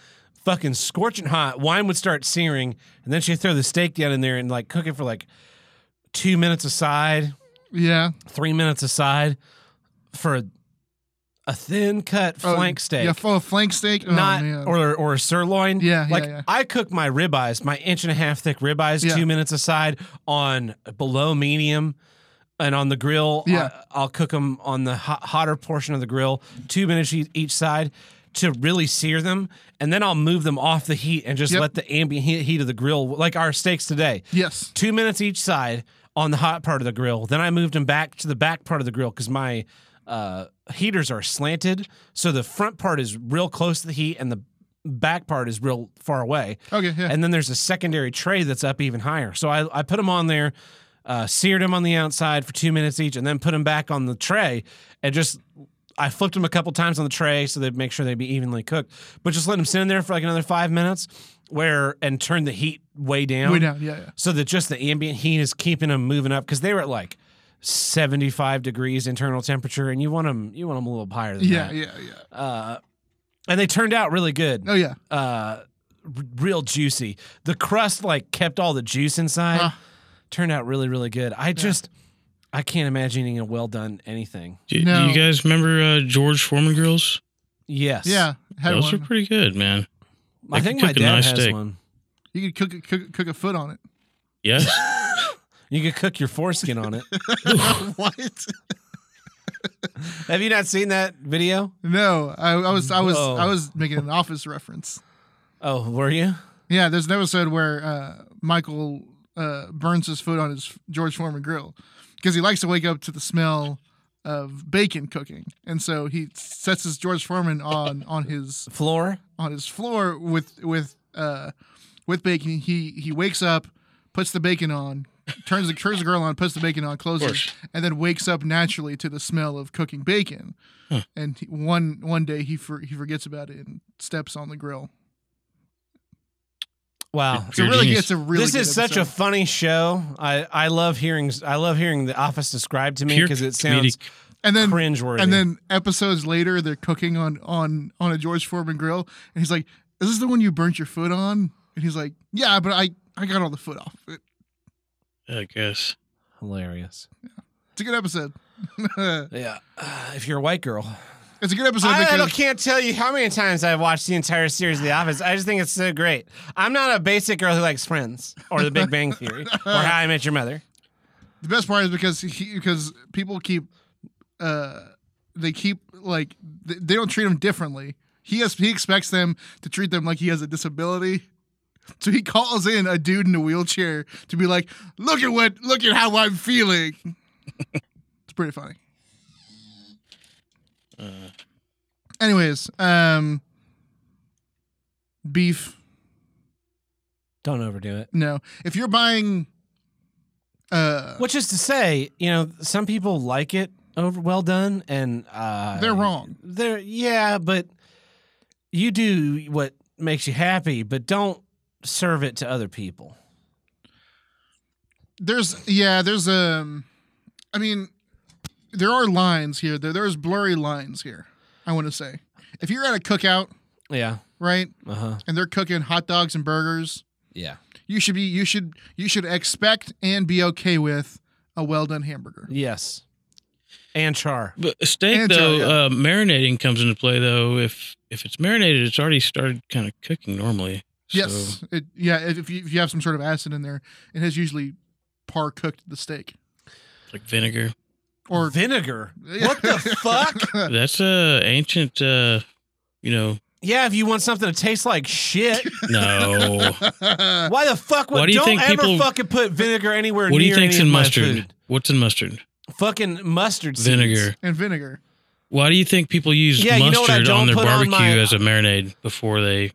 [SPEAKER 1] fucking scorching hot. Wine would start searing, and then she'd throw the steak down in there and like cook it for like two minutes aside,
[SPEAKER 2] Yeah.
[SPEAKER 1] three minutes aside for a, a thin cut
[SPEAKER 2] Oh,
[SPEAKER 1] flank steak.
[SPEAKER 2] Yeah, full flank steak. Oh,
[SPEAKER 1] not
[SPEAKER 2] man.
[SPEAKER 1] or or a sirloin.
[SPEAKER 2] Yeah, yeah,
[SPEAKER 1] like
[SPEAKER 2] yeah.
[SPEAKER 1] I cook my ribeyes, my inch and a half thick ribeyes,
[SPEAKER 2] Yeah.
[SPEAKER 1] two minutes aside on below medium, and on the grill.
[SPEAKER 2] Yeah.
[SPEAKER 1] I, will cook them on the hot, hotter portion of the grill, two minutes each, each side to really sear them, and then I'll move them off the heat and just
[SPEAKER 2] Yep.
[SPEAKER 1] let the ambient heat, heat of the grill, like our steaks today,
[SPEAKER 2] yes.
[SPEAKER 1] two minutes each side on the hot part of the grill. Then I moved them back to the back part of the grill because my uh, heaters are slanted, so the front part is real close to the heat and the back part is real far away.
[SPEAKER 2] Okay. Yeah.
[SPEAKER 1] And then there's a secondary tray that's up even higher. So I, I put them on there, uh, seared them on the outside for two minutes each, and then put them back on the tray and just. I flipped them a couple times on the tray so they'd make sure they'd be evenly cooked, but just let them sit in there for like another five minutes, where and turn the heat way down
[SPEAKER 2] Way down. Yeah. Yeah.
[SPEAKER 1] so that just the ambient heat is keeping them moving up because they were at like 75 degrees internal temperature and you want them you want them a little higher than
[SPEAKER 2] Yeah.
[SPEAKER 1] that
[SPEAKER 2] Yeah. Yeah.
[SPEAKER 1] uh, and they turned out really good
[SPEAKER 2] Oh yeah.
[SPEAKER 1] uh, r- real juicy the crust like kept all the juice inside
[SPEAKER 2] Huh.
[SPEAKER 1] turned out really really good i just i can't imagine eating a well done anything
[SPEAKER 3] Do, do
[SPEAKER 2] No.
[SPEAKER 3] you guys remember uh, George Foreman grills?
[SPEAKER 1] yes
[SPEAKER 2] Yeah. Had
[SPEAKER 3] Those
[SPEAKER 2] one.
[SPEAKER 3] are pretty good, man.
[SPEAKER 1] i
[SPEAKER 3] They
[SPEAKER 1] think
[SPEAKER 3] could
[SPEAKER 1] my
[SPEAKER 3] cook a
[SPEAKER 1] dad
[SPEAKER 3] nice
[SPEAKER 1] has
[SPEAKER 3] steak.
[SPEAKER 1] one
[SPEAKER 2] You could cook, cook cook a foot on it.
[SPEAKER 3] Yes.
[SPEAKER 1] you could cook your foreskin on it
[SPEAKER 2] what?
[SPEAKER 1] have you not seen that video
[SPEAKER 2] No, I, I was I was
[SPEAKER 1] Whoa.
[SPEAKER 2] I was making an office reference.
[SPEAKER 1] oh were you
[SPEAKER 2] Yeah, there's an episode where uh, Michael uh, burns his foot on his George Foreman grill because he likes to wake up to the smell of bacon cooking, and so he sets his George Foreman on on his
[SPEAKER 1] floor
[SPEAKER 2] on his floor with with uh with bacon. He he wakes up, puts the bacon on, turns the turns the grill on, puts the bacon on, closes,
[SPEAKER 3] course.
[SPEAKER 2] and then wakes up naturally to the smell of cooking bacon. And he- one one day he for, he forgets about it and steps on the grill.
[SPEAKER 1] wow
[SPEAKER 2] It's a
[SPEAKER 3] Pure
[SPEAKER 2] really
[SPEAKER 3] genius.
[SPEAKER 2] it's a really
[SPEAKER 1] this
[SPEAKER 2] good
[SPEAKER 1] is such a
[SPEAKER 2] episode.
[SPEAKER 1] funny show. I, I love hearing I love hearing the office described to me
[SPEAKER 3] Pure
[SPEAKER 1] because it sounds
[SPEAKER 3] comedic.
[SPEAKER 2] and then
[SPEAKER 1] cringeworthy.
[SPEAKER 2] and then episodes later they're cooking on on on a George Foreman grill and he's like, "Is this the one you burnt your foot on?" And he's like, "Yeah, but I I got all the foot off." it."
[SPEAKER 3] I guess.
[SPEAKER 1] hilarious.
[SPEAKER 2] It's a good episode. it's
[SPEAKER 1] Yeah, uh, if you're a white girl,
[SPEAKER 2] a good episode.
[SPEAKER 1] I,
[SPEAKER 2] because-
[SPEAKER 1] don't- can't tell you how many times I've watched the entire series of The Office. I just think it's so great. I'm not a basic girl who likes Friends or The Big Bang Theory or How I Met Your Mother.
[SPEAKER 2] The best part is because he, because people keep uh they keep like they, they don't treat him differently. He has he expects them to treat them like he has a disability. So he calls in a dude in a wheelchair to be like, "Look at what look at how I'm feeling." it's pretty funny. Anyways, um, beef.
[SPEAKER 1] Don't overdo it.
[SPEAKER 2] No, if you're buying, uh,
[SPEAKER 1] Which is to say, you know, some people like it over well done, and uh,
[SPEAKER 2] they're wrong.
[SPEAKER 1] They're yeah, but you do what makes you happy, but don't serve it to other people.
[SPEAKER 2] There's yeah, there's um, I mean, there are lines here. There, there's blurry lines here. I want to say, if you're at a cookout,
[SPEAKER 1] Yeah.
[SPEAKER 2] right,
[SPEAKER 1] Uh huh.
[SPEAKER 3] uh-huh.
[SPEAKER 2] and they're cooking hot dogs and burgers,
[SPEAKER 1] Yeah.
[SPEAKER 2] you should be you should you should expect and be okay with a well done hamburger.
[SPEAKER 1] Yes. And char.
[SPEAKER 3] But a steak
[SPEAKER 2] And
[SPEAKER 3] though,
[SPEAKER 2] chili,
[SPEAKER 3] uh, marinating comes into play though. If if it's marinated, it's already started kind of cooking normally. So-
[SPEAKER 2] Yes, it, yeah. If if you, if you have some sort of acid in there, it has usually par cooked the steak
[SPEAKER 3] like vinegar.
[SPEAKER 2] or
[SPEAKER 1] vinegar. What the fuck?
[SPEAKER 3] That's a ancient, uh, you know,
[SPEAKER 1] Yeah, if you want something to taste like shit,
[SPEAKER 3] no.
[SPEAKER 2] fuck?
[SPEAKER 1] why the fuck would
[SPEAKER 3] What do you
[SPEAKER 1] not
[SPEAKER 3] think
[SPEAKER 1] ever
[SPEAKER 3] people-
[SPEAKER 1] fucking put vinegar anywhere
[SPEAKER 3] what do
[SPEAKER 1] near
[SPEAKER 3] you think's
[SPEAKER 1] any
[SPEAKER 3] in
[SPEAKER 1] of my
[SPEAKER 3] mustard?
[SPEAKER 1] food?
[SPEAKER 3] What's in mustard?
[SPEAKER 1] Fucking mustard seeds.
[SPEAKER 3] Vinegar.
[SPEAKER 2] and vinegar.
[SPEAKER 3] Why do you think people use
[SPEAKER 1] Yeah, you know what I
[SPEAKER 3] mustard
[SPEAKER 1] don't
[SPEAKER 3] on their
[SPEAKER 1] put on
[SPEAKER 3] barbecue
[SPEAKER 1] my-
[SPEAKER 3] as a marinade before they?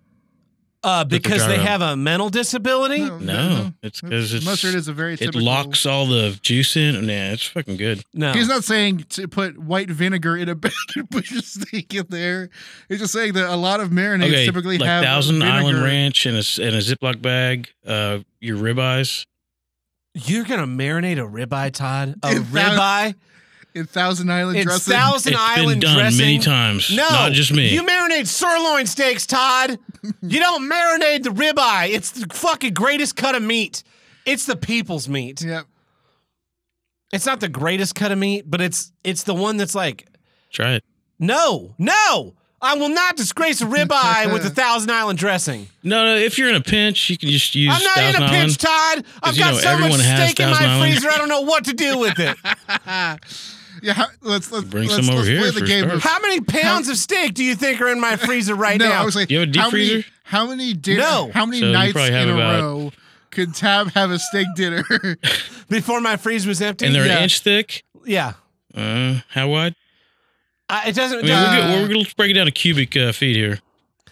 [SPEAKER 1] Uh,
[SPEAKER 3] the
[SPEAKER 1] because
[SPEAKER 3] jar
[SPEAKER 1] they
[SPEAKER 3] up.
[SPEAKER 1] have a mental disability.
[SPEAKER 2] No,
[SPEAKER 3] No, it's because it's
[SPEAKER 2] mustard is a very
[SPEAKER 3] it
[SPEAKER 2] typical.
[SPEAKER 3] locks all the juice in. Nah, it's fucking good.
[SPEAKER 1] No.
[SPEAKER 2] He's not saying to put white vinegar in a bag and put your steak in there. He's just saying that a lot of marinades
[SPEAKER 3] Okay,
[SPEAKER 2] typically
[SPEAKER 3] like
[SPEAKER 2] have
[SPEAKER 3] Thousand
[SPEAKER 2] vinegar.
[SPEAKER 3] Island Ranch and a s- and a Ziploc bag. Uh, your ribeyes.
[SPEAKER 1] You're gonna marinate a ribeye, Todd. A
[SPEAKER 2] It's not-
[SPEAKER 1] ribeye.
[SPEAKER 2] in Thousand Island
[SPEAKER 1] It's
[SPEAKER 2] dressing.
[SPEAKER 1] Thousand
[SPEAKER 3] It's been
[SPEAKER 1] Island
[SPEAKER 3] done
[SPEAKER 1] dressing.
[SPEAKER 3] many times.
[SPEAKER 1] No,
[SPEAKER 3] not just me.
[SPEAKER 1] You marinate sirloin steaks, Todd. you don't marinate the ribeye. It's the fucking greatest cut of meat. It's the people's meat.
[SPEAKER 2] Yep.
[SPEAKER 1] It's not the greatest cut of meat, but it's it's the one that's like,
[SPEAKER 3] Try it.
[SPEAKER 1] no, no, I will not disgrace a ribeye with a Thousand Island dressing.
[SPEAKER 3] No, no. If you're in a pinch, you can just use
[SPEAKER 1] I'm not
[SPEAKER 3] Thousand
[SPEAKER 1] in a
[SPEAKER 3] Island.
[SPEAKER 1] pinch, Todd. I've
[SPEAKER 3] you
[SPEAKER 1] got
[SPEAKER 3] know,
[SPEAKER 1] so much
[SPEAKER 3] everyone has
[SPEAKER 1] steak in my
[SPEAKER 3] Thousand Island.
[SPEAKER 1] freezer, I don't know what to do with it.
[SPEAKER 2] Yeah. how- Let's let's
[SPEAKER 3] Bring
[SPEAKER 2] let's,
[SPEAKER 3] some over
[SPEAKER 2] let's
[SPEAKER 3] here
[SPEAKER 2] play the
[SPEAKER 3] for
[SPEAKER 2] game.
[SPEAKER 3] starters.
[SPEAKER 1] How many pounds of steak do you think are in my freezer right
[SPEAKER 2] no,
[SPEAKER 1] now?
[SPEAKER 2] I was like,
[SPEAKER 3] You have a deep
[SPEAKER 2] how many-
[SPEAKER 3] freezer?
[SPEAKER 2] how many dinner?
[SPEAKER 1] No.
[SPEAKER 2] How many
[SPEAKER 3] So you
[SPEAKER 2] nights
[SPEAKER 3] probably have
[SPEAKER 2] in a
[SPEAKER 3] about-
[SPEAKER 2] row could Tab have a steak dinner?
[SPEAKER 1] Before my freezer was empty.
[SPEAKER 3] and they're
[SPEAKER 2] Yeah.
[SPEAKER 3] an inch thick.
[SPEAKER 1] yeah.
[SPEAKER 3] Uh, how wide?
[SPEAKER 1] I, it doesn't.
[SPEAKER 3] I mean,
[SPEAKER 1] uh,
[SPEAKER 3] we're,
[SPEAKER 2] Uh,
[SPEAKER 3] good, we're going to break it down to cubic uh, feet here.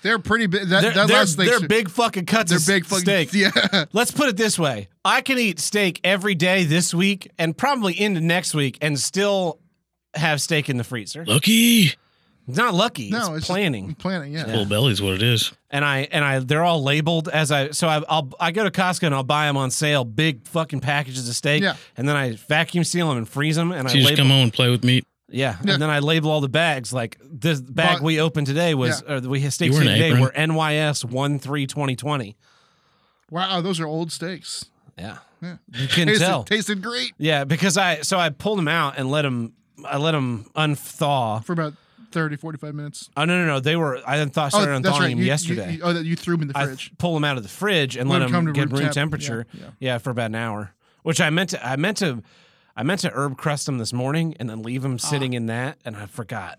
[SPEAKER 2] they're pretty big. That,
[SPEAKER 1] they're,
[SPEAKER 2] that
[SPEAKER 1] they're,
[SPEAKER 2] last thing.
[SPEAKER 1] they're big fucking cuts.
[SPEAKER 2] They're
[SPEAKER 1] of
[SPEAKER 2] big fucking
[SPEAKER 1] steak.
[SPEAKER 2] Yeah.
[SPEAKER 1] Let's put it this way: I can eat steak every day this week and probably into next week, and still have steak in the freezer.
[SPEAKER 3] Lucky.
[SPEAKER 1] It's not lucky.
[SPEAKER 2] No,
[SPEAKER 1] it's,
[SPEAKER 2] it's just-
[SPEAKER 1] planning.
[SPEAKER 2] Planning. Yeah.
[SPEAKER 3] Full belly's what it is.
[SPEAKER 1] and I and I they're all labeled as I so I, I'll I go to Costco and I'll buy them on sale, big fucking packages of steak,
[SPEAKER 2] Yeah.
[SPEAKER 1] and then I vacuum seal them and freeze them, and
[SPEAKER 3] So
[SPEAKER 1] I
[SPEAKER 3] you just
[SPEAKER 1] label
[SPEAKER 3] come home and play with meat.
[SPEAKER 1] yeah,
[SPEAKER 2] Yeah.
[SPEAKER 1] and then I label all the bags like this bag
[SPEAKER 2] But-
[SPEAKER 1] we opened today was or we had steaks
[SPEAKER 3] You were an
[SPEAKER 1] today
[SPEAKER 3] apron.
[SPEAKER 1] were NYS one three twenty twenty.
[SPEAKER 2] Wow. Those are old steaks.
[SPEAKER 1] Yeah,
[SPEAKER 2] Yeah.
[SPEAKER 1] you can
[SPEAKER 2] Tasted,
[SPEAKER 1] tell.
[SPEAKER 2] tasted great
[SPEAKER 1] Yeah, because I so I pulled them out and let them I let them unthaw.
[SPEAKER 2] for about 30, 45 minutes.
[SPEAKER 1] Oh no no no, they were I thought started unthawing them
[SPEAKER 2] Oh, You- you-
[SPEAKER 1] yesterday.
[SPEAKER 2] you- oh, that you threw them in the
[SPEAKER 1] I
[SPEAKER 2] fridge.
[SPEAKER 1] th- pull them out of the fridge and
[SPEAKER 2] Let
[SPEAKER 1] let,
[SPEAKER 2] 'em
[SPEAKER 1] them,
[SPEAKER 2] come to
[SPEAKER 1] get
[SPEAKER 2] room
[SPEAKER 1] room
[SPEAKER 2] temp.
[SPEAKER 1] temperature.
[SPEAKER 2] Yeah,
[SPEAKER 1] Yeah,
[SPEAKER 2] yeah.
[SPEAKER 1] for about an hour. Which I meant to I meant to I meant to herb crust them this morning and then
[SPEAKER 2] Ah.
[SPEAKER 1] leave them sitting in that and I forgot.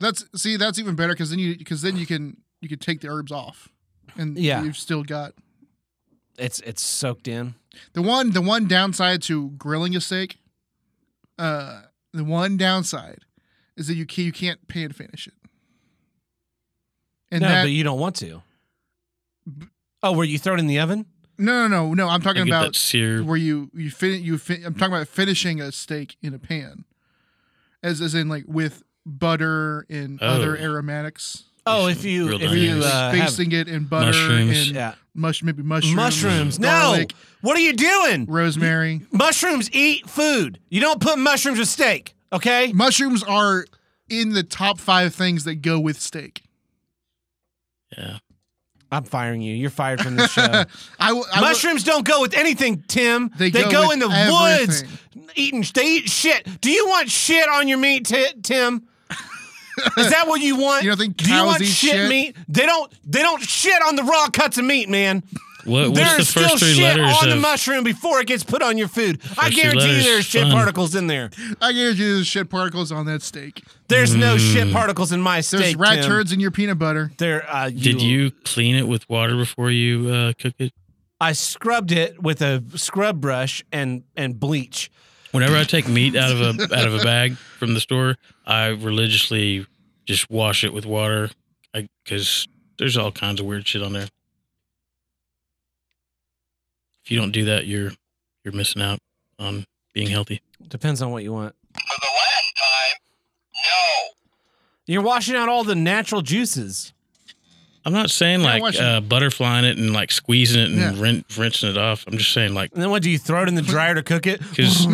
[SPEAKER 2] That's see, that's even better because then you because then you can you can take the herbs off, and
[SPEAKER 1] Yeah.
[SPEAKER 2] you've still got
[SPEAKER 1] It's it's soaked in.
[SPEAKER 2] the one the one downside to grilling a steak. Uh, the one downside is that you can, you can't pan finish it, and
[SPEAKER 1] no,
[SPEAKER 2] that
[SPEAKER 1] but you don't want to. Oh, were you thrown in the oven?
[SPEAKER 2] no no no no. I'm
[SPEAKER 3] I
[SPEAKER 2] talking
[SPEAKER 3] get that
[SPEAKER 2] about
[SPEAKER 3] sear.
[SPEAKER 2] where you you fin you fin- I'm talking about finishing a steak in a pan, as as in like with butter and other
[SPEAKER 3] Oh.
[SPEAKER 2] aromatics.
[SPEAKER 1] Oh,
[SPEAKER 3] should
[SPEAKER 1] if you
[SPEAKER 3] grilled
[SPEAKER 1] if
[SPEAKER 2] You're
[SPEAKER 1] you
[SPEAKER 3] onions.
[SPEAKER 1] uh, have,
[SPEAKER 2] basting it in butter
[SPEAKER 3] Mushrooms.
[SPEAKER 2] and
[SPEAKER 1] yeah
[SPEAKER 2] mush maybe mushrooms,
[SPEAKER 1] mushrooms. No,
[SPEAKER 2] garlic,
[SPEAKER 1] what are you doing?
[SPEAKER 2] rosemary.
[SPEAKER 1] Mushrooms eat food. You don't put mushrooms with steak, okay?
[SPEAKER 2] Mushrooms are in the top five things that go with steak.
[SPEAKER 3] Yeah.
[SPEAKER 1] I'm firing you. You're fired from this show.
[SPEAKER 2] I will. I will-
[SPEAKER 1] mushrooms don't go with anything, Tim.
[SPEAKER 2] They
[SPEAKER 1] They,
[SPEAKER 2] go
[SPEAKER 1] go,
[SPEAKER 2] with
[SPEAKER 1] in the
[SPEAKER 2] everything.
[SPEAKER 1] woods eating. They eat shit. Do you want shit on your meat, Ti- Tim? Is that what you want?
[SPEAKER 2] You don't think
[SPEAKER 1] Do you
[SPEAKER 2] cows
[SPEAKER 1] want
[SPEAKER 2] eat
[SPEAKER 1] shit,
[SPEAKER 2] shit?
[SPEAKER 1] meat? They don't. They don't shit on the raw cuts of meat, man.
[SPEAKER 3] What, what's the
[SPEAKER 1] There's still
[SPEAKER 3] first three
[SPEAKER 1] shit
[SPEAKER 3] letters
[SPEAKER 1] on the
[SPEAKER 3] of?
[SPEAKER 1] mushroom before it gets put on your food. I
[SPEAKER 3] three
[SPEAKER 1] guarantee you,
[SPEAKER 3] letters,
[SPEAKER 1] there's shit
[SPEAKER 3] son.
[SPEAKER 1] particles in there.
[SPEAKER 2] I guarantee you there's shit particles on that steak.
[SPEAKER 1] There's no
[SPEAKER 3] Mm.
[SPEAKER 1] shit particles in my steak.
[SPEAKER 2] There's rat
[SPEAKER 1] Tim.
[SPEAKER 2] turds in your peanut butter.
[SPEAKER 1] There. Uh, you,
[SPEAKER 3] did you clean it with water before you uh, cook it?
[SPEAKER 1] I scrubbed it with a scrub brush and and bleach.
[SPEAKER 3] Whenever I take meat out of a out of a bag from the store, I religiously Just wash it with water, because there's all kinds of weird shit on there. If you don't do that, you're you're missing out on being healthy.
[SPEAKER 1] Depends on what you want.
[SPEAKER 4] For the last time, no.
[SPEAKER 1] You're washing out all the natural juices.
[SPEAKER 3] I'm not saying
[SPEAKER 2] Yeah, I
[SPEAKER 3] like
[SPEAKER 2] watch it.
[SPEAKER 3] uh, butterflying it and like squeezing it and
[SPEAKER 2] Yeah.
[SPEAKER 3] rin- rinsing it off. I'm just saying like
[SPEAKER 1] And then what do you throw it in the dryer to cook it?
[SPEAKER 3] because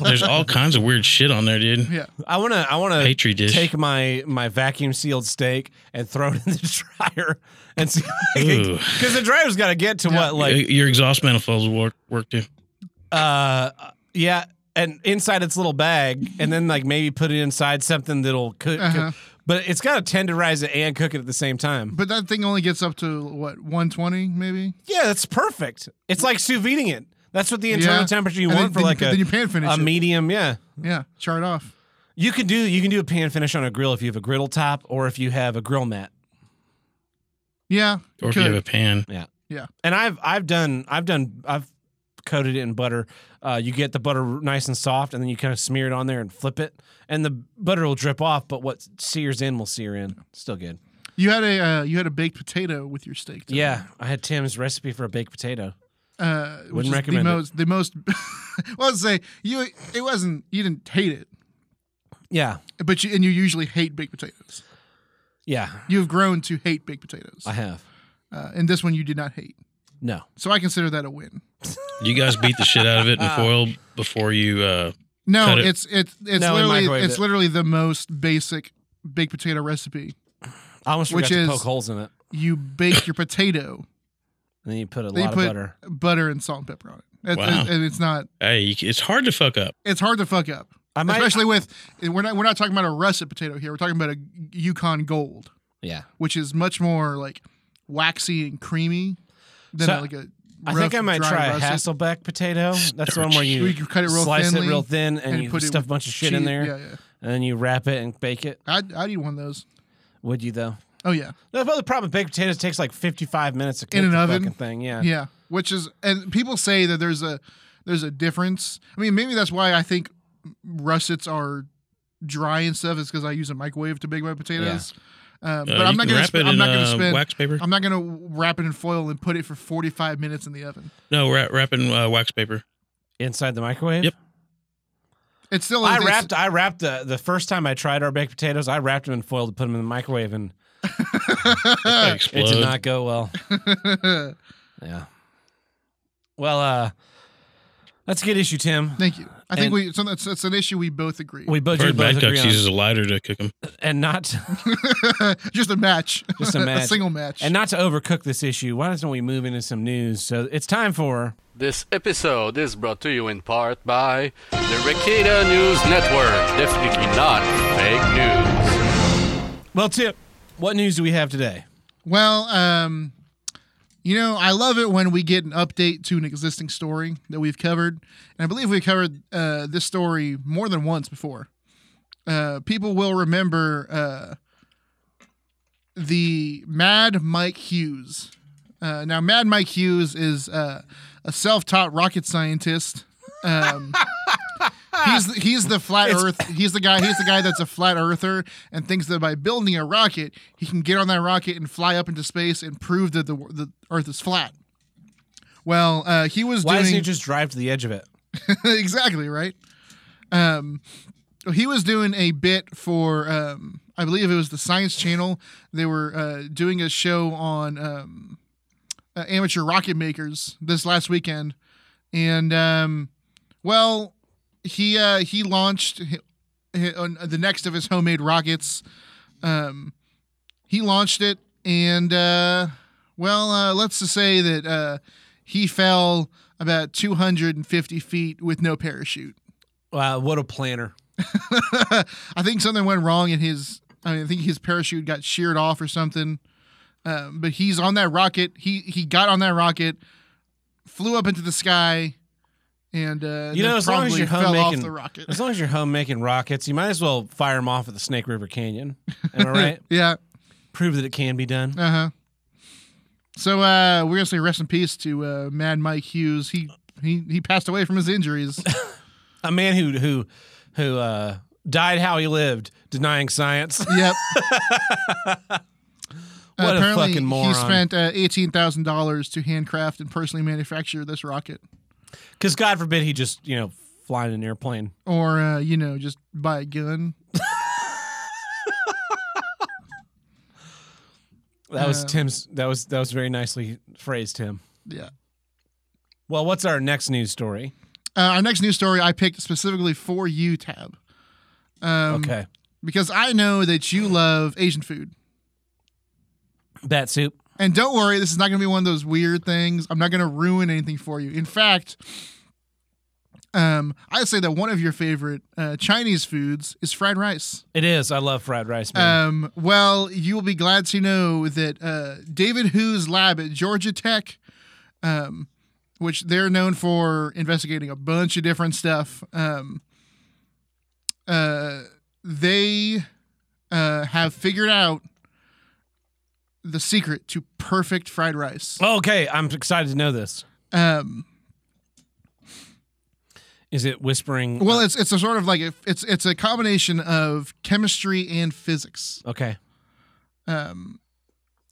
[SPEAKER 3] there's all kinds of weird shit on there, dude.
[SPEAKER 2] Yeah.
[SPEAKER 1] I wanna I wanna
[SPEAKER 3] Petri dish.
[SPEAKER 1] take my my vacuum sealed steak and throw it in the dryer and see
[SPEAKER 3] Ooh.
[SPEAKER 1] because the dryer's got to get to
[SPEAKER 2] Yeah.
[SPEAKER 1] what like
[SPEAKER 3] your exhaust manifolds will work, work too.
[SPEAKER 1] uh yeah and inside its little bag and then like maybe put it inside something that'll cook, cook-
[SPEAKER 2] Uh-huh.
[SPEAKER 1] but it's got to tenderize it and cook it at the same time
[SPEAKER 2] But that thing only gets up to what 120 maybe.
[SPEAKER 1] yeah that's perfect it's like sous viding it that's what the internal
[SPEAKER 2] Yeah.
[SPEAKER 1] temperature you
[SPEAKER 2] And
[SPEAKER 1] want
[SPEAKER 2] then,
[SPEAKER 1] for like
[SPEAKER 2] then,
[SPEAKER 1] a,
[SPEAKER 2] then you pan finish
[SPEAKER 1] a
[SPEAKER 2] it.
[SPEAKER 1] medium yeah
[SPEAKER 2] yeah, chart off.
[SPEAKER 1] you can do you can do a pan finish on a grill if you have a griddle top or if you have a grill mat
[SPEAKER 2] Yeah,
[SPEAKER 3] Or if
[SPEAKER 2] could.
[SPEAKER 3] you have a pan.
[SPEAKER 1] and I've I've done I've done I've coated it in butter. Uh, you get the butter nice and soft, and then you kind of smear it on there and flip it, and the butter will drip off. But what sears in will sear in. Still good.
[SPEAKER 2] you had a uh, you had a baked potato with your steak. today.
[SPEAKER 1] Yeah, I had Tim's recipe for a baked potato.
[SPEAKER 2] uh, which
[SPEAKER 1] Wouldn't
[SPEAKER 2] is
[SPEAKER 1] recommend it.
[SPEAKER 2] the most. The most. well, let's say you it wasn't you didn't hate it,
[SPEAKER 1] Yeah,
[SPEAKER 2] but you and you usually hate baked potatoes.
[SPEAKER 1] yeah,
[SPEAKER 2] You've grown to hate baked potatoes,
[SPEAKER 1] I have.
[SPEAKER 2] uh, and this one you did not hate.
[SPEAKER 1] No,
[SPEAKER 2] So I consider that a win.
[SPEAKER 3] You guys beat the shit out of it in foil before you. Uh,
[SPEAKER 2] No,
[SPEAKER 3] Cut it.
[SPEAKER 2] it's it's it's
[SPEAKER 1] No, we
[SPEAKER 2] literally
[SPEAKER 1] microwaved
[SPEAKER 2] it's
[SPEAKER 1] it.
[SPEAKER 2] literally the most basic baked potato recipe.
[SPEAKER 1] I almost forgot
[SPEAKER 2] Which
[SPEAKER 1] to
[SPEAKER 2] is-
[SPEAKER 1] poke holes in it,
[SPEAKER 2] You bake your potato,
[SPEAKER 1] and then you put a
[SPEAKER 2] Then you
[SPEAKER 1] lot
[SPEAKER 2] put-
[SPEAKER 1] of butter.
[SPEAKER 2] butter and salt and pepper on it. That's,
[SPEAKER 3] Wow.
[SPEAKER 2] and it's not
[SPEAKER 3] hey, you, c- it's hard to fuck up.
[SPEAKER 2] it's hard to fuck up.
[SPEAKER 1] I might,
[SPEAKER 2] Especially with we're not we're not talking about a russet potato here. We're talking about a Yukon Gold,
[SPEAKER 1] yeah.
[SPEAKER 2] which is much more like waxy and creamy than
[SPEAKER 1] So,
[SPEAKER 2] like a rough,
[SPEAKER 1] I think I might
[SPEAKER 2] dry
[SPEAKER 1] try a
[SPEAKER 2] russet.
[SPEAKER 1] Hasselbeck potato. That's the one where
[SPEAKER 2] Where
[SPEAKER 1] you
[SPEAKER 2] you can cut it real
[SPEAKER 1] slice
[SPEAKER 2] thinly
[SPEAKER 1] it real thin and,
[SPEAKER 2] and
[SPEAKER 1] you
[SPEAKER 2] put it
[SPEAKER 1] stuff a
[SPEAKER 2] with
[SPEAKER 1] bunch of shit in
[SPEAKER 2] Cheese-
[SPEAKER 1] there,
[SPEAKER 2] Yeah, yeah.
[SPEAKER 1] and then you wrap it and bake it.
[SPEAKER 2] I'd, I'd eat one of those.
[SPEAKER 1] Would you though?
[SPEAKER 2] Oh yeah,
[SPEAKER 1] No, but the problem with baked potatoes it takes like 55 minutes to cook
[SPEAKER 2] In an
[SPEAKER 1] the
[SPEAKER 2] oven?
[SPEAKER 1] fucking thing. Yeah.
[SPEAKER 2] yeah. Which is and people say that there's a there's a difference. I mean, maybe that's why I think russets are dry and stuff is because I use a microwave to bake my potatoes. Uh, but
[SPEAKER 3] Uh,
[SPEAKER 2] I'm not
[SPEAKER 3] you can
[SPEAKER 2] gonna
[SPEAKER 3] wrap
[SPEAKER 2] sp-
[SPEAKER 3] it
[SPEAKER 2] I'm
[SPEAKER 3] in
[SPEAKER 2] not gonna
[SPEAKER 3] uh,
[SPEAKER 2] spend
[SPEAKER 3] wax paper.
[SPEAKER 2] I'm not gonna wrap it in foil and put it for 45 minutes in the oven.
[SPEAKER 3] No, wrap, wrap in uh, wax paper.
[SPEAKER 1] Inside the microwave.
[SPEAKER 3] Yep.
[SPEAKER 2] It's still
[SPEAKER 1] I
[SPEAKER 2] it's-
[SPEAKER 1] wrapped. I wrapped the the first time I tried our baked potatoes. I wrapped them in foil to put them in the microwave, and
[SPEAKER 3] They
[SPEAKER 1] it
[SPEAKER 3] explode.
[SPEAKER 1] did not go well. Yeah. Well, uh, that's a good issue, Tim.
[SPEAKER 2] Thank you. I think
[SPEAKER 1] And-
[SPEAKER 2] we so that's, that's an issue we both agree.
[SPEAKER 1] We both,
[SPEAKER 3] Bird
[SPEAKER 1] both
[SPEAKER 3] Bad
[SPEAKER 1] agree
[SPEAKER 3] Ducks
[SPEAKER 1] on,
[SPEAKER 3] uses a lighter to cook them.
[SPEAKER 1] and not
[SPEAKER 2] Just a match.
[SPEAKER 1] Just a match.
[SPEAKER 2] single match.
[SPEAKER 1] and not to overcook this issue. Why don't we move into some news? So it's time for
[SPEAKER 5] This episode is brought to you in part by the Ricada News Network. Definitely not fake news.
[SPEAKER 1] well, Tip. What news do we have today?
[SPEAKER 2] well, um, you know, I love it when we get an update to an existing story that we've covered, and I believe we covered uh, this story more than once before. Uh, people will remember uh, the Mad Mike Hughes. Uh, now, Mad Mike Hughes is uh, a self-taught rocket scientist. Um, he's the, he's the flat Earth. He's the guy. He's the guy that's a flat Earther and thinks that by building a rocket, he can get on that rocket and fly up into space and prove that the the Earth is flat. Well, uh, he was
[SPEAKER 1] Why
[SPEAKER 2] doing
[SPEAKER 1] doesn't he just drive to the edge of it?
[SPEAKER 2] exactly right. Um, he was doing a bit for um, I believe it was the Science Channel. They were uh, doing a show on um, uh, amateur rocket makers this last weekend, and um, well, he uh, he launched hi- hi- on the next of his homemade rockets. Um, he launched it, and uh, well, uh, let's just say that uh, he fell about 250 feet with no parachute.
[SPEAKER 1] Wow, what a planner!
[SPEAKER 2] I think something went wrong in his. I mean, I think his parachute got sheared off or something. Um, but he's on that rocket. He he got on that rocket, flew up into the sky, and uh,
[SPEAKER 1] You
[SPEAKER 2] then
[SPEAKER 1] know, as long as
[SPEAKER 2] probably
[SPEAKER 1] you're
[SPEAKER 2] fell
[SPEAKER 1] homemaking-
[SPEAKER 2] off the rocket.
[SPEAKER 1] As long as you're home making rockets, you might as well fire them off at the Snake River Canyon. Am I right?
[SPEAKER 2] yeah.
[SPEAKER 1] Prove that it can be done.
[SPEAKER 2] Uh huh. So uh, we're gonna say rest in peace to uh, Mad Mike Hughes. He he he passed away from his injuries.
[SPEAKER 1] A man who who who uh, died how he lived, denying science.
[SPEAKER 2] Yep.
[SPEAKER 1] What a
[SPEAKER 2] apparently,
[SPEAKER 1] fucking moron.
[SPEAKER 2] He spent uh, eighteen thousand dollars to handcraft and personally manufacture this rocket,
[SPEAKER 1] Because God forbid he just, you know, flying an airplane.
[SPEAKER 2] or uh, you know, just buy a gun.
[SPEAKER 1] That was
[SPEAKER 2] Uh,
[SPEAKER 1] Tim's. That was that was very nicely phrased, Tim.
[SPEAKER 2] Yeah.
[SPEAKER 1] Well, what's our next news story?
[SPEAKER 2] Uh, our next news story I picked specifically for you, Tab. Um,
[SPEAKER 1] okay,
[SPEAKER 2] Because I know that you love Asian food.
[SPEAKER 1] bat soup.
[SPEAKER 2] And don't worry, this is not going to be one of those weird things. I'm not going to ruin anything for you. In fact, um, I'd say that one of your favorite uh, Chinese foods is fried rice.
[SPEAKER 1] It is. I love fried rice, man.
[SPEAKER 2] Um, well, you will be glad to know that uh, David Hu's lab at Georgia Tech, um, which they're known for investigating a bunch of different stuff, um, uh, they uh, have figured out the secret to perfect fried rice.
[SPEAKER 1] okay, I'm excited to know this.
[SPEAKER 2] Um,
[SPEAKER 1] Is it whispering? Uh,
[SPEAKER 2] well, it's it's a sort of like a, it's it's a combination of chemistry and physics.
[SPEAKER 1] okay.
[SPEAKER 2] Um,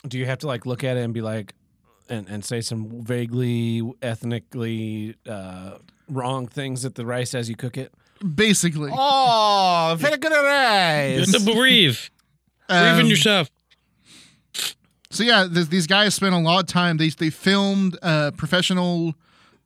[SPEAKER 1] Do you have to like look at it and be like, and and say some vaguely ethnically uh, wrong things at the rice as you cook it?
[SPEAKER 2] basically,
[SPEAKER 1] Oh, very good
[SPEAKER 3] Yes.
[SPEAKER 1] rice.
[SPEAKER 3] breathe. Breathe in
[SPEAKER 2] Um,
[SPEAKER 3] yourself.
[SPEAKER 2] So yeah, th- these guys spent a lot of time. They they filmed uh, professional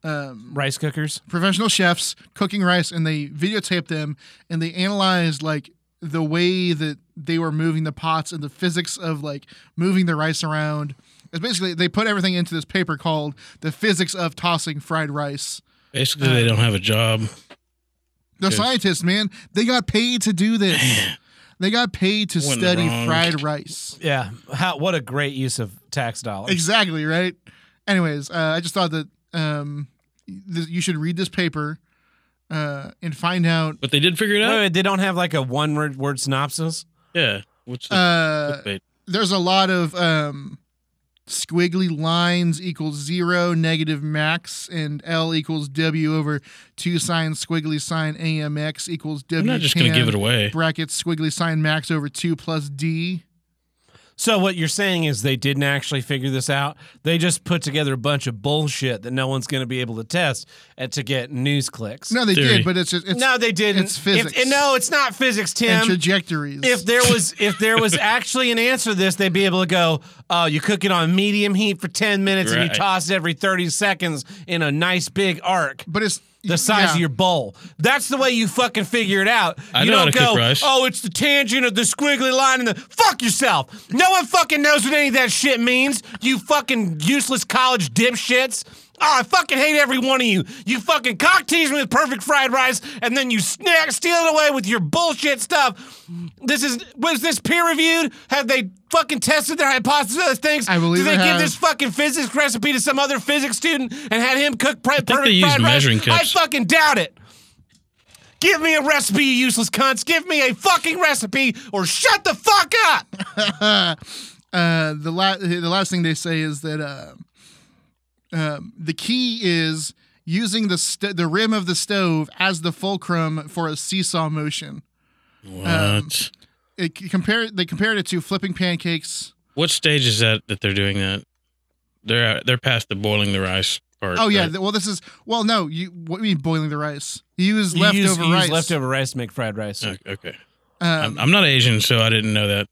[SPEAKER 2] um,
[SPEAKER 1] rice cookers.
[SPEAKER 2] professional chefs cooking rice, and they videotaped them, and they analyzed like the way that they were moving the pots and the physics of like moving the rice around. It's basically they put everything into this paper called "The Physics of Tossing Fried Rice."
[SPEAKER 3] Basically, they
[SPEAKER 2] uh,
[SPEAKER 3] don't have a job.
[SPEAKER 2] The
[SPEAKER 3] Yes.
[SPEAKER 2] scientists, man, they got paid to do this. they got paid to
[SPEAKER 3] Went
[SPEAKER 2] study
[SPEAKER 3] wrong.
[SPEAKER 2] fried rice.
[SPEAKER 1] Yeah. How? What a great use of tax dollars.
[SPEAKER 2] Exactly right. Anyways, uh, I just thought that um, th- you should read this paper uh, and find out.
[SPEAKER 3] But they did figure it
[SPEAKER 1] Wait,
[SPEAKER 3] out.
[SPEAKER 1] wait, they don't have like a one word word synopsis.
[SPEAKER 3] Yeah. What's the
[SPEAKER 2] Uh,
[SPEAKER 3] clickbait?
[SPEAKER 2] there's a lot of um, squiggly lines equals zero, negative max, and L equals W over two sine squiggly sine AMX equals W.
[SPEAKER 3] I'm not just gonna
[SPEAKER 2] tan
[SPEAKER 3] give it away.
[SPEAKER 2] Brackets squiggly sine max over two plus D.
[SPEAKER 1] So what you're saying is they didn't actually figure this out. They just put together a bunch of bullshit that no one's going to be able to test and to get news clicks.
[SPEAKER 2] No, they
[SPEAKER 3] Theory.
[SPEAKER 2] did, but it's just, it's
[SPEAKER 1] No, they didn't.
[SPEAKER 2] it's physics.
[SPEAKER 1] If- no, it's not physics,
[SPEAKER 2] and
[SPEAKER 1] Tim.
[SPEAKER 2] trajectories.
[SPEAKER 1] If there was if there was actually an answer to this, they'd be able to go, "Oh, you cook it on medium heat for 10 minutes and you
[SPEAKER 3] Right.
[SPEAKER 1] toss it every 30 seconds in a nice big arc."
[SPEAKER 2] but it's
[SPEAKER 1] the size
[SPEAKER 2] yeah.
[SPEAKER 1] of your bowl. That's the way you fucking figure it out.
[SPEAKER 3] I
[SPEAKER 1] you
[SPEAKER 3] know how
[SPEAKER 1] don't
[SPEAKER 3] to cook
[SPEAKER 1] go,
[SPEAKER 3] rice.
[SPEAKER 1] oh, it's the tangent of the squiggly line and the fuck yourself. No one fucking knows what any of that shit means. You fucking useless college dipshits. Oh, I fucking hate every one of you. You fucking cock tease me with perfect fried rice, and then you snack steal it away with your bullshit stuff. This is was this peer reviewed? Have they fucking tested their hypothesis of those things?
[SPEAKER 2] I believe
[SPEAKER 1] Did they
[SPEAKER 2] they
[SPEAKER 1] give
[SPEAKER 2] have.
[SPEAKER 1] this fucking physics recipe to some other physics student and had him cook pre-
[SPEAKER 3] think they
[SPEAKER 1] perfect
[SPEAKER 3] use
[SPEAKER 1] fried rice?
[SPEAKER 3] measuring
[SPEAKER 1] I
[SPEAKER 3] cups.
[SPEAKER 1] fucking doubt it. Give me a recipe, you useless cunts. Give me a fucking recipe or shut the fuck up.
[SPEAKER 2] uh, the last the last thing they say is that uh, um, the key is using the st- the rim of the stove as the fulcrum for a seesaw motion.
[SPEAKER 3] What?
[SPEAKER 2] um, It c- compare they compared it to flipping pancakes.
[SPEAKER 3] what stage is that that they're doing that? They're they're past the boiling the rice part.
[SPEAKER 2] Oh yeah,
[SPEAKER 3] right?
[SPEAKER 2] th- well this is well no you what do you mean boiling the rice? You use leftover rice.
[SPEAKER 1] rice to make fried rice.
[SPEAKER 3] Okay. Uh, okay.
[SPEAKER 2] Um,
[SPEAKER 3] I'm, I'm not Asian, so I didn't know that.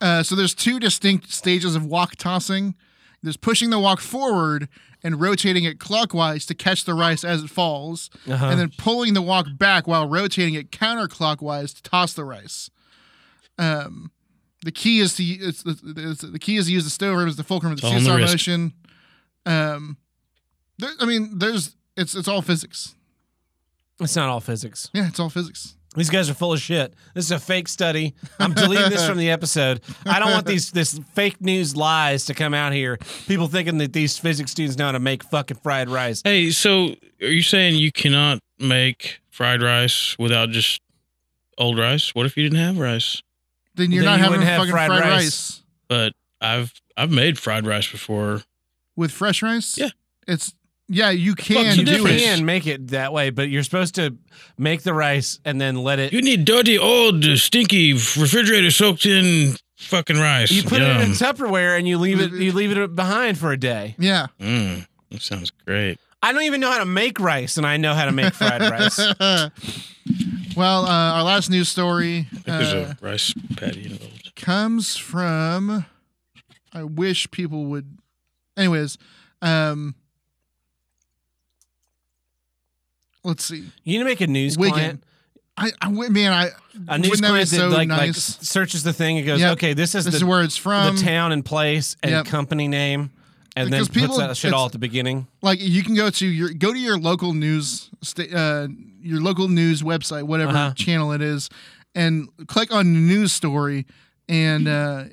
[SPEAKER 2] Uh, so there's two distinct stages of wok tossing. There's pushing the wok forward and rotating it clockwise to catch the rice as it falls,
[SPEAKER 1] Uh-huh.
[SPEAKER 2] and then pulling the wok back while rotating it counterclockwise to toss the rice. Um, the key is to it's, it's, it's- the key is to use the stove rim as the fulcrum of the
[SPEAKER 3] It's all in the
[SPEAKER 2] seesaw
[SPEAKER 3] wrist.
[SPEAKER 2] motion. Um, there, I mean, there's it's it's all physics.
[SPEAKER 1] It's not all physics.
[SPEAKER 2] Yeah, it's all physics.
[SPEAKER 1] These guys are full of shit. This is a fake study. I'm deleting this from the episode. I don't want these this fake news lies to come out here. People thinking that these physics students know how to make fucking fried rice.
[SPEAKER 3] Hey, so are you saying you cannot make fried rice without just old rice? What if you didn't have rice?
[SPEAKER 2] Then you're
[SPEAKER 1] Then
[SPEAKER 2] not
[SPEAKER 1] you
[SPEAKER 2] having
[SPEAKER 1] wouldn't have
[SPEAKER 2] fucking
[SPEAKER 1] fried
[SPEAKER 2] fried, rice.
[SPEAKER 1] rice.
[SPEAKER 3] But I've I've made fried rice before.
[SPEAKER 2] with fresh rice.
[SPEAKER 3] Yeah.
[SPEAKER 2] it's yeah, you can
[SPEAKER 3] What's the
[SPEAKER 1] You
[SPEAKER 2] do
[SPEAKER 3] difference?
[SPEAKER 2] it.
[SPEAKER 1] can make it that way, but you're supposed to make the rice and then let it.
[SPEAKER 3] You need dirty, old, stinky, refrigerator soaked in fucking rice.
[SPEAKER 1] You put it in
[SPEAKER 3] Yum.
[SPEAKER 1] Tupperware and you leave it. You leave it behind for a day.
[SPEAKER 2] Yeah.
[SPEAKER 3] Mm, that sounds great.
[SPEAKER 1] I don't even know how to make rice, and I know how to make fried rice.
[SPEAKER 2] well, uh, our last news story
[SPEAKER 3] I think
[SPEAKER 2] uh,
[SPEAKER 3] there's a rice patty involved.
[SPEAKER 2] comes from. I wish people would. Anyways, um, let's see.
[SPEAKER 1] You need to make a news
[SPEAKER 2] Wigan.
[SPEAKER 1] client.
[SPEAKER 2] I, I man, I
[SPEAKER 1] A news
[SPEAKER 2] wouldn't that be
[SPEAKER 1] client that
[SPEAKER 2] so
[SPEAKER 1] like, like
[SPEAKER 2] nice?
[SPEAKER 1] searches the thing and goes,
[SPEAKER 2] Yep.
[SPEAKER 1] "Okay, this is
[SPEAKER 2] this
[SPEAKER 1] the
[SPEAKER 2] is where it's from.
[SPEAKER 1] the town and place and
[SPEAKER 2] Yep.
[SPEAKER 1] company name, and then
[SPEAKER 2] Because
[SPEAKER 1] puts
[SPEAKER 2] people-
[SPEAKER 1] that shit
[SPEAKER 2] it's-
[SPEAKER 1] all at the beginning.
[SPEAKER 2] like you can go to your go to your local news sta- uh, your local news website whatever
[SPEAKER 1] Uh-huh.
[SPEAKER 2] channel it is and click on the news story and uh,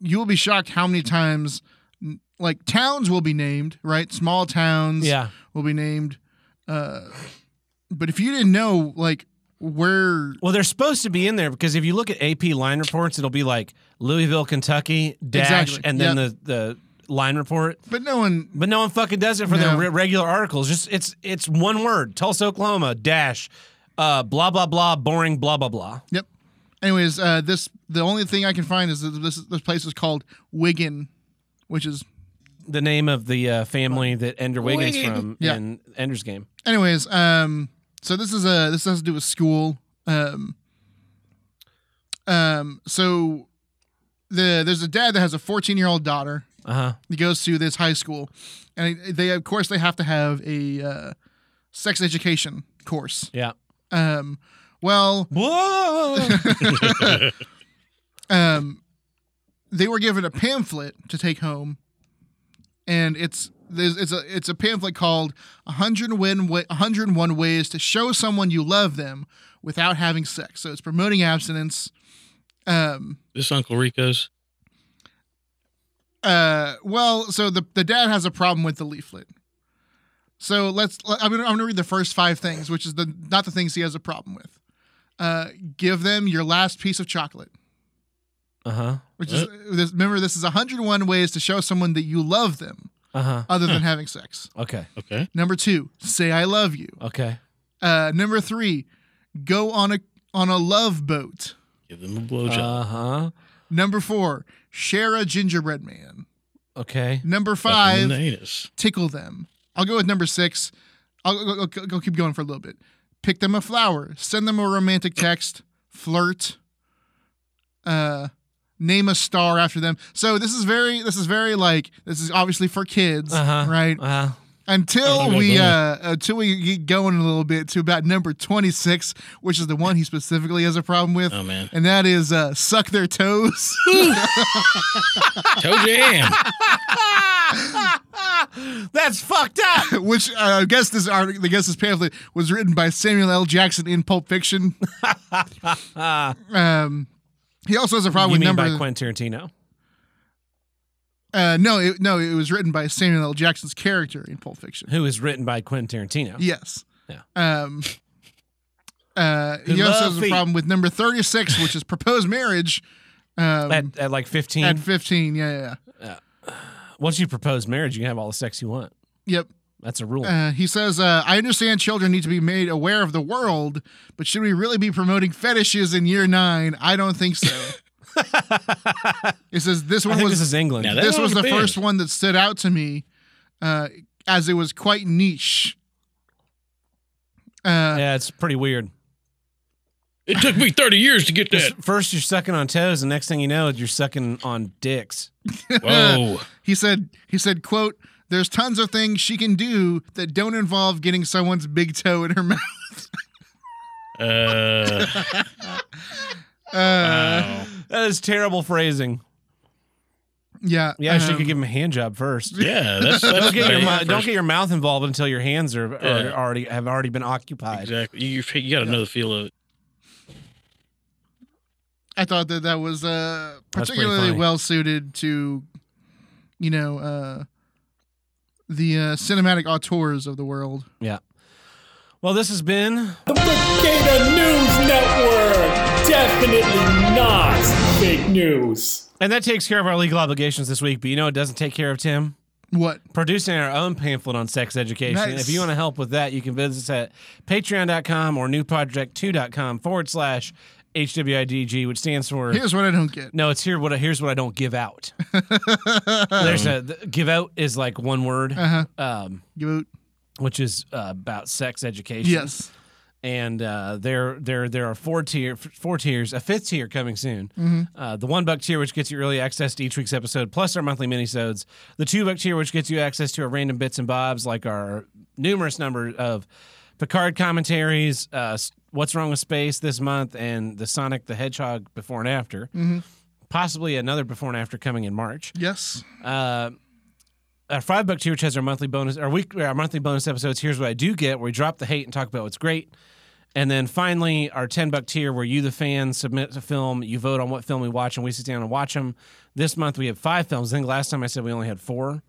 [SPEAKER 2] you will be shocked how many times n- like towns will be named right small towns
[SPEAKER 1] Yeah,
[SPEAKER 2] will be named uh, but if you didn't know like where
[SPEAKER 1] well, they're supposed to be in there because if you look at AP line reports, it'll be like Louisville, Kentucky, dash,
[SPEAKER 2] Exactly.
[SPEAKER 1] and then the the line report.
[SPEAKER 2] but no one
[SPEAKER 1] But no one fucking does it for their
[SPEAKER 2] No.
[SPEAKER 1] re- regular articles. Just it's it's one word: Tulsa, Oklahoma, dash, uh, blah blah blah, boring, blah blah blah.
[SPEAKER 2] yep anyways uh, this the only thing i can find is that this this place is called wigan which is
[SPEAKER 1] The name of the uh, family that Ender Wiggins
[SPEAKER 3] Wiggin.
[SPEAKER 1] from
[SPEAKER 2] Yeah.
[SPEAKER 1] in Ender's Game.
[SPEAKER 2] anyways um so this is a this has to do with school um um so the there's a dad that has a 14 year old daughter
[SPEAKER 1] Uh huh.
[SPEAKER 2] he goes to this high school and they of course they have to have a uh, sex education course
[SPEAKER 1] Yeah.
[SPEAKER 2] um well
[SPEAKER 1] Whoa.
[SPEAKER 2] um they were given a pamphlet to take home and it's there's, it's a it's a pamphlet called 101 wa- 101 ways to show someone you love them without having sex. So it's promoting abstinence. Um
[SPEAKER 3] This Uncle Rico's.
[SPEAKER 2] uh well, so the the dad has a problem with the leaflet. So let's let- I'm going I'm going to read the first 5 things, which is the not the things he has a problem with. Uh give them your last piece of chocolate.
[SPEAKER 1] Uh huh.
[SPEAKER 2] Which is this, remember this is 101 ways to show someone that you love them
[SPEAKER 1] Uh huh.
[SPEAKER 2] other than having sex.
[SPEAKER 1] Okay.
[SPEAKER 3] Okay.
[SPEAKER 2] Number 2, say I love you.
[SPEAKER 1] Okay.
[SPEAKER 2] Uh, number three, go on a on a love boat.
[SPEAKER 3] Give them a blowjob.
[SPEAKER 1] Uh huh.
[SPEAKER 2] Number four, share a gingerbread man.
[SPEAKER 1] Okay.
[SPEAKER 2] Number
[SPEAKER 3] Fuck them
[SPEAKER 2] five,
[SPEAKER 3] in the anus.
[SPEAKER 2] tickle them. I'll go with number six. I'll go, go, go, go keep going for a little bit. Pick them a flower. Send them a romantic text. Flirt. Uh, name a star after them. So this is very this is very like this is obviously for kids,
[SPEAKER 1] Uh-huh.
[SPEAKER 2] right?
[SPEAKER 1] Uh,
[SPEAKER 2] until
[SPEAKER 3] Okay,
[SPEAKER 2] we
[SPEAKER 3] go
[SPEAKER 2] uh until we get going a little bit to about number 26 which is the one he specifically has a problem with
[SPEAKER 1] Um.
[SPEAKER 3] Oh man.
[SPEAKER 2] and that is uh suck their toes
[SPEAKER 3] Toe jam.
[SPEAKER 1] that's fucked up.
[SPEAKER 2] which uh, i guess this article i guess this pamphlet was written by samuel l jackson in pulp fiction um he also has a problem
[SPEAKER 1] you
[SPEAKER 2] with
[SPEAKER 1] mean
[SPEAKER 2] number
[SPEAKER 1] by Quentin Tarantino?
[SPEAKER 2] uh no it, no it was written by samuel l jackson's character in pulp fiction
[SPEAKER 1] Who is written by Quentin Tarantino?
[SPEAKER 2] yes
[SPEAKER 1] Yeah.
[SPEAKER 2] um uh,
[SPEAKER 1] Who
[SPEAKER 2] he also
[SPEAKER 1] love
[SPEAKER 2] has a
[SPEAKER 1] feet.
[SPEAKER 2] problem with number 36 which is proposed marriage um,
[SPEAKER 1] At, at like 15,
[SPEAKER 2] At 15, yeah, yeah, yeah.
[SPEAKER 1] once you propose marriage, you can have all the sex you want.
[SPEAKER 2] Yep.
[SPEAKER 1] That's a rule.
[SPEAKER 2] Uh, he says, uh, I understand children need to be made aware of the world, but should we really be promoting fetishes in year nine? I don't think so. he says, This
[SPEAKER 1] I
[SPEAKER 2] one
[SPEAKER 1] think
[SPEAKER 2] was
[SPEAKER 1] this is England.
[SPEAKER 3] Now that-
[SPEAKER 2] this
[SPEAKER 3] That
[SPEAKER 2] was the
[SPEAKER 3] would've been.
[SPEAKER 2] first one that stood out to me uh, as it was quite niche. Uh,
[SPEAKER 1] yeah, it's pretty weird.
[SPEAKER 3] It took me 30 years to get
[SPEAKER 1] 'Cause
[SPEAKER 3] that.
[SPEAKER 1] First, you're sucking on toes, and next thing you know, you're sucking on dicks.
[SPEAKER 3] Whoa.
[SPEAKER 2] He said, he said, quote, there's tons of things she can do that don't involve getting someone's big toe in her mouth.
[SPEAKER 3] Uh,
[SPEAKER 2] Uh,
[SPEAKER 3] wow.
[SPEAKER 1] That is terrible phrasing.
[SPEAKER 2] yeah.
[SPEAKER 1] Yeah, she
[SPEAKER 2] um,
[SPEAKER 1] could give him a hand job first.
[SPEAKER 3] Yeah, that's, that's
[SPEAKER 1] Don't get, your,
[SPEAKER 3] bad
[SPEAKER 1] mou-
[SPEAKER 3] first-
[SPEAKER 1] don't get your mouth involved until your hands are, are
[SPEAKER 3] Yeah.
[SPEAKER 1] already have already been occupied.
[SPEAKER 3] Exactly. You, you, you got to know the feel of it.
[SPEAKER 2] I thought that that was uh,
[SPEAKER 1] That's pretty
[SPEAKER 2] particularly
[SPEAKER 1] funny.
[SPEAKER 2] well suited to, you know, uh, the uh, cinematic auteurs of the world.
[SPEAKER 1] Yeah. Well, this has been
[SPEAKER 6] The Brigada News Network! Definitely not fake news.
[SPEAKER 1] And that takes care of our legal obligations this week, but you know it doesn't take care of Tim?
[SPEAKER 2] What?
[SPEAKER 1] producing our own pamphlet on sex education.
[SPEAKER 2] Nice.
[SPEAKER 1] If you want to help with that, you can visit us at patreon.com or newproject2.com forward slash HWIDG, which stands for.
[SPEAKER 2] Here's what I don't get.
[SPEAKER 1] no, it's here. What I, here's what I don't give out. There's a the, give out is like one word,
[SPEAKER 2] Uh-huh.
[SPEAKER 1] um,
[SPEAKER 2] Give out.
[SPEAKER 1] which is uh, about sex education.
[SPEAKER 2] Yes.
[SPEAKER 1] and uh, there there there are four tier four tiers, a fifth tier coming soon. Uh, the one buck tier, which gets you early access to each week's episode, plus our monthly minisodes. The two buck tier, which gets you access to our random bits and bobs, like our numerous number of Picard commentaries, uh, s- what's wrong with space this month, and the Sonic the Hedgehog before and after. Possibly another before and after coming in March
[SPEAKER 2] Yes.
[SPEAKER 1] uh, our uh, five buck tier, which has our monthly bonus, our week, our monthly bonus episodes. Here's what I do get, where we drop the hate and talk about what's great, and then finally our ten buck tier, where you, the fan, submit a film, you vote on what film we watch, and we sit down and watch them. This month we have five films. I think last time I said we only had four,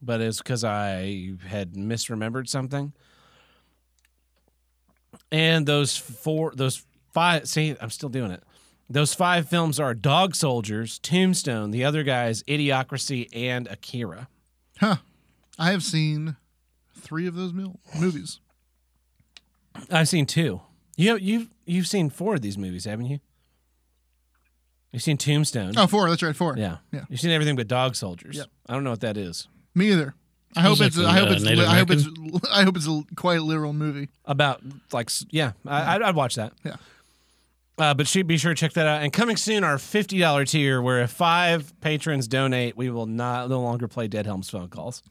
[SPEAKER 1] but it's because I had misremembered something. And those four, those five. See, I'm still doing it. Those five films are Dog Soldiers, Tombstone, The Other Guys, Idiocracy, and Akira.
[SPEAKER 2] Huh. I have seen three of those mil- movies.
[SPEAKER 1] I've seen two. You you've you've seen four of these movies, haven't you? You've seen Tombstone.
[SPEAKER 2] Oh, four. That's right, four.
[SPEAKER 1] yeah.
[SPEAKER 2] yeah.
[SPEAKER 1] You've seen everything but Dog Soldiers. I don't know what that is.
[SPEAKER 2] Me either. I hope
[SPEAKER 3] like
[SPEAKER 2] it's.
[SPEAKER 3] a,
[SPEAKER 2] I hope
[SPEAKER 3] uh,
[SPEAKER 2] it's.
[SPEAKER 3] Native
[SPEAKER 2] li- I hope it's. I hope it's a quite literal movie.
[SPEAKER 1] About like s- yeah, I, I'd, I'd watch that.
[SPEAKER 2] Yeah.
[SPEAKER 1] Uh, but she, be sure to check that out. And coming soon, our fifty dollar tier, where if five patrons donate, we will not no longer play Dead Helms phone calls.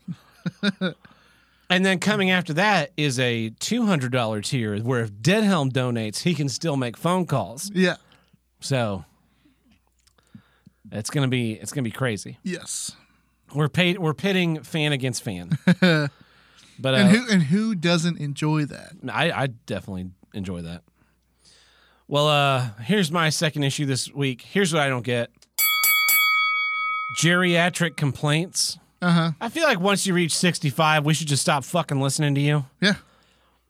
[SPEAKER 1] and then coming after that is a two hundred dollar tier, where if Dead Helm donates, he can still make phone calls.
[SPEAKER 2] Yeah.
[SPEAKER 1] So it's gonna be it's gonna be crazy.
[SPEAKER 2] Yes.
[SPEAKER 1] We're paid we're pitting fan against fan. but uh,
[SPEAKER 2] And who and who doesn't enjoy that?
[SPEAKER 1] I, I definitely enjoy that. Well, uh, here's my second issue this week. Here's what I don't get geriatric complaints.
[SPEAKER 2] Uh huh.
[SPEAKER 1] I feel like once you reach 65, we should just stop fucking listening to you.
[SPEAKER 2] Yeah.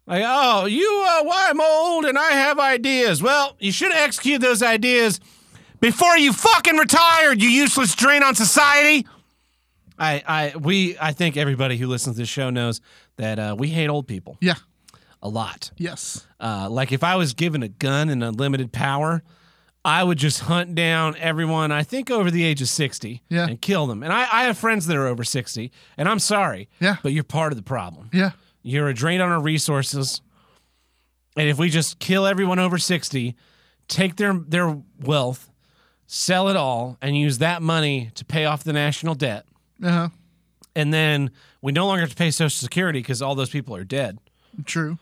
[SPEAKER 1] Like, oh, you, uh, why I'm old and I have ideas. Well, you should execute those ideas before you fucking retired, you useless drain on society. I, I, we, I think everybody who listens to this show knows that uh, we hate old people
[SPEAKER 2] Yeah.
[SPEAKER 1] a lot.
[SPEAKER 2] Yes.
[SPEAKER 1] Uh, like if I was given a gun and unlimited power, I would just hunt down everyone I think over the age of sixty
[SPEAKER 2] Yeah.
[SPEAKER 1] and kill them. And I, I have friends that are over sixty, and I'm sorry,
[SPEAKER 2] Yeah.
[SPEAKER 1] but you're part of the problem.
[SPEAKER 2] Yeah.
[SPEAKER 1] You're a drain on our resources. And if we just kill everyone over 60, take their their wealth, sell it all, and use that money to pay off the national debt,
[SPEAKER 2] Uh huh.
[SPEAKER 1] and then we no longer have to pay Social Security because all those people are dead.
[SPEAKER 2] True.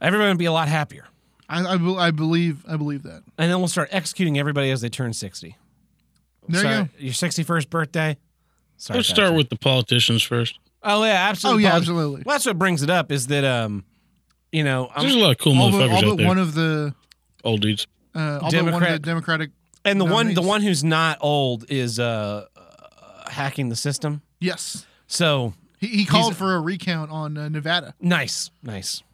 [SPEAKER 1] Everyone would be a lot happier.
[SPEAKER 2] I I, be- I believe I believe that.
[SPEAKER 1] and then we'll start executing everybody as they turn 60.
[SPEAKER 2] There
[SPEAKER 1] Sorry,
[SPEAKER 2] you go.
[SPEAKER 1] Your 61st birthday. Sorry.
[SPEAKER 3] Let's start
[SPEAKER 1] Patrick.
[SPEAKER 3] with the politicians first.
[SPEAKER 1] Oh yeah, absolutely.
[SPEAKER 2] Oh, yeah,
[SPEAKER 1] Apologies.
[SPEAKER 2] absolutely.
[SPEAKER 1] Well, that's what brings it up is that um, you know, I'm-
[SPEAKER 3] There's a lot of cool
[SPEAKER 2] All but,
[SPEAKER 3] motherfuckers
[SPEAKER 2] all
[SPEAKER 3] out
[SPEAKER 2] but
[SPEAKER 3] there.
[SPEAKER 2] one of the
[SPEAKER 3] Old dudes.
[SPEAKER 2] uh, all but one of the
[SPEAKER 1] Democrat-
[SPEAKER 2] Democratic.
[SPEAKER 1] and the one the
[SPEAKER 2] nominees.
[SPEAKER 1] one who's not old is uh, uh, hacking the system.
[SPEAKER 2] Yes.
[SPEAKER 1] So
[SPEAKER 2] He, he called for a recount on uh, Nevada
[SPEAKER 1] nice, nice.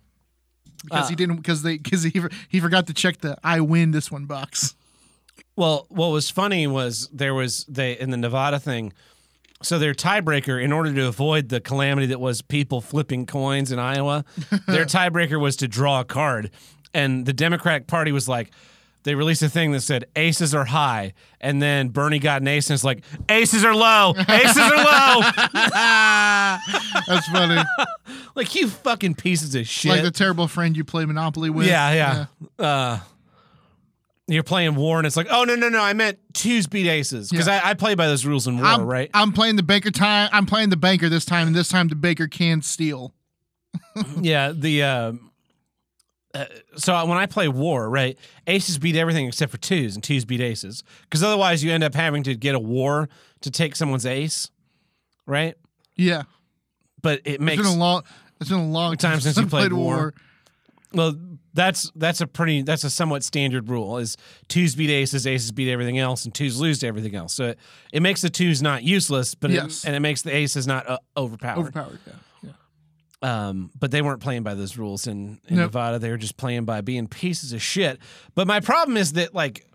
[SPEAKER 2] because
[SPEAKER 1] Ah.
[SPEAKER 2] he didn't because they because he he forgot to check the I win this one box.
[SPEAKER 1] Well, what was funny was there was they in the Nevada thing. So their tiebreaker, in order to avoid the calamity that was people flipping coins in Iowa, their tiebreaker was to draw a card, and the Democratic Party was like. They released a thing that said aces are high, and then Bernie got an ace and it's like aces are low, aces are low.
[SPEAKER 2] That's funny.
[SPEAKER 1] like you fucking pieces of shit.
[SPEAKER 2] like the terrible friend you play Monopoly with.
[SPEAKER 1] yeah, yeah. Uh, you're playing war and it's like, oh no, no, no, I meant twos beat aces because
[SPEAKER 2] Yeah.
[SPEAKER 1] I, I play by those rules in war,
[SPEAKER 2] I'm,
[SPEAKER 1] right?
[SPEAKER 2] I'm playing the banker time. I'm playing the banker this time, and this time the baker can steal.
[SPEAKER 1] yeah the um, uh, so when i play war right aces beat everything except for twos and twos beat aces because otherwise you end up having to get a war to take someone's ace right
[SPEAKER 2] Yeah,
[SPEAKER 1] but it
[SPEAKER 2] it's
[SPEAKER 1] makes
[SPEAKER 2] been a long. It's been a long
[SPEAKER 1] Time
[SPEAKER 2] time
[SPEAKER 1] since
[SPEAKER 2] I've
[SPEAKER 1] you played War. well that's that's a pretty that's a somewhat standard rule is twos beat aces aces beat everything else and twos lose to everything else so it, it makes the twos not useless but
[SPEAKER 2] Yes.
[SPEAKER 1] it, and it makes the aces not uh, overpowered
[SPEAKER 2] Overpowered. Yeah.
[SPEAKER 1] Um, but they weren't playing by those rules in, in
[SPEAKER 2] Nope.
[SPEAKER 1] Nevada. They were just playing by being pieces of shit. But my problem is that like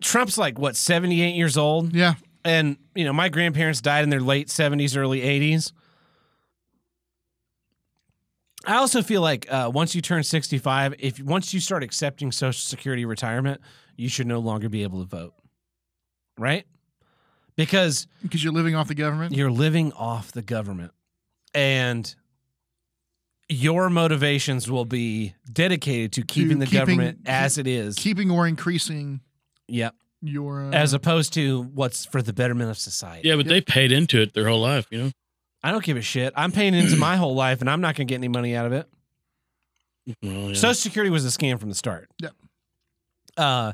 [SPEAKER 1] Trump's like what seventy eight years old,
[SPEAKER 2] Yeah.
[SPEAKER 1] and And you know, my grandparents died in their late seventies, early eighties. I also feel like uh, once you turn sixty-five, if once you start accepting Social Security retirement, you should no longer be able to vote, right? Because
[SPEAKER 2] because you're living off the government.
[SPEAKER 1] you're living off the government and your motivations will be dedicated to keeping the
[SPEAKER 2] keeping-
[SPEAKER 1] government as it is.
[SPEAKER 2] Keeping or increasing
[SPEAKER 1] yep.
[SPEAKER 2] your uh,
[SPEAKER 1] As opposed to what's for the betterment of society.
[SPEAKER 3] Yeah, but they paid into it their whole life, you know?
[SPEAKER 1] I don't give a shit. I'm paying into my whole life and I'm not going to get any money out of it.
[SPEAKER 3] Well, yeah.
[SPEAKER 1] Social Security was a scam from the start.
[SPEAKER 2] Yep.
[SPEAKER 1] Uh,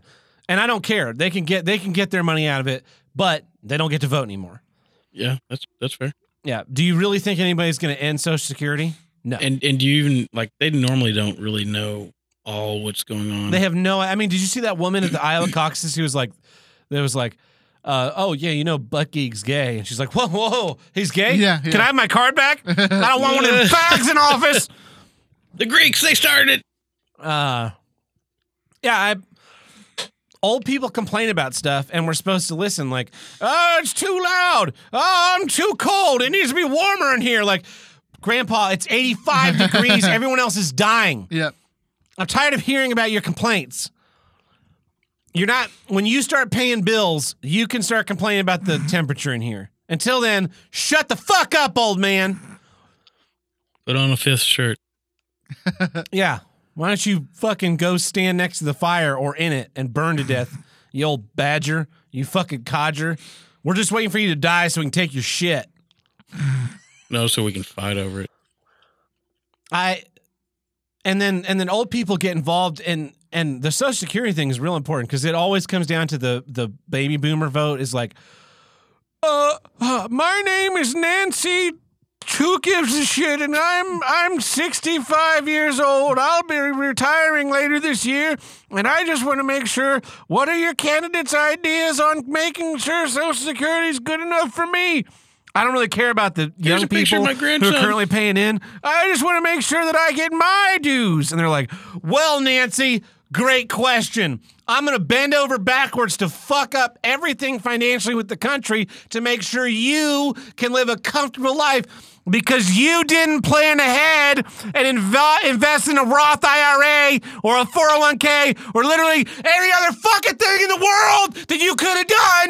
[SPEAKER 1] and I don't care. They can get they can get their money out of it, but they don't get to vote anymore.
[SPEAKER 3] yeah, that's that's fair.
[SPEAKER 1] Yeah. Do you really think anybody's going to end Social Security? No.
[SPEAKER 3] And and do you even like they normally don't really know all what's going on.
[SPEAKER 1] They have no. I mean, did you see that woman at the Isle of Caucasus who was like, there was like, uh, oh yeah, you know Butt Geek's gay, and she's like, whoa, whoa, whoa, he's gay.
[SPEAKER 2] Yeah,
[SPEAKER 1] Can
[SPEAKER 2] yeah.
[SPEAKER 1] I have my card back? I don't want one of them fags in office.
[SPEAKER 3] the Greeks, they started.
[SPEAKER 1] Uh, yeah, I. Old people complain about stuff, and we're supposed to listen. Like, oh, it's too loud. Oh, I'm too cold. It needs to be warmer in here. Like, Grandpa, it's 85 degrees. Everyone else is dying.
[SPEAKER 2] yeah.
[SPEAKER 1] I'm tired of hearing about your complaints. You're not when you start paying bills, you can start complaining about the temperature in here. Until then, shut the fuck up, old man.
[SPEAKER 3] Put on a fifth shirt.
[SPEAKER 1] Yeah. Why don't you fucking go stand next to the fire or in it and burn to death, you old badger, you fucking codger. We're just waiting for you to die so we can take your shit.
[SPEAKER 3] No, so we can fight over it.
[SPEAKER 1] I and then and then old people get involved in and the social security thing is real important because it always comes down to the the baby boomer vote is like uh, uh, my name is Nancy who gives a shit and I'm I'm 65 years old I'll be retiring later this year and I just want to make sure what are your candidates ideas on making sure social security is good enough for me I don't really care about the young
[SPEAKER 3] a picture of
[SPEAKER 1] people
[SPEAKER 3] my
[SPEAKER 1] who are
[SPEAKER 3] grandson.
[SPEAKER 1] currently paying in. I just want to make sure that I get my dues. And they're like, well, Nancy, great question. I'm going to bend over backwards to fuck up everything financially with the country to make sure you can live a comfortable life because you didn't plan ahead and inv- invest in a Roth IRA or a 401k or literally every other fucking thing in the world that you could have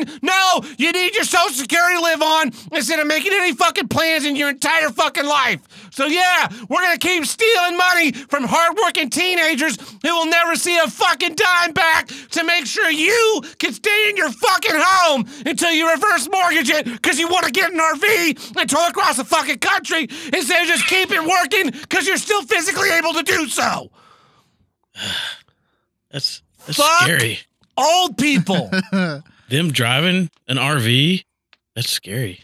[SPEAKER 1] done. No, you need your social security to live on instead of making any fucking plans in your entire fucking life. So yeah, we're gonna keep stealing money from hardworking teenagers who will never see a fucking dime back to make sure you can stay in your fucking home until you reverse mortgage it because you want to get an RV and tour across the fucking country instead of just keep it working because you're still physically able to do so.
[SPEAKER 3] That's that's
[SPEAKER 1] Fuck.
[SPEAKER 3] scary.
[SPEAKER 1] Old people.
[SPEAKER 3] Them driving an RV, that's scary.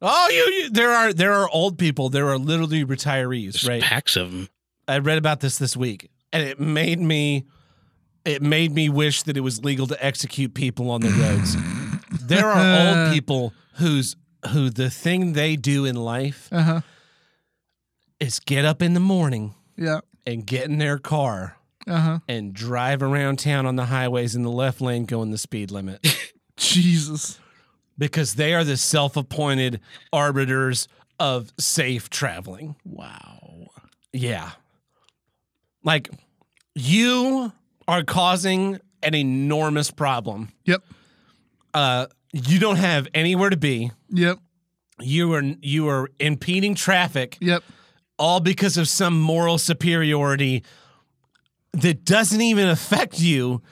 [SPEAKER 1] oh, you, you. There are there are old people. There are literally retirees,
[SPEAKER 3] There's
[SPEAKER 1] right?
[SPEAKER 3] packs of them.
[SPEAKER 1] I read about this this week, and it made me, it made me wish that it was legal to execute people on the roads. there are old people who's who the thing they do in life
[SPEAKER 2] Uh huh.
[SPEAKER 1] is get up in the morning
[SPEAKER 2] Yeah.
[SPEAKER 1] and get in their car
[SPEAKER 2] Uh huh.
[SPEAKER 1] and drive around town on the highways in the left lane going the speed limit
[SPEAKER 2] Jesus.
[SPEAKER 1] because they are the self-appointed arbiters of safe traveling.
[SPEAKER 3] Wow.
[SPEAKER 1] Yeah. Like you are causing an enormous problem.
[SPEAKER 2] Yep.
[SPEAKER 1] Uh you don't have anywhere to be.
[SPEAKER 2] Yep.
[SPEAKER 1] You are you are impeding traffic
[SPEAKER 2] Yep.
[SPEAKER 1] all because of some moral superiority that doesn't even affect you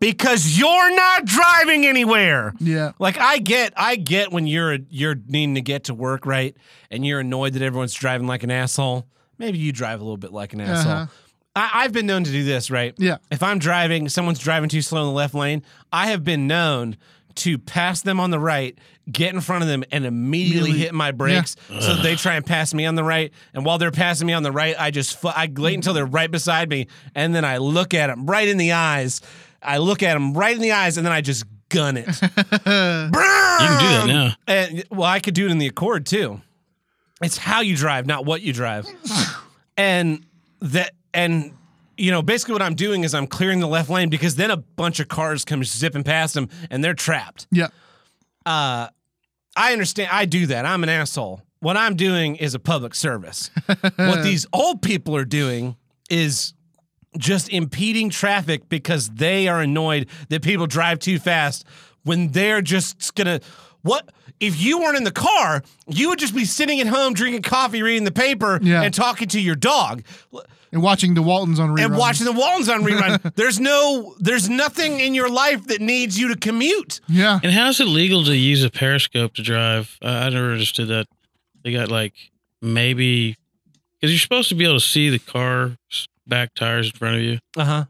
[SPEAKER 1] because you're not driving anywhere.
[SPEAKER 2] Yeah.
[SPEAKER 1] Like I get, I get when you're you're needing to get to work, right? And you're annoyed that everyone's driving like an asshole. Maybe you drive a little bit like an asshole.
[SPEAKER 2] Uh-huh.
[SPEAKER 1] I, I've been known to do this, right?
[SPEAKER 2] Yeah.
[SPEAKER 1] If I'm driving, someone's driving too slow in the left lane. I have been known to pass them on the right, get in front of them, and immediately
[SPEAKER 2] Really?
[SPEAKER 1] hit my brakes so that they try and pass me on the right. And while they're passing me on the right, I just fu- I wait until they're right beside me, and then I look at them right in the eyes. I look at them right in the eyes, and then I just gun it.
[SPEAKER 3] You can do that now.
[SPEAKER 1] Um, And well, I could do it in the Accord too. It's how you drive, not what you drive. and that and you know, basically what I'm doing is I'm clearing the left lane because then a bunch of cars come zipping past them and they're trapped.
[SPEAKER 2] Yep.
[SPEAKER 1] uh, I understand. I do that. I'm an asshole. What I'm doing is a public service. what these old people are doing is just impeding traffic because they are annoyed that people drive too fast when they're just gonna. What if you weren't in the car? You would just be sitting at home drinking coffee, reading the paper,
[SPEAKER 2] Yeah.
[SPEAKER 1] and talking to your dog
[SPEAKER 2] And watching the Waltons on reruns.
[SPEAKER 1] and watching the Waltons on rerun. there's no, there's nothing in your life that needs you to commute.
[SPEAKER 2] Yeah.
[SPEAKER 3] And how's it legal to use a periscope to drive? I, I never understood that. They got like maybe because you're supposed to be able to see the car's back tires in front of you,
[SPEAKER 1] Uh huh.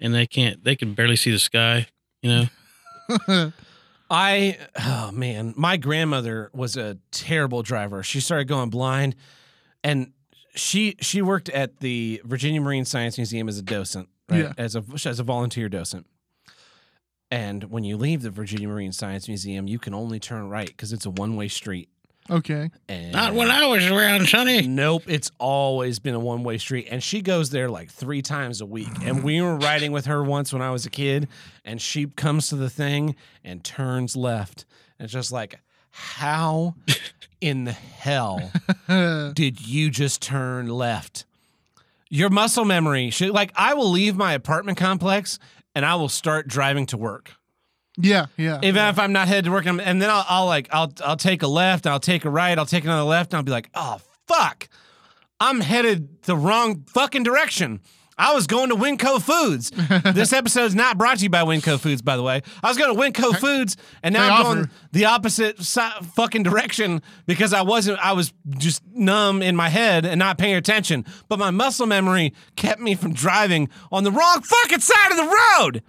[SPEAKER 3] and they can't. They can barely see the sky. You know,
[SPEAKER 1] I oh man, my grandmother was a terrible driver. She started going blind and she she worked at the Virginia Marine Science Museum as a docent, right?
[SPEAKER 2] Yeah.
[SPEAKER 1] As a as a volunteer docent. And when you leave the Virginia Marine Science Museum, you can only turn right because it's a one-way street.
[SPEAKER 2] Okay.
[SPEAKER 1] And
[SPEAKER 3] I was around, Sonny.
[SPEAKER 1] Nope, it's always been a one way street. And she goes there like three times a week. And we were riding with her once when I was a kid, and she comes to the thing and turns left. And it's just like, how in the hell
[SPEAKER 2] Uh,
[SPEAKER 1] did you just turn left? Your muscle memory should, like, I will leave my apartment complex and I will start driving to work
[SPEAKER 2] yeah. Yeah.
[SPEAKER 1] even if I'm not headed to work, I'm- and then I'll, I'll like I'll I'll take a left, I'll take a right, I'll take another left, and I'll be like, oh fuck, I'm headed the wrong fucking direction. I was going to Winco Foods. this episode's not brought to you by Winco Foods, by the way. I was going to Winco Foods, and now
[SPEAKER 2] They
[SPEAKER 1] I'm
[SPEAKER 2] offer-
[SPEAKER 1] going the opposite si- fucking direction because I wasn't. I was just numb in my head and not paying attention. But my muscle memory kept me from driving on the wrong fucking side of the road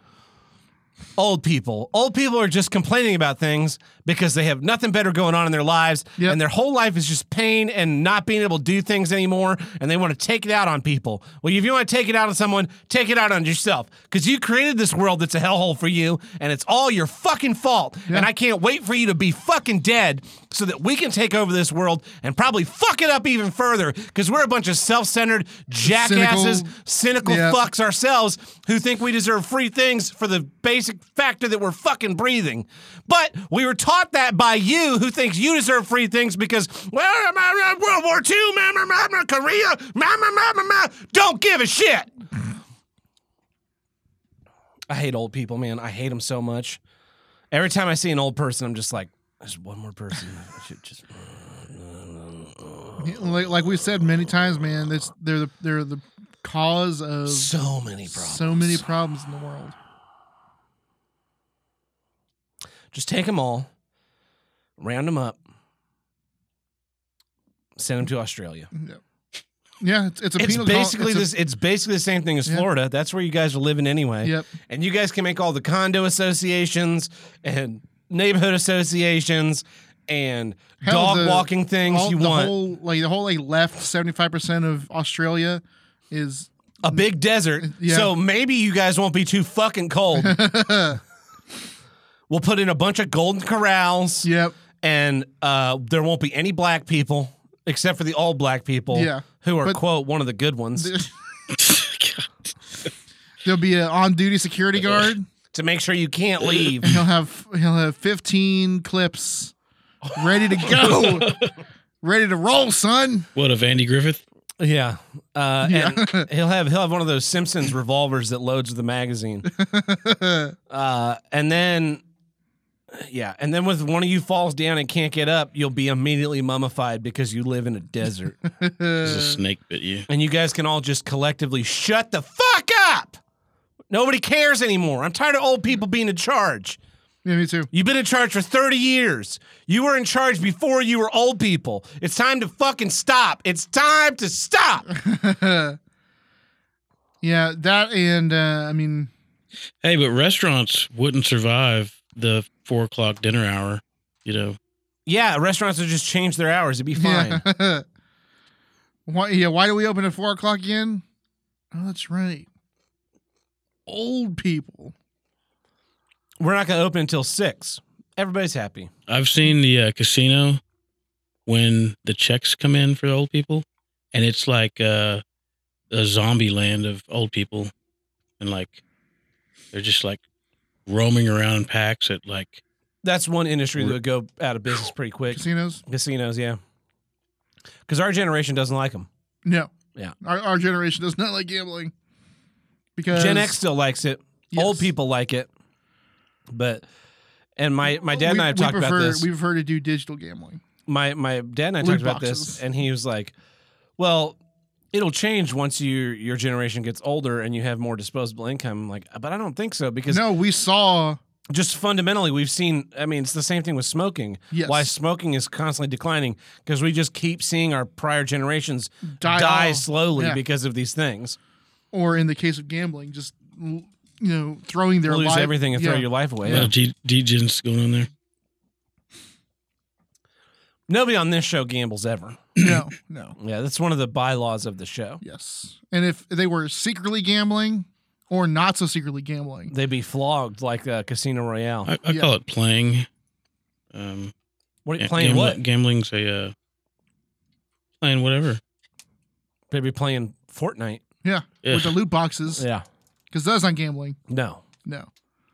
[SPEAKER 1] old people. Old people are just complaining about things because they have nothing better going on in their lives,
[SPEAKER 2] Yep.
[SPEAKER 1] and their whole life is just pain and not being able to do things anymore, and they want to take it out on people. Well, if you want to take it out on someone, take it out on yourself because you created this world that's a hellhole for you, and it's all your fucking fault. And I can't wait for you to be fucking dead so that we can take over this world and probably fuck it up even further because we're a bunch of self-centered jackasses,
[SPEAKER 2] Cynical.
[SPEAKER 1] cynical
[SPEAKER 2] Yeah.
[SPEAKER 1] fucks ourselves who think we deserve free things for the basic factor that we're fucking breathing. But we were taught that by you who thinks you deserve free things because, well, I'm out of World War II, ma, ma, ma, ma, Korea, ma, ma, ma, ma, ma, don't give a shit. I hate old people, man. I hate them so much. Every time I see an old person, I'm just like, there's one more person. I should just.
[SPEAKER 2] like, like we've said many times, man, that's they're the, they're the cause of
[SPEAKER 1] So many problems.
[SPEAKER 2] so many problems in the world.
[SPEAKER 1] Just take them all, round them up, send them to Australia.
[SPEAKER 2] Yeah. Yeah. It's, it's a
[SPEAKER 1] It's
[SPEAKER 2] penal col-
[SPEAKER 1] basically
[SPEAKER 2] Mm-hmm. it's a-
[SPEAKER 1] this. It's basically the same thing as
[SPEAKER 2] Yeah.
[SPEAKER 1] Florida. That's where you guys are living anyway.
[SPEAKER 2] Yep.
[SPEAKER 1] And you guys can make all the condo associations and neighborhood associations and
[SPEAKER 2] Hell,
[SPEAKER 1] dog
[SPEAKER 2] the-
[SPEAKER 1] walking things
[SPEAKER 2] all-
[SPEAKER 1] you
[SPEAKER 2] the
[SPEAKER 1] want.
[SPEAKER 2] Whole, like the whole like left seventy five percent of Australia is
[SPEAKER 1] a big desert.
[SPEAKER 2] Yeah.
[SPEAKER 1] So maybe you guys won't be too fucking cold. we'll put in a bunch of golden corrals.
[SPEAKER 2] yep.
[SPEAKER 1] and uh, there won't be any black people except for the all black people
[SPEAKER 2] Yeah.
[SPEAKER 1] who are
[SPEAKER 2] But-
[SPEAKER 1] quote one of the good ones
[SPEAKER 2] There'll be an on duty security guard.
[SPEAKER 1] to make sure you can't leave
[SPEAKER 2] He'll have he'll have fifteen clips ready to go, ready to roll, son.
[SPEAKER 3] What of Andy Griffith?
[SPEAKER 1] yeah, uh, and he'll have he'll have one of those simpsons revolvers that loads the magazine uh, and then yeah and then with one of you falls down and can't get up you'll be immediately mummified because you live in a desert
[SPEAKER 3] 'Cause a snake bit you.
[SPEAKER 1] and you guys can all just collectively shut the fuck up nobody cares anymore i'm tired of old people being in charge
[SPEAKER 2] Yeah, me too.
[SPEAKER 1] You've been in charge for 30 years. You were in charge before you were old people. It's time to fucking stop. It's time to stop.
[SPEAKER 2] Yeah, that and uh, I mean,
[SPEAKER 3] Hey, but restaurants wouldn't survive the four o'clock dinner hour. You know,
[SPEAKER 1] yeah, restaurants will just change their hours. It'd be fine.
[SPEAKER 2] yeah. why? Yeah, why do we open at four o'clock again? Oh, that's right. Old people.
[SPEAKER 1] We're not going to open until six. Everybody's happy.
[SPEAKER 3] I've seen the uh, casino when the checks come in for the old people, and it's like uh, a zombie land of old people, and like they're just like roaming around in packs at like
[SPEAKER 1] that's one industry that would go out of business pretty quick.
[SPEAKER 2] Casinos?
[SPEAKER 1] Casinos, yeah. Because our generation doesn't like them.
[SPEAKER 2] No.
[SPEAKER 1] Yeah.
[SPEAKER 2] Our, our generation does not like gambling because
[SPEAKER 1] Gen X still likes it. Old
[SPEAKER 2] Yes.
[SPEAKER 1] people like it, but and my my dad
[SPEAKER 2] we,
[SPEAKER 1] and I have
[SPEAKER 2] we
[SPEAKER 1] talked
[SPEAKER 2] prefer,
[SPEAKER 1] about this.
[SPEAKER 2] We prefer to do digital gambling.
[SPEAKER 1] my my dad and I
[SPEAKER 2] Loot
[SPEAKER 1] talked about this,
[SPEAKER 2] boxes.
[SPEAKER 1] and he was like, "Well, it'll change once you your generation gets older and you have more disposable income." I'm like, but I don't think so because
[SPEAKER 2] No, we saw
[SPEAKER 1] just fundamentally, we've seen. I mean, it's the same thing with smoking.
[SPEAKER 2] Yes.
[SPEAKER 1] Why smoking is constantly declining because we just keep seeing our prior generations die,
[SPEAKER 2] Die off.
[SPEAKER 1] slowly
[SPEAKER 2] Yeah.
[SPEAKER 1] because of these things.
[SPEAKER 2] or in the case of gambling, just l- you know, throwing their
[SPEAKER 1] Lose
[SPEAKER 2] life-
[SPEAKER 1] everything and throw
[SPEAKER 2] Oh, yeah.
[SPEAKER 1] your life away.
[SPEAKER 3] A lot of de- degens going on there.
[SPEAKER 1] Nobody on this show gambles ever.
[SPEAKER 2] no, no,
[SPEAKER 1] Yeah, that's one of the bylaws of the show.
[SPEAKER 2] yes. And if they were secretly gambling or not so secretly gambling,
[SPEAKER 1] They'd be flogged like uh, Casino Royale.
[SPEAKER 3] I, I
[SPEAKER 2] Yeah.
[SPEAKER 3] call it playing. Um,
[SPEAKER 1] What are you
[SPEAKER 3] ga-
[SPEAKER 1] playing?
[SPEAKER 3] gambli-
[SPEAKER 1] What?
[SPEAKER 3] Gambling's a uh, playing whatever.
[SPEAKER 1] They'd be playing Fortnite.
[SPEAKER 2] yeah,
[SPEAKER 3] Yeah.
[SPEAKER 2] with the loot boxes,
[SPEAKER 1] Yeah.
[SPEAKER 2] because that's not gambling.
[SPEAKER 1] No.
[SPEAKER 2] No,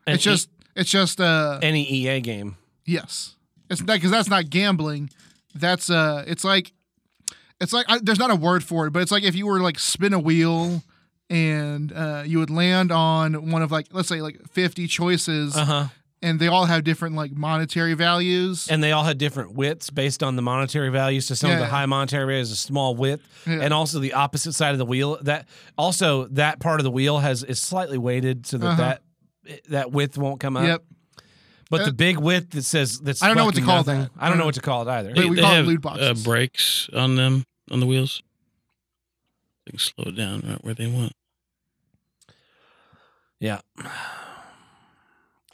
[SPEAKER 1] An
[SPEAKER 2] it's just it's just uh
[SPEAKER 1] E- any EA game.
[SPEAKER 2] yes, it's not because that's not gambling. That's uh, it's like it's like I, there's not a word for it, but it's like if you were like spin a wheel and uh you would land on one of like let's say like 50 choices
[SPEAKER 1] Uh huh.
[SPEAKER 2] and they all have different like monetary values.
[SPEAKER 1] And they all had different widths based on the monetary values. So some of the
[SPEAKER 2] Yeah.
[SPEAKER 1] high monetary values is a small width,
[SPEAKER 2] Yeah.
[SPEAKER 1] and also the opposite side of the wheel. That also that part of the wheel has is slightly weighted so that
[SPEAKER 2] Uh-huh.
[SPEAKER 1] that that width won't come up.
[SPEAKER 2] yep.
[SPEAKER 1] But the
[SPEAKER 2] Uh,
[SPEAKER 1] big width that says that's
[SPEAKER 2] I don't know what to
[SPEAKER 1] fucking
[SPEAKER 2] call
[SPEAKER 1] nothing,
[SPEAKER 2] that.
[SPEAKER 1] I don't know what to call it either.
[SPEAKER 2] But
[SPEAKER 3] They-
[SPEAKER 2] we
[SPEAKER 3] they
[SPEAKER 2] call it
[SPEAKER 3] have,
[SPEAKER 2] loot boxes.
[SPEAKER 3] Uh, brakes on them on the wheels. They can slow it down right where they want.
[SPEAKER 1] Yeah.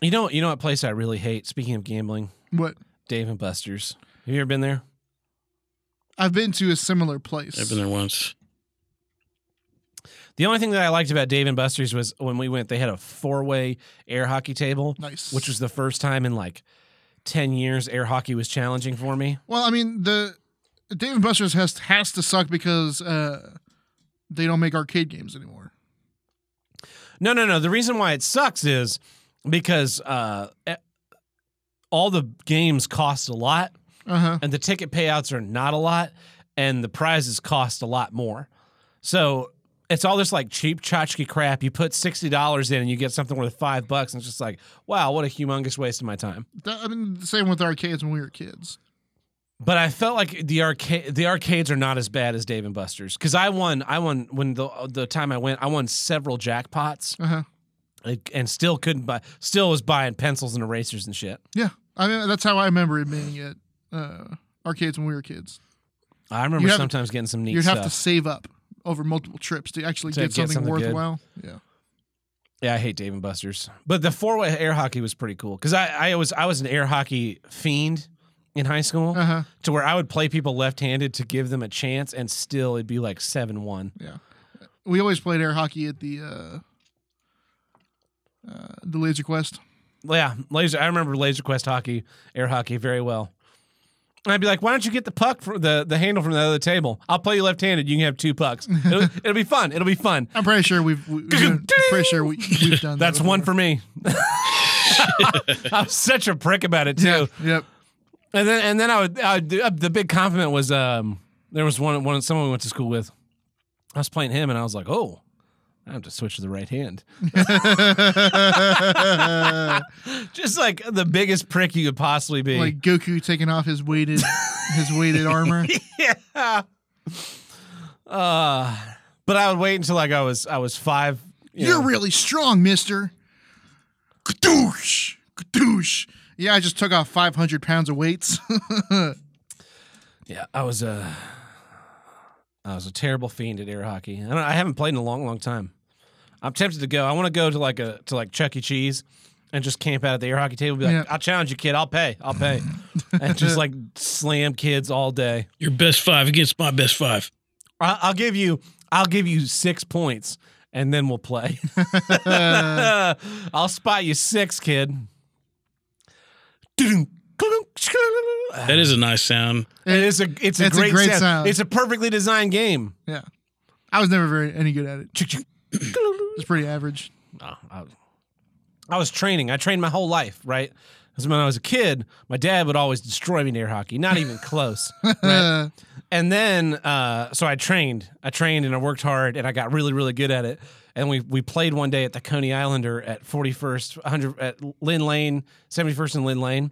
[SPEAKER 1] You know, you know what place I really hate. Speaking of gambling,
[SPEAKER 2] What
[SPEAKER 1] Dave and Buster's. Have you ever been there?
[SPEAKER 2] I've been to a similar place.
[SPEAKER 3] I've been there once.
[SPEAKER 1] The only thing that I liked about Dave and Buster's was when we went, they had a four-way air hockey table,
[SPEAKER 2] Nice.
[SPEAKER 1] which was the first time in like ten years air hockey was challenging for me.
[SPEAKER 2] well, I mean the Dave and Buster's has has to suck because uh they don't make arcade games anymore.
[SPEAKER 1] No, no, no. The reason why it sucks is because uh, eh, all the games cost a lot,
[SPEAKER 2] Uh huh.
[SPEAKER 1] and the ticket payouts are not a lot, and the prizes cost a lot more. So it's all this like cheap tchotchke crap. You put sixty dollars in and you get something worth five bucks, and it's just like, wow, what a humongous waste of my time.
[SPEAKER 2] I mean the same with arcades when we were kids.
[SPEAKER 1] But I felt like the arcade the arcades are not as bad as Dave and Buster's because I won I won when the the time I went I won several jackpots
[SPEAKER 2] Uh huh.
[SPEAKER 1] like, and still couldn't buy still was buying pencils and erasers and shit.
[SPEAKER 2] Yeah. I mean that's how I remember it being at uh, arcades when we were kids.
[SPEAKER 1] I remember
[SPEAKER 2] You have-
[SPEAKER 1] sometimes getting some neat
[SPEAKER 2] You'd have
[SPEAKER 1] stuff.
[SPEAKER 2] to save up over multiple trips to actually
[SPEAKER 1] To
[SPEAKER 2] get,
[SPEAKER 1] get
[SPEAKER 2] something,
[SPEAKER 1] something good.
[SPEAKER 2] worthwhile. Yeah.
[SPEAKER 1] yeah, I hate Dave and Buster's, but the four way air hockey was pretty cool because I I was I was an air hockey fiend in high school
[SPEAKER 2] Uh huh.
[SPEAKER 1] to where I would play people left handed to give them a chance and still it'd be like seven one.
[SPEAKER 2] Yeah. We always played air hockey at the uh, uh, the Laser Quest.
[SPEAKER 1] Yeah, laser. I remember Laser Quest hockey, air hockey very well. And I'd be like, "Why don't you get the puck for the the handle from the other table? I'll play you left-handed. You can have two pucks. It'll, it'll be fun. It'll be fun.
[SPEAKER 2] I'm pretty sure we've we, I'm pretty sure we, we've done.
[SPEAKER 1] That's
[SPEAKER 2] that
[SPEAKER 1] one for me." I was such a prick about it too.
[SPEAKER 2] before. yeah. Yep.
[SPEAKER 1] And then and then I would, I would do, uh, the big compliment was um there was one one someone we went to school with. I was playing him and I was like, "Oh, I have to switch to the right hand." Just like the biggest prick you could possibly be.
[SPEAKER 2] Like Goku taking off his weighted his weighted armor.
[SPEAKER 1] yeah. Uh, but I would wait until like I was I was five. you
[SPEAKER 2] You're
[SPEAKER 1] know.
[SPEAKER 2] really strong, Mister. Kadoosh, kadoosh. Yeah, I just took off 500 pounds of weights.
[SPEAKER 1] yeah, I was a I was a terrible fiend at air hockey. I, don't, I haven't played in a long, long time. I'm tempted to go. I want to go to like a to like Chuck E. Cheese and just camp out at the air hockey table. Be like,
[SPEAKER 2] Yeah.
[SPEAKER 1] I'll challenge you, kid. I'll pay. I'll pay, and just like slam kids all day.
[SPEAKER 3] Your best five against my best five.
[SPEAKER 1] I- I'll give you I'll give you six points and then we'll play. I'll spot you six, kid. It
[SPEAKER 3] That is a nice sound.
[SPEAKER 1] is a it's a
[SPEAKER 2] It's a
[SPEAKER 1] great,
[SPEAKER 2] great
[SPEAKER 1] sound.
[SPEAKER 2] sound.
[SPEAKER 1] It's a perfectly designed game.
[SPEAKER 2] yeah, I was never very any good at it. It's pretty average.
[SPEAKER 1] Oh, I, I was training. I trained my whole life, right? Because when I was a kid, my dad would always destroy me in air hockey, not even close. right? And then, uh, so I trained. I trained and I worked hard and I got really, really good at it. And we we played one day at the Coney Islander at 41st, 100 at Lynn Lane, 71st and Lynn Lane,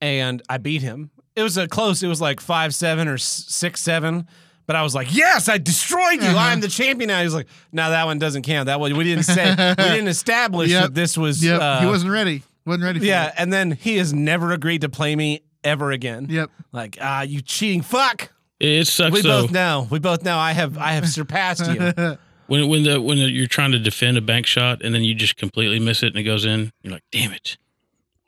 [SPEAKER 1] and I beat him. It was a close. It was like five seven or s- six seven. But I was like, "Yes, I destroyed you. I'm
[SPEAKER 2] Uh-huh.
[SPEAKER 1] the champion." Now he's like, "No, that one doesn't count. That one we didn't say. we didn't establish
[SPEAKER 2] Yep.
[SPEAKER 1] that this was."
[SPEAKER 2] Yep.
[SPEAKER 1] uh,
[SPEAKER 2] he wasn't ready. Wasn't ready for
[SPEAKER 1] yeah,
[SPEAKER 2] it.
[SPEAKER 1] and then he has never agreed to play me ever again.
[SPEAKER 2] Yep.
[SPEAKER 1] Like, ah, you cheating fuck.
[SPEAKER 3] It sucks
[SPEAKER 1] We
[SPEAKER 3] though
[SPEAKER 1] both know. We both know I have I have surpassed you.
[SPEAKER 3] when when the when you're trying to defend a bank shot and then you just completely miss it and it goes in. You're like, damn it.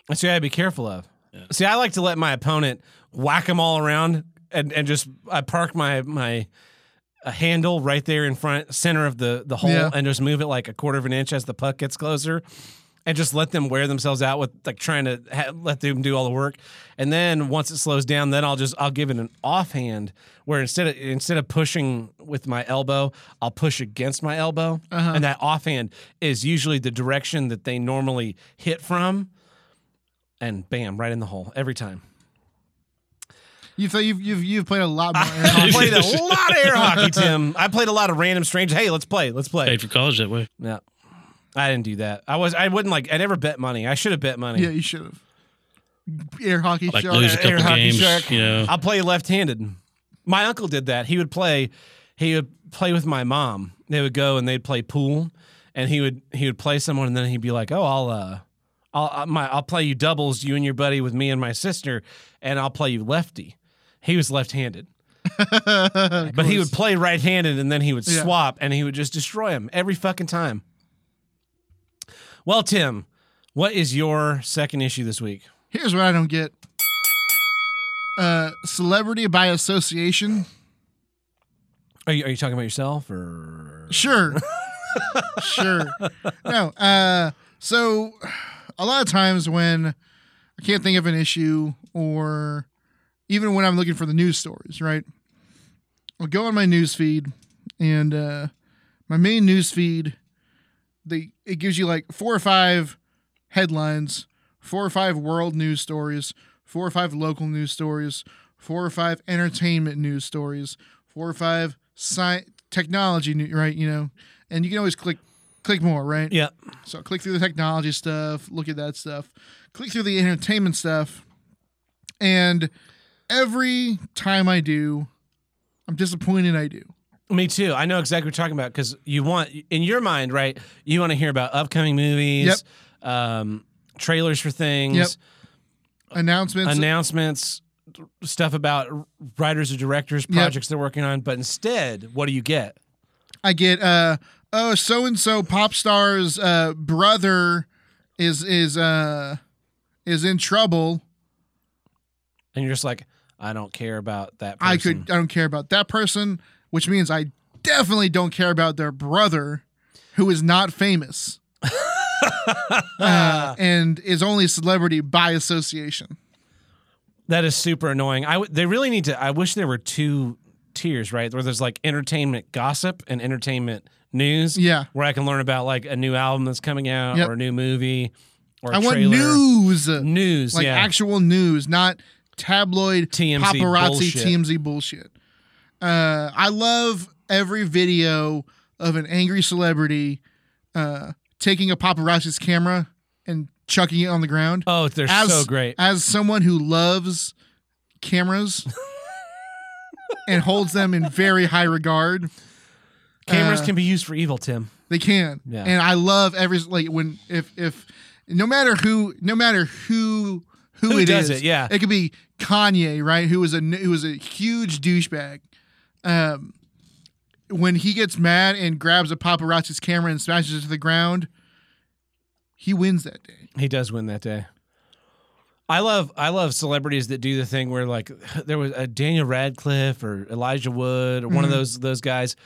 [SPEAKER 1] That's what I gotta be careful of. See, I like to let my opponent whack them all around and, and just I park my my uh handle right there in front center of the the hole
[SPEAKER 2] Yeah.
[SPEAKER 1] and just move it like a quarter of an inch as the puck gets closer and just let them wear themselves out with like trying to ha- let them do all the work and then once it slows down then I'll just I'll give it an offhand where instead of instead of pushing with my elbow I'll push against my elbow and that offhand is usually the direction that they normally hit from and bam, right in the hole every time.
[SPEAKER 2] You thought you've you've you've played a lot more. air
[SPEAKER 1] I
[SPEAKER 2] hockey.
[SPEAKER 1] played a lot of air hockey, Tim. I played a lot of random strange. Hey, let's play. Let's play.
[SPEAKER 3] Paid for college that way.
[SPEAKER 1] No, I didn't do that. I was. I wouldn't like. I never bet money. I should have bet money.
[SPEAKER 2] yeah, you should have. Air hockey.
[SPEAKER 3] Like
[SPEAKER 2] shot.
[SPEAKER 3] lose a
[SPEAKER 1] Air
[SPEAKER 3] couple
[SPEAKER 1] hockey
[SPEAKER 3] games.
[SPEAKER 1] shark.
[SPEAKER 3] You know.
[SPEAKER 1] I'll play left-handed. My uncle did that. He would play. He would play with my mom. They would go and they'd play pool, and he would he would play someone, and then he'd be like, "Oh, I'll uh, I'll I- my I'll play you doubles, you and your buddy with me and my sister, and I'll play you lefty." He was left-handed. but he would play right-handed and then he would
[SPEAKER 2] Yeah.
[SPEAKER 1] swap and he would just destroy him every fucking time. Well, Tim, what is your second issue this week?
[SPEAKER 2] Here's what I don't get. Uh, celebrity by association.
[SPEAKER 1] Are you, are you talking about yourself or
[SPEAKER 2] Sure. sure. No. Uh, so a lot of times when I can't think of an issue or even when I'm looking for the news stories, right? I'll go on my news feed and uh, my main news feed, they it gives you like four or five headlines, four or five world news stories, four or five local news stories, four or five entertainment news stories, four or five sci- technology, new- right? You know, and you can always click click more, right?
[SPEAKER 1] Yeah.
[SPEAKER 2] So click through the technology stuff, look at that stuff, click through the entertainment stuff, and every time I do, I'm disappointed I do.
[SPEAKER 1] Me too. I know exactly what you're talking about because you want in your mind, right? You want to hear about upcoming movies, um, trailers for things,
[SPEAKER 2] Yep. Announcements.
[SPEAKER 1] announcements, stuff about r- writers or directors, projects they're working on. But instead, what do you get?
[SPEAKER 2] I get uh oh so and so pop star's uh brother is is uh is in trouble.
[SPEAKER 1] And you're just like, I don't care about that. Person.
[SPEAKER 2] I could I don't care about that person, which means I definitely don't care about their brother who is not famous. Uh, and is only a celebrity by association.
[SPEAKER 1] That is super annoying. I w- they really need to. I wish there were two tiers, right? Where there's like entertainment gossip and entertainment news.
[SPEAKER 2] Yeah.
[SPEAKER 1] where I can learn about like a new album that's coming out
[SPEAKER 2] Yep.
[SPEAKER 1] or a new movie or a
[SPEAKER 2] I want
[SPEAKER 1] trailer.
[SPEAKER 2] news.
[SPEAKER 1] news.
[SPEAKER 2] like
[SPEAKER 1] yeah,
[SPEAKER 2] actual news, not tabloid
[SPEAKER 1] TMZ
[SPEAKER 2] paparazzi
[SPEAKER 1] bullshit.
[SPEAKER 2] TMZ bullshit. Uh, I love every video of an angry celebrity uh, taking a paparazzi's camera and chucking it on the ground.
[SPEAKER 1] oh, they're
[SPEAKER 2] as uh,
[SPEAKER 1] so great.
[SPEAKER 2] as someone who loves cameras and holds them in very high regard.
[SPEAKER 1] Cameras
[SPEAKER 2] uh,
[SPEAKER 1] can be used for evil, Tim.
[SPEAKER 2] They can.
[SPEAKER 1] Yeah.
[SPEAKER 2] And I love every like when if if no matter who no matter who who,
[SPEAKER 1] Who
[SPEAKER 2] it
[SPEAKER 1] does
[SPEAKER 2] is,
[SPEAKER 1] it, yeah.
[SPEAKER 2] It could be Kanye, right? Who was a who was a huge douchebag. Um when he gets mad and grabs a paparazzi's camera and smashes it to the ground, he wins that day.
[SPEAKER 1] He does win that day. I love I love celebrities that do the thing where like there was a Daniel Radcliffe or Elijah Wood or one of those those guys.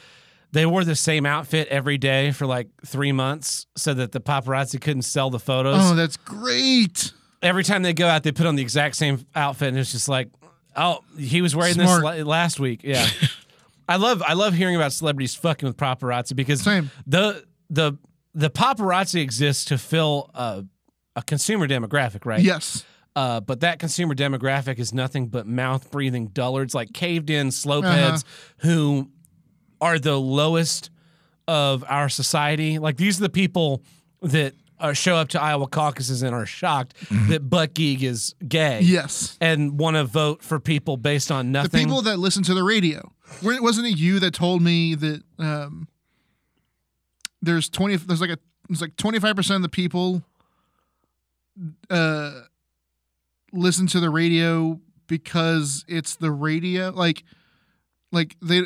[SPEAKER 1] They wore the same outfit every day for like three months so that the paparazzi couldn't sell the photos.
[SPEAKER 2] Oh, that's great.
[SPEAKER 1] every time they go out, they put on the exact same outfit, and it's just like, oh, he was wearing
[SPEAKER 2] Smart.
[SPEAKER 1] this la- last week. Yeah, I love I love hearing about celebrities fucking with paparazzi because
[SPEAKER 2] Same.
[SPEAKER 1] the the the paparazzi exists to fill a, a consumer demographic, right?
[SPEAKER 2] Yes.
[SPEAKER 1] Uh, but that consumer demographic is nothing but mouth breathing dullards, like caved in slope
[SPEAKER 2] Uh-huh.
[SPEAKER 1] heads who are the lowest of our society. Like these are the people that uh, show up to Iowa caucuses and are shocked
[SPEAKER 2] Mm-hmm.
[SPEAKER 1] that Buck Geek is gay
[SPEAKER 2] Yes.
[SPEAKER 1] and want to vote for people based on
[SPEAKER 2] The
[SPEAKER 1] nothing.
[SPEAKER 2] people that listen to the radio. Where- Wasn't it you that told me that um, there's twenty? There's like a there's like twenty five percent of the people uh, listen to the radio because it's the radio. Like, like they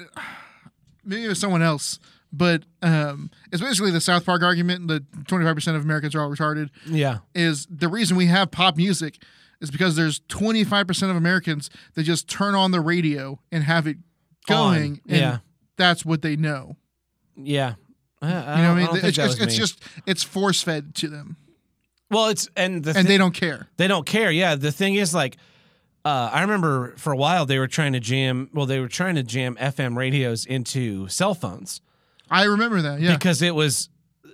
[SPEAKER 2] maybe it was someone else, but um, it's basically the South Park argument. The twenty five percent of Americans are all retarded.
[SPEAKER 1] yeah.
[SPEAKER 2] is the reason we have pop music is because there's 25% of Americans that just turn on the radio and have it going.
[SPEAKER 1] On, yeah.
[SPEAKER 2] And that's what they know.
[SPEAKER 1] Yeah. I, I
[SPEAKER 2] You know
[SPEAKER 1] don't-
[SPEAKER 2] what
[SPEAKER 1] I
[SPEAKER 2] I
[SPEAKER 1] don't
[SPEAKER 2] mean?
[SPEAKER 1] think
[SPEAKER 2] It's,
[SPEAKER 1] that
[SPEAKER 2] it's,
[SPEAKER 1] was
[SPEAKER 2] it's
[SPEAKER 1] me.
[SPEAKER 2] just, it's force fed to them
[SPEAKER 1] well, it's and the
[SPEAKER 2] and
[SPEAKER 1] thi-
[SPEAKER 2] they don't care.
[SPEAKER 1] They don't care. Yeah, the thing is, like, uh, I remember for a while they were trying to jam. Well, they were trying to jam FM radios into cell phones
[SPEAKER 2] I remember that. Yeah.
[SPEAKER 1] because it was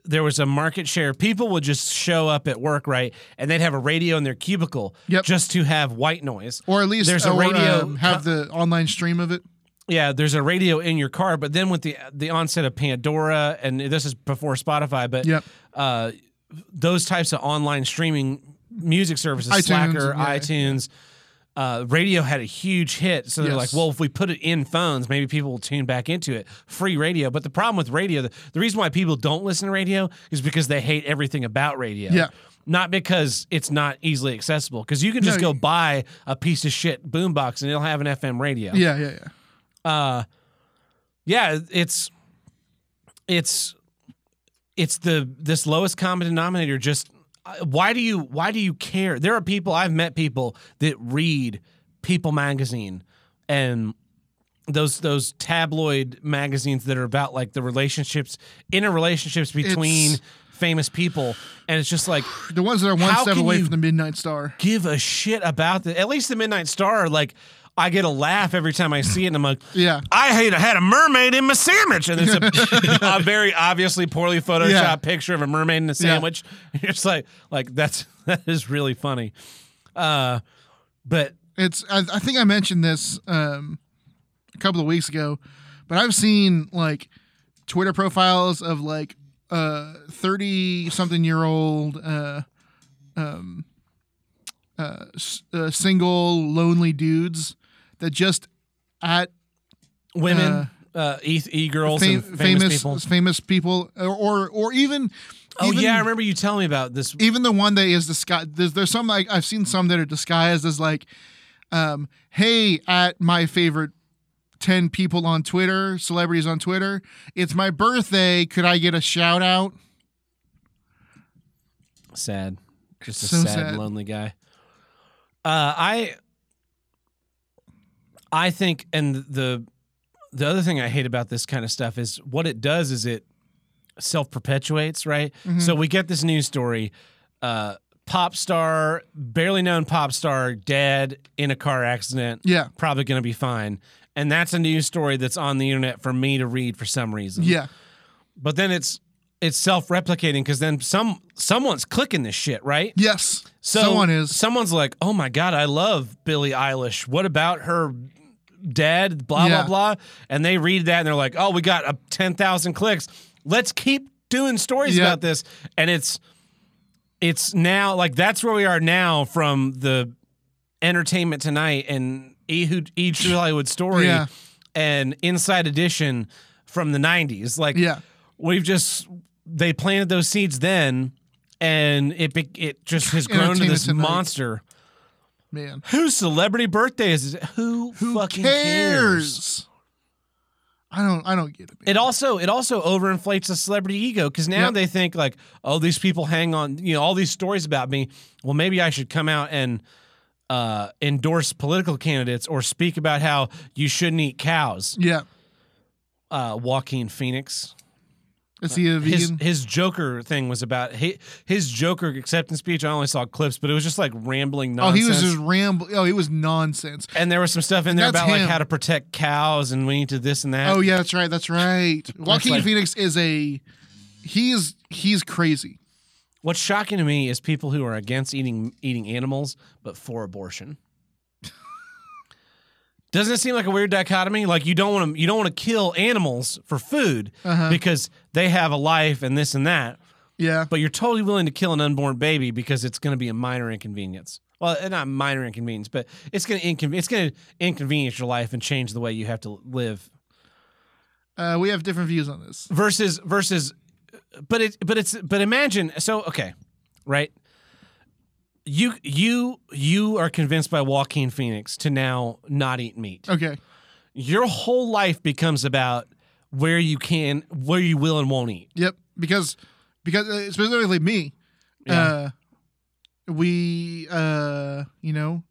[SPEAKER 1] there was a market share. People would just show up at work, right, and they'd have a radio in their cubicle
[SPEAKER 2] Yep.
[SPEAKER 1] just to have white noise.
[SPEAKER 2] or at least
[SPEAKER 1] there's a
[SPEAKER 2] or,
[SPEAKER 1] radio-
[SPEAKER 2] um, have the online stream of it.
[SPEAKER 1] Yeah, there's a radio in your car, but then with the the onset of Pandora, and this is before Spotify, but
[SPEAKER 2] Yep.
[SPEAKER 1] uh, those types of online streaming music services,
[SPEAKER 2] iTunes,
[SPEAKER 1] Slacker,
[SPEAKER 2] yeah, yeah.
[SPEAKER 1] iTunes, uh, radio had a huge hit. So they're
[SPEAKER 2] Yes.
[SPEAKER 1] like, well, if we put it in phones, maybe people will tune back into it. Free radio. But the problem with radio, the, the reason why people don't listen to radio is because they hate everything about radio.
[SPEAKER 2] Yeah.
[SPEAKER 1] Not because it's not easily accessible, because you can just
[SPEAKER 2] No,
[SPEAKER 1] go buy a piece of shit boombox and it'll have an FM radio
[SPEAKER 2] Yeah. Yeah. Yeah.
[SPEAKER 1] uh yeah it's it's it's the this lowest common denominator just uh, why do you why do you care there are people i've met people that read people magazine and those those tabloid magazines that are about like the relationships inner relationships between
[SPEAKER 2] It's-
[SPEAKER 1] famous people and it's just like
[SPEAKER 2] The ones that are one
[SPEAKER 1] How
[SPEAKER 2] step
[SPEAKER 1] can
[SPEAKER 2] away
[SPEAKER 1] you-
[SPEAKER 2] from the Midnight Star.
[SPEAKER 1] give a shit about the at least the midnight star like i get a laugh every time i see it and i'm like
[SPEAKER 2] Yeah.
[SPEAKER 1] I hate I had a mermaid in my sandwich, and it's a, a very obviously poorly photoshopped
[SPEAKER 2] Yeah.
[SPEAKER 1] picture of a mermaid in a sandwich. You're just like, like that's that is really funny. Uh, but
[SPEAKER 2] it's I, I think I mentioned this um, a couple of weeks ago, but I've seen like Twitter profiles of like uh thirty something year old uh um uh, s- uh single lonely dudes that just at
[SPEAKER 1] women, uh, e, e girls,
[SPEAKER 2] fam-
[SPEAKER 1] and famous, people.
[SPEAKER 2] famous people or or, or even
[SPEAKER 1] Oh
[SPEAKER 2] even-
[SPEAKER 1] yeah, I remember you telling me about this.
[SPEAKER 2] even the one that is disguised there's, there's some like i've seen some that are disguised as like um hey at my favorite 10 people on twitter celebrities on twitter it's my birthday could i get a shout out
[SPEAKER 1] Sad, just a
[SPEAKER 2] So
[SPEAKER 1] sad,
[SPEAKER 2] sad.
[SPEAKER 1] lonely guy. Uh, I, I think, and the the other thing I hate about this kind of stuff is what it does is it self perpetuates, right?
[SPEAKER 2] Mm-hmm.
[SPEAKER 1] So we get this news story uh, pop star, barely known pop star, dead in a car accident.
[SPEAKER 2] yeah
[SPEAKER 1] Probably going to be fine. And that's a news story that's on the internet for me to read for some reason.
[SPEAKER 2] yeah
[SPEAKER 1] But then it's it's self replicating because then some someone's clicking this shit, right?
[SPEAKER 2] yes
[SPEAKER 1] So
[SPEAKER 2] someone is
[SPEAKER 1] Someone's like, "Oh my god, I love Billie Eilish. What about her dad? Blah
[SPEAKER 2] Yeah.
[SPEAKER 1] blah blah." And they read that and they're like, "Oh, we got a ten thousand clicks. Let's keep doing stories
[SPEAKER 2] Yeah.
[SPEAKER 1] about this." And it's it's now like that's where we are now from the Entertainment Tonight and E Who E True Hollywood Story
[SPEAKER 2] Yeah.
[SPEAKER 1] and Inside Edition from the '90s. Like,
[SPEAKER 2] yeah
[SPEAKER 1] we've just they planted those seeds then, and it be- it just has grown to
[SPEAKER 2] Entertainment
[SPEAKER 1] this
[SPEAKER 2] Tonight.
[SPEAKER 1] monster.
[SPEAKER 2] man
[SPEAKER 1] Whose celebrity birthday is it? Who,
[SPEAKER 2] who
[SPEAKER 1] fucking cares?
[SPEAKER 2] cares i don't i don't get it man.
[SPEAKER 1] It also it also overinflates the celebrity ego because now
[SPEAKER 2] Yep.
[SPEAKER 1] they think like, oh, these people hang on, you know, all these stories about me. Well, maybe I should come out and uh, endorse political candidates or speak about how you shouldn't eat cows.
[SPEAKER 2] yeah
[SPEAKER 1] Uh, Joaquin Phoenix.
[SPEAKER 2] is he a
[SPEAKER 1] his
[SPEAKER 2] vegan
[SPEAKER 1] his Joker thing was about his, his Joker acceptance speech. I only saw clips, but it was just like rambling
[SPEAKER 2] oh
[SPEAKER 1] nonsense.
[SPEAKER 2] he was just rambling oh it was nonsense
[SPEAKER 1] and there was some stuff in there
[SPEAKER 2] That's
[SPEAKER 1] about
[SPEAKER 2] him.
[SPEAKER 1] like how to protect cows and we need to this and that.
[SPEAKER 2] Oh yeah, that's right. That's right. Joaquin
[SPEAKER 1] like-
[SPEAKER 2] Phoenix is a he is he's crazy.
[SPEAKER 1] What's shocking to me is people who are against eating eating animals but for abortion. Doesn't it seem like a weird dichotomy? Like you don't want to you don't want to kill animals for food
[SPEAKER 2] Uh-huh.
[SPEAKER 1] because they have a life and this and that,
[SPEAKER 2] Yeah.
[SPEAKER 1] but you're totally willing to kill an unborn baby because it's going to be a minor inconvenience. Well, eh, not minor inconvenience, but it's going to incon- it's going to inconvenience your life and change the way you have to live
[SPEAKER 2] Uh, we have different views on this.
[SPEAKER 1] versus versus but it but it's but imagine so okay right you you you are convinced by Joaquin Phoenix to now not eat meat
[SPEAKER 2] Okay.
[SPEAKER 1] your whole life becomes about where you can where you will and won't eat
[SPEAKER 2] Yep. Because because uh, specifically me, uh, we uh, you know,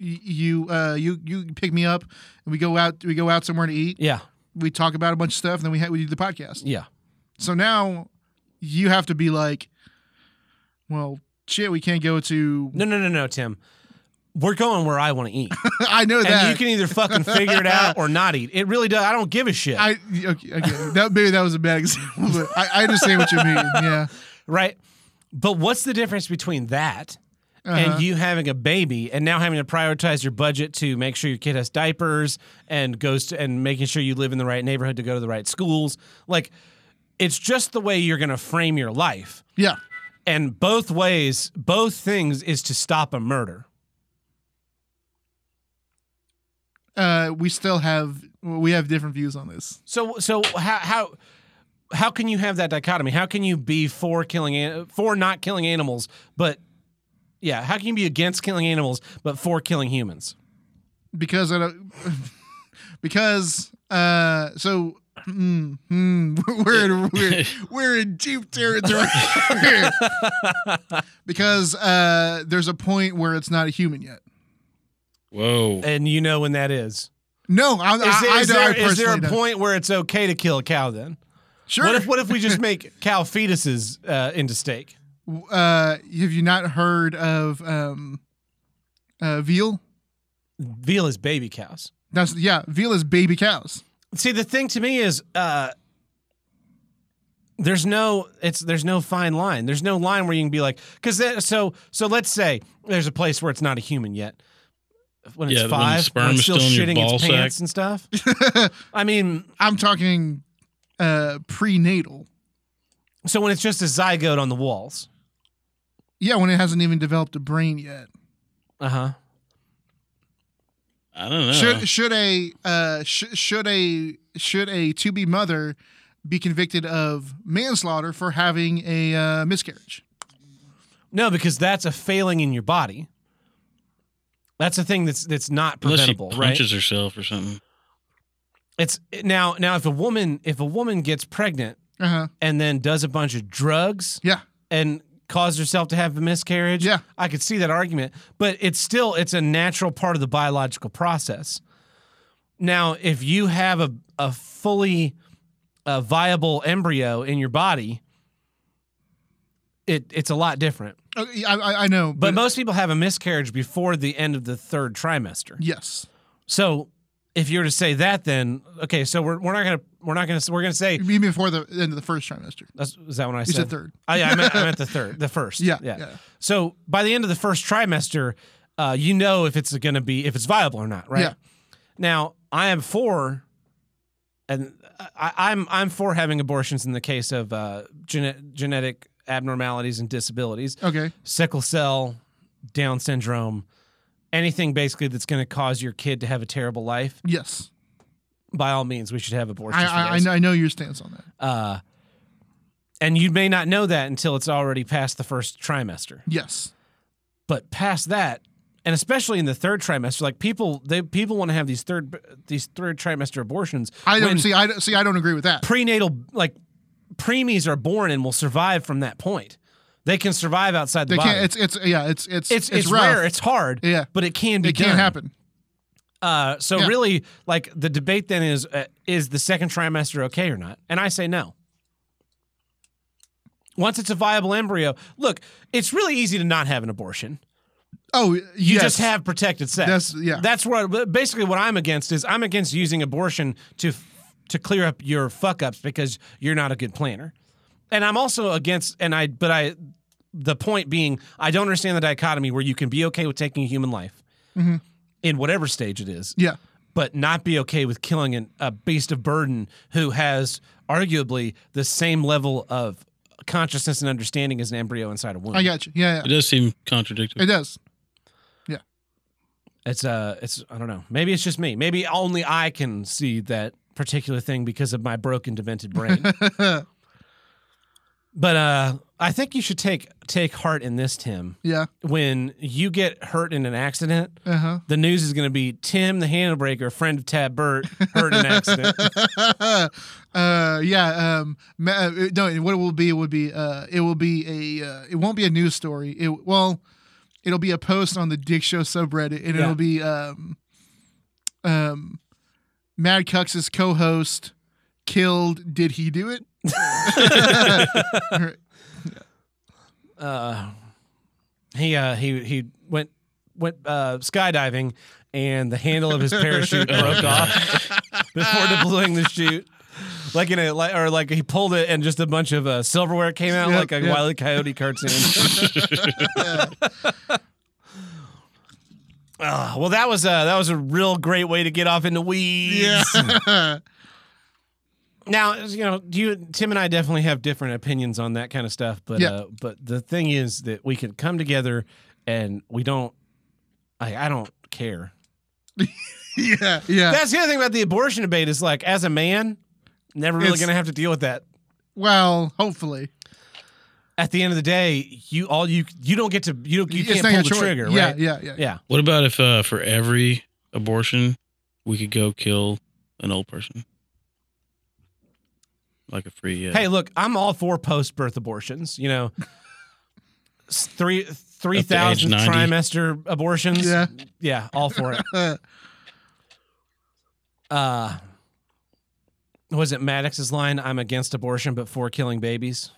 [SPEAKER 2] y- you uh, you you pick me up and we go out we go out somewhere to eat.
[SPEAKER 1] yeah
[SPEAKER 2] We talk about a bunch of stuff and then we ha- we do the podcast.
[SPEAKER 1] yeah
[SPEAKER 2] So now you have to be like, well, shit, we can't go to.
[SPEAKER 1] no no no no Tim we're going where I want to eat
[SPEAKER 2] I know that.
[SPEAKER 1] and you can either fucking figure it out or not eat it really does I don't give a shit
[SPEAKER 2] I okay, okay. That maybe that was a bad example, but I, I understand what you mean. Yeah.
[SPEAKER 1] right but what's the difference between that
[SPEAKER 2] Uh-huh.
[SPEAKER 1] and you having a baby and now having to prioritize your budget to make sure your kid has diapers and goes to and making sure you live in the right neighborhood to go to the right schools like it's just the way you're going to frame your life
[SPEAKER 2] yeah.
[SPEAKER 1] and both ways both things is to stop a murder
[SPEAKER 2] Uh, we still have we have different views on this.
[SPEAKER 1] so so how how how can you have that dichotomy how can you be for killing an- for not killing animals but yeah how can you be against killing animals but for killing humans
[SPEAKER 2] because I don't, because uh so mm, mm, we're in we're, we're in deep territory because uh there's a point where it's not a human yet.
[SPEAKER 3] Whoa.
[SPEAKER 1] and you know when that is
[SPEAKER 2] No, I,
[SPEAKER 1] Is there,
[SPEAKER 2] I,
[SPEAKER 1] is
[SPEAKER 2] I,
[SPEAKER 1] there-
[SPEAKER 2] I
[SPEAKER 1] is there a
[SPEAKER 2] personally don't.
[SPEAKER 1] point where it's okay to kill a cow then?
[SPEAKER 2] Sure.
[SPEAKER 1] What if what if we just make cow fetuses uh, into steak?
[SPEAKER 2] uh, have you not heard of um uh veal?
[SPEAKER 1] Veal is baby cows.
[SPEAKER 2] That's yeah, veal is baby cows.
[SPEAKER 1] See, the thing to me is uh, there's no it's there's no fine line. There's no line where you can be like because so so let's say there's a place where it's not a human yet. When it's
[SPEAKER 3] Yeah, when the
[SPEAKER 1] five,
[SPEAKER 3] sperm
[SPEAKER 1] it's
[SPEAKER 3] is
[SPEAKER 1] still,
[SPEAKER 3] still
[SPEAKER 1] shitting
[SPEAKER 3] in your ball
[SPEAKER 1] its
[SPEAKER 3] sack.
[SPEAKER 1] pants and stuff. I mean,
[SPEAKER 2] I'm talking uh prenatal.
[SPEAKER 1] so when it's just a zygote on the walls.
[SPEAKER 2] Yeah, when it hasn't even developed a brain yet.
[SPEAKER 1] Uh huh.
[SPEAKER 3] Uh-huh. I don't know.
[SPEAKER 2] Should should a uh sh- should a should a to be mother be convicted of manslaughter for having a uh, miscarriage?
[SPEAKER 1] No, because that's a failing in your body. That's a thing that's that's not
[SPEAKER 3] Unless she
[SPEAKER 1] preventable, right?
[SPEAKER 3] punches herself or something.
[SPEAKER 1] It's now now if a woman if a woman gets pregnant
[SPEAKER 2] Uh huh.
[SPEAKER 1] and then does a bunch of drugs
[SPEAKER 2] Yeah.
[SPEAKER 1] and causes herself to have a miscarriage,
[SPEAKER 2] Yeah.
[SPEAKER 1] I could see that argument, but it's still it's a natural part of the biological process. Now, if you have a a fully uh viable embryo in your body, it it's a lot different.
[SPEAKER 2] Uh, yeah, I, I I know,
[SPEAKER 1] But most people have a miscarriage before the end of the third trimester.
[SPEAKER 2] yes,
[SPEAKER 1] So if you were to say that, then okay, so we're, we're not gonna we're not gonna we're gonna say
[SPEAKER 2] even before the end of the first trimester.
[SPEAKER 1] that's, is that what I
[SPEAKER 2] Mm-hmm. You
[SPEAKER 1] said?
[SPEAKER 2] said third.
[SPEAKER 1] Oh, yeah, I meant, I meant the third, the first.
[SPEAKER 2] Yeah,
[SPEAKER 1] yeah.
[SPEAKER 2] yeah.
[SPEAKER 1] So by the end of the first trimester, uh, you know if it's gonna be if it's viable or not, right?
[SPEAKER 2] Yeah.
[SPEAKER 1] Now I am for, and I, I'm I'm for having abortions in the case of uh, gene- genetic abnormalities and disabilities
[SPEAKER 2] Okay.
[SPEAKER 1] sickle cell, Down syndrome, anything basically that's going to cause your kid to have a terrible life,
[SPEAKER 2] Yes,
[SPEAKER 1] by all means, we should have abortions.
[SPEAKER 2] I
[SPEAKER 1] for
[SPEAKER 2] I, I
[SPEAKER 1] those.
[SPEAKER 2] know, I know your stance on that.
[SPEAKER 1] Uh, and you may not know that until it's already past the first trimester.
[SPEAKER 2] Yes.
[SPEAKER 1] But past that, and especially in the third trimester, like people, they people want to have these third these third trimester abortions.
[SPEAKER 2] I don't
[SPEAKER 1] when
[SPEAKER 2] see. I don't- see. I don't agree with that.
[SPEAKER 1] prenatal like preemies are born and will survive from that point. They can survive outside the
[SPEAKER 2] They
[SPEAKER 1] body.
[SPEAKER 2] can't. It's it's yeah. It's it's
[SPEAKER 1] it's, it's,
[SPEAKER 2] rough.
[SPEAKER 1] rare. It's hard.
[SPEAKER 2] Yeah.
[SPEAKER 1] but it can be.
[SPEAKER 2] it can't
[SPEAKER 1] done.
[SPEAKER 2] happen.
[SPEAKER 1] Uh, so
[SPEAKER 2] Yeah.
[SPEAKER 1] really, like the debate then is uh, is the second trimester okay or not? And I say no. Once it's a viable embryo, look, it's really easy to not have an abortion.
[SPEAKER 2] Oh,
[SPEAKER 1] You
[SPEAKER 2] yes.
[SPEAKER 1] just have protected sex.
[SPEAKER 2] That's- yeah.
[SPEAKER 1] That's what basically what I'm against is I'm against using abortion to to clear up your fuck ups because you're not a good planner. and I'm also against and I but I the point being I don't understand the dichotomy where you can be okay with taking a human life
[SPEAKER 2] Mm-hmm.
[SPEAKER 1] in whatever stage it is,
[SPEAKER 2] Yeah.
[SPEAKER 1] but not be okay with killing an, a beast of burden who has arguably the same level of consciousness and understanding as an embryo inside a womb.
[SPEAKER 2] I got you. Yeah,
[SPEAKER 3] It
[SPEAKER 2] yeah.
[SPEAKER 3] does seem contradictory.
[SPEAKER 2] It does.
[SPEAKER 1] It's uh it's I don't know. Maybe it's just me. Maybe only I can see that particular thing because of my broken demented brain. but uh I think you should take take heart in this Tim.
[SPEAKER 2] Yeah.
[SPEAKER 1] When you get hurt in an accident,
[SPEAKER 2] Uh huh.
[SPEAKER 1] the news is going to be Tim the handle breaker, friend of Tab Burt, hurt in an accident.
[SPEAKER 2] uh, yeah. Um, ma- uh, no, what it will be would be uh, it will be a uh, it won't be a news story. It well, it'll be a post on the Dick Show subreddit, and
[SPEAKER 1] Yeah.
[SPEAKER 2] it'll be um, um, Mad Cux's co-host killed. Did he do it?
[SPEAKER 1] uh, he uh, he he went went uh, skydiving, and the handle of his parachute broke off before deploying the chute. Like in a like, or like he pulled it, and just a bunch of uh, silverware came out,
[SPEAKER 2] Yep,
[SPEAKER 1] like a
[SPEAKER 2] yep.
[SPEAKER 1] Wile E. Coyote cartoon. Ah, well, that was uh, that was a real great way to get off into weeds. Now, you know, you Tim and I definitely have different opinions on that kind of stuff, but
[SPEAKER 2] Yeah.
[SPEAKER 1] uh, but the thing is that we can come together and we don't I I don't care.
[SPEAKER 2] yeah. Yeah.
[SPEAKER 1] That's the other thing about the abortion debate is like as a man, never really
[SPEAKER 2] It's-
[SPEAKER 1] going to have to deal with that.
[SPEAKER 2] well, hopefully.
[SPEAKER 1] At the end of the day, you all you you don't get to you don't, you can't
[SPEAKER 2] It's not
[SPEAKER 1] pull
[SPEAKER 2] your
[SPEAKER 1] the
[SPEAKER 2] choice.
[SPEAKER 1] trigger,
[SPEAKER 2] Yeah,
[SPEAKER 1] right?
[SPEAKER 2] yeah, yeah,
[SPEAKER 1] Yeah.
[SPEAKER 3] What about if uh, for every abortion, we could go kill an old person? Like a free. Uh,
[SPEAKER 1] Hey, look, I'm all for post-birth abortions, you know. S- Three three
[SPEAKER 3] age
[SPEAKER 1] thousand
[SPEAKER 3] 90.
[SPEAKER 1] trimester abortions.
[SPEAKER 2] Yeah.
[SPEAKER 1] Yeah, all for it.
[SPEAKER 2] Uh,
[SPEAKER 1] uh was it Maddox's line, I'm against abortion but for killing babies?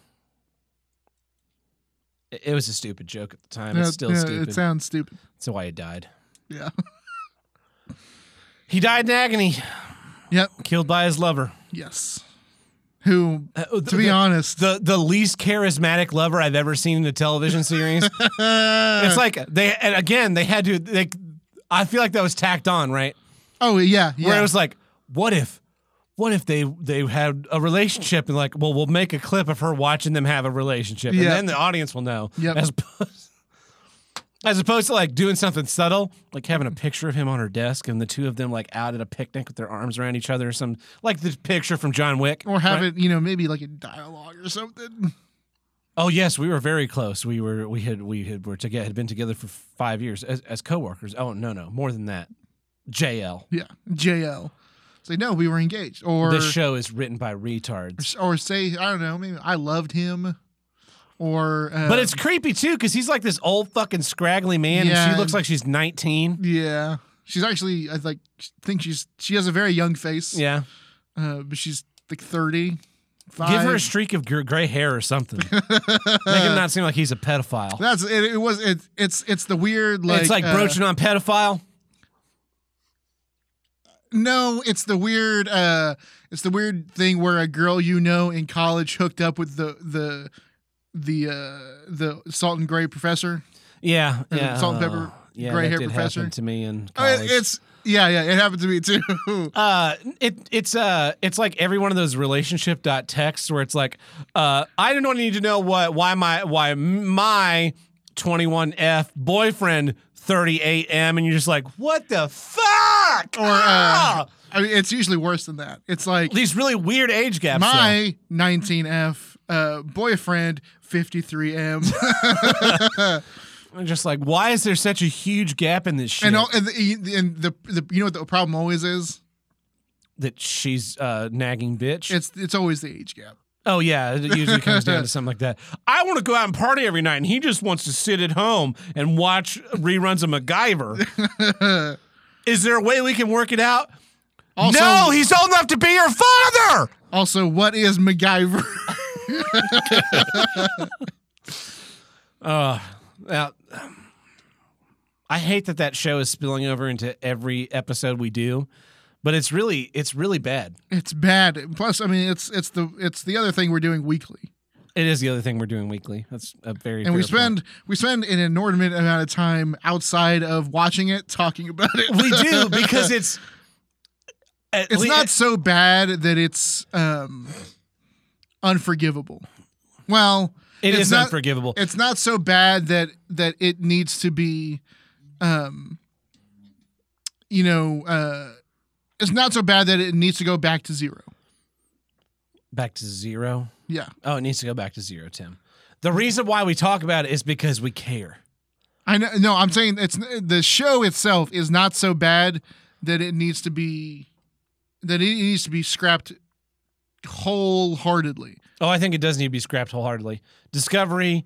[SPEAKER 1] It it was a stupid joke at the time.
[SPEAKER 2] yeah,
[SPEAKER 1] It's still
[SPEAKER 2] yeah,
[SPEAKER 1] stupid.
[SPEAKER 2] It sounds stupid.
[SPEAKER 1] That's why he died.
[SPEAKER 2] Yeah.
[SPEAKER 1] He died in agony,
[SPEAKER 2] Yep.
[SPEAKER 1] killed by his lover.
[SPEAKER 2] Yes. Who,
[SPEAKER 1] Uh, the-
[SPEAKER 2] to be
[SPEAKER 1] the-
[SPEAKER 2] honest,
[SPEAKER 1] the the least charismatic lover I've ever seen in a television series.
[SPEAKER 2] Uh-huh.
[SPEAKER 1] it's like they and again they had to they I feel like that was tacked on, right?
[SPEAKER 2] oh yeah, yeah.
[SPEAKER 1] Where it was like, what if what if they they had a relationship and like, well, we'll make a clip of her watching them have a relationship and
[SPEAKER 2] Yeah.
[SPEAKER 1] then the audience will know.
[SPEAKER 2] Yep.
[SPEAKER 1] As opposed, as opposed to like doing something subtle, like having a picture of him on her desk and the two of them like out at a picnic with their arms around each other or some like the picture from John Wick.
[SPEAKER 2] or have
[SPEAKER 1] right?
[SPEAKER 2] it, you know, maybe like a dialogue or something.
[SPEAKER 1] Oh yes, we were very close. We were we had we had were together had been together for five years as, as coworkers. Oh no no more than that. JL.
[SPEAKER 2] Yeah, JL. Say no, we were engaged, or
[SPEAKER 1] this show is written by retards.
[SPEAKER 2] or say I don't know, maybe I loved him, or uh,
[SPEAKER 1] But it's creepy too because he's like this old fucking scraggly man, and
[SPEAKER 2] Yeah.
[SPEAKER 1] she looks like she's nineteen.
[SPEAKER 2] yeah. She's actually, I like think she's she has a very young face.
[SPEAKER 1] Yeah,
[SPEAKER 2] uh, but she's like thirty.
[SPEAKER 1] give her a streak of gr- gray hair or something. Make him not seem like he's a pedophile.
[SPEAKER 2] That's it. It was it. It's it's the weird like
[SPEAKER 1] it's like
[SPEAKER 2] uh,
[SPEAKER 1] broaching on pedophile.
[SPEAKER 2] No, it's the weird uh it's the weird thing where a girl you know in college hooked up with the the the uh the salt and gray professor.
[SPEAKER 1] Yeah,
[SPEAKER 2] Is it
[SPEAKER 1] yeah. uh,
[SPEAKER 2] salt and pepper,
[SPEAKER 1] yeah,
[SPEAKER 2] gray
[SPEAKER 1] that
[SPEAKER 2] hair
[SPEAKER 1] did
[SPEAKER 2] professor?
[SPEAKER 1] happen to me in
[SPEAKER 2] Oh, it-
[SPEAKER 1] college.
[SPEAKER 2] it's yeah, yeah, it happened to me too.
[SPEAKER 1] Uh, it it's uh it's like every one of those relationship dot texts where it's like, uh, I don't need to know what why my why my twenty one F boyfriend thirty eight M, and you're just like, what the fuck? Ah!
[SPEAKER 2] or uh, I mean it's usually worse than that. It's like
[SPEAKER 1] these really weird age gaps. though.
[SPEAKER 2] my 19F uh boyfriend 53M
[SPEAKER 1] I'm just like, why is there such a huge gap in this shit
[SPEAKER 2] and all, and, the, and the, the you know what the problem always is?
[SPEAKER 1] that she's uh, nagging bitch?
[SPEAKER 2] It's it's always the age gap.
[SPEAKER 1] oh yeah, it usually comes down to something like that. I want to go out and party every night, and he just wants to sit at home and watch reruns of MacGyver. Is there a way we can work it out?
[SPEAKER 2] Also
[SPEAKER 1] no, he's old enough to be your father.
[SPEAKER 2] also what is MacGyver?
[SPEAKER 1] Uh, now, I hate that that show is spilling over into every episode we do, but it's really it's really bad.
[SPEAKER 2] It's bad. Plus, I mean, it's it's the it's the other thing we're doing weekly.
[SPEAKER 1] It is the other thing we're doing weekly. That's a very
[SPEAKER 2] and we
[SPEAKER 1] fair point.
[SPEAKER 2] spend we spend an inordinate amount of time outside of watching it talking about it.
[SPEAKER 1] we do because it's at
[SPEAKER 2] it's
[SPEAKER 1] lea-
[SPEAKER 2] not so bad that it's um unforgivable. Well,
[SPEAKER 1] it
[SPEAKER 2] it's
[SPEAKER 1] is
[SPEAKER 2] not-
[SPEAKER 1] unforgivable.
[SPEAKER 2] it's not so bad that that it needs to be um you know, uh it's not so bad that it needs to go back to zero.
[SPEAKER 1] back to zero.
[SPEAKER 2] Yeah.
[SPEAKER 1] Oh, it needs to go back to zero, Tim. The reason why we talk about it is because we care.
[SPEAKER 2] I know no, I'm saying it's the show itself is not so bad that it needs to be that it needs to be scrapped wholeheartedly.
[SPEAKER 1] Oh, I think it does need to be scrapped wholeheartedly. Discovery,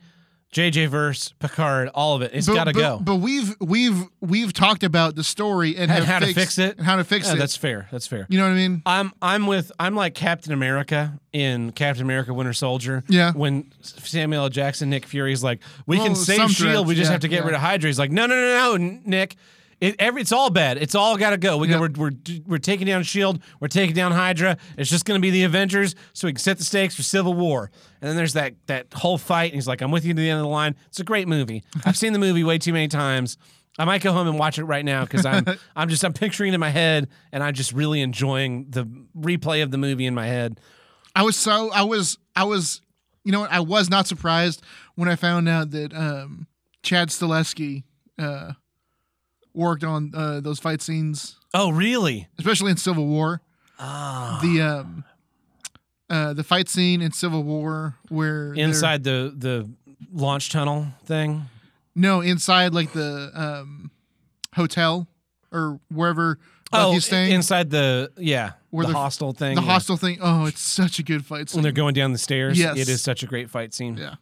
[SPEAKER 1] JJ Verse, Picard, all of it. It's
[SPEAKER 2] but,
[SPEAKER 1] got to
[SPEAKER 2] but-
[SPEAKER 1] go.
[SPEAKER 2] But we've we've we've talked about the story
[SPEAKER 1] And
[SPEAKER 2] and, have
[SPEAKER 1] how to
[SPEAKER 2] fixed-
[SPEAKER 1] fix it.
[SPEAKER 2] and how to fix
[SPEAKER 1] Yeah,
[SPEAKER 2] it.
[SPEAKER 1] that's fair. That's fair.
[SPEAKER 2] you know what I mean?
[SPEAKER 1] I'm I'm with I'm like Captain America in Captain America Winter Soldier.
[SPEAKER 2] Yeah.
[SPEAKER 1] When Samuel L. Jackson, Nick Fury's like, we
[SPEAKER 2] Well,
[SPEAKER 1] can save
[SPEAKER 2] Oh, some
[SPEAKER 1] Shield, we
[SPEAKER 2] threats,
[SPEAKER 1] just
[SPEAKER 2] yeah,
[SPEAKER 1] have to get
[SPEAKER 2] yeah.
[SPEAKER 1] rid of Hydra. He's like, no, no, no, no, N- Nick. It, every, it's all bad. It's all got to go. We
[SPEAKER 2] Yeah.
[SPEAKER 1] got, we're, we're E d- we're taking down Shield. We're taking down Hydra. It's just going to be the Avengers, so we can set the stakes for Civil War. And then there's that that whole fight. And he's like, "I'm with you to the end of the line." It's a great movie. I've seen the movie way too many times. I might go home and watch it right now because I'm I'm just I'm picturing it in my head, and I'm just really enjoying the replay of the movie in my head.
[SPEAKER 2] I was so I was I was you know what I was not surprised when I found out that um Chad Stileski uh worked on uh those fight scenes,
[SPEAKER 1] Oh, really?
[SPEAKER 2] especially in Civil War.
[SPEAKER 1] Ah,
[SPEAKER 2] The um uh the fight scene in Civil War where they're-
[SPEAKER 1] inside the the launch tunnel thing.
[SPEAKER 2] No, inside like the um hotel or wherever Bucky's
[SPEAKER 1] oh,
[SPEAKER 2] staying.
[SPEAKER 1] inside the yeah,
[SPEAKER 2] Where
[SPEAKER 1] the,
[SPEAKER 2] the-
[SPEAKER 1] hostel thing.
[SPEAKER 2] the
[SPEAKER 1] yeah.
[SPEAKER 2] hostel thing. Oh, it's such a good fight
[SPEAKER 1] when
[SPEAKER 2] scene.
[SPEAKER 1] they're going down the stairs.
[SPEAKER 2] Yes.
[SPEAKER 1] It is such a great fight scene.
[SPEAKER 2] Yeah.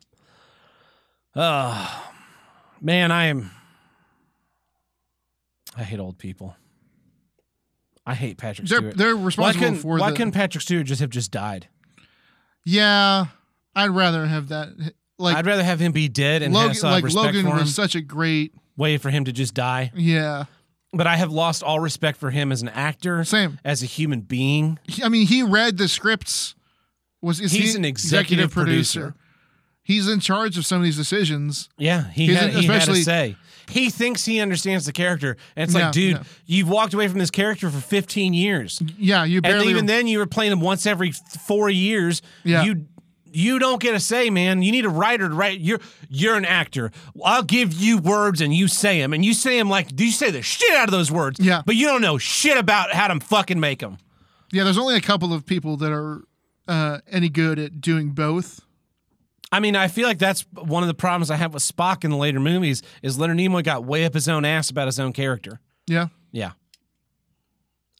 [SPEAKER 1] Oh, man, I am. I hate old people. I hate Patrick
[SPEAKER 2] They're
[SPEAKER 1] Stewart.
[SPEAKER 2] they're
[SPEAKER 1] why
[SPEAKER 2] responsible
[SPEAKER 1] couldn't,
[SPEAKER 2] for
[SPEAKER 1] why
[SPEAKER 2] the.
[SPEAKER 1] couldn't Patrick Stewart just have just died?
[SPEAKER 2] yeah, I'd rather have that. Like
[SPEAKER 1] I'd rather have him be dead and
[SPEAKER 2] Logan,
[SPEAKER 1] have some
[SPEAKER 2] like
[SPEAKER 1] respect
[SPEAKER 2] Logan
[SPEAKER 1] for him.
[SPEAKER 2] was such a great.
[SPEAKER 1] way for him to just die.
[SPEAKER 2] Yeah,
[SPEAKER 1] But I have lost all respect for him as an actor,
[SPEAKER 2] same.
[SPEAKER 1] as a human being.
[SPEAKER 2] He- I mean, he read the scripts. Was is
[SPEAKER 1] He's
[SPEAKER 2] he
[SPEAKER 1] an executive producer.
[SPEAKER 2] He's in charge of some of these decisions.
[SPEAKER 1] Yeah, he
[SPEAKER 2] He's
[SPEAKER 1] had,
[SPEAKER 2] an-
[SPEAKER 1] he had a
[SPEAKER 2] especially-
[SPEAKER 1] say. He thinks he understands the character. And it's
[SPEAKER 2] No,
[SPEAKER 1] like, dude,
[SPEAKER 2] no.
[SPEAKER 1] you've walked away from this character for 15 years.
[SPEAKER 2] Yeah, you
[SPEAKER 1] And
[SPEAKER 2] barely.
[SPEAKER 1] even then, you were playing him once every four years.
[SPEAKER 2] Yeah.
[SPEAKER 1] You you don't get a say, man. You need a writer to write. You're you're an actor. I'll give you words and you say them, and you say them like you say the shit out of those words.
[SPEAKER 2] Yeah.
[SPEAKER 1] But you don't know shit about how to fucking make them.
[SPEAKER 2] yeah, there's only a couple of people that are uh, any good at doing both.
[SPEAKER 1] I mean, I feel like that's one of the problems I have with Spock in the later movies is Leonard Nimoy got way up his own ass about his own character.
[SPEAKER 2] Yeah,
[SPEAKER 1] Yeah.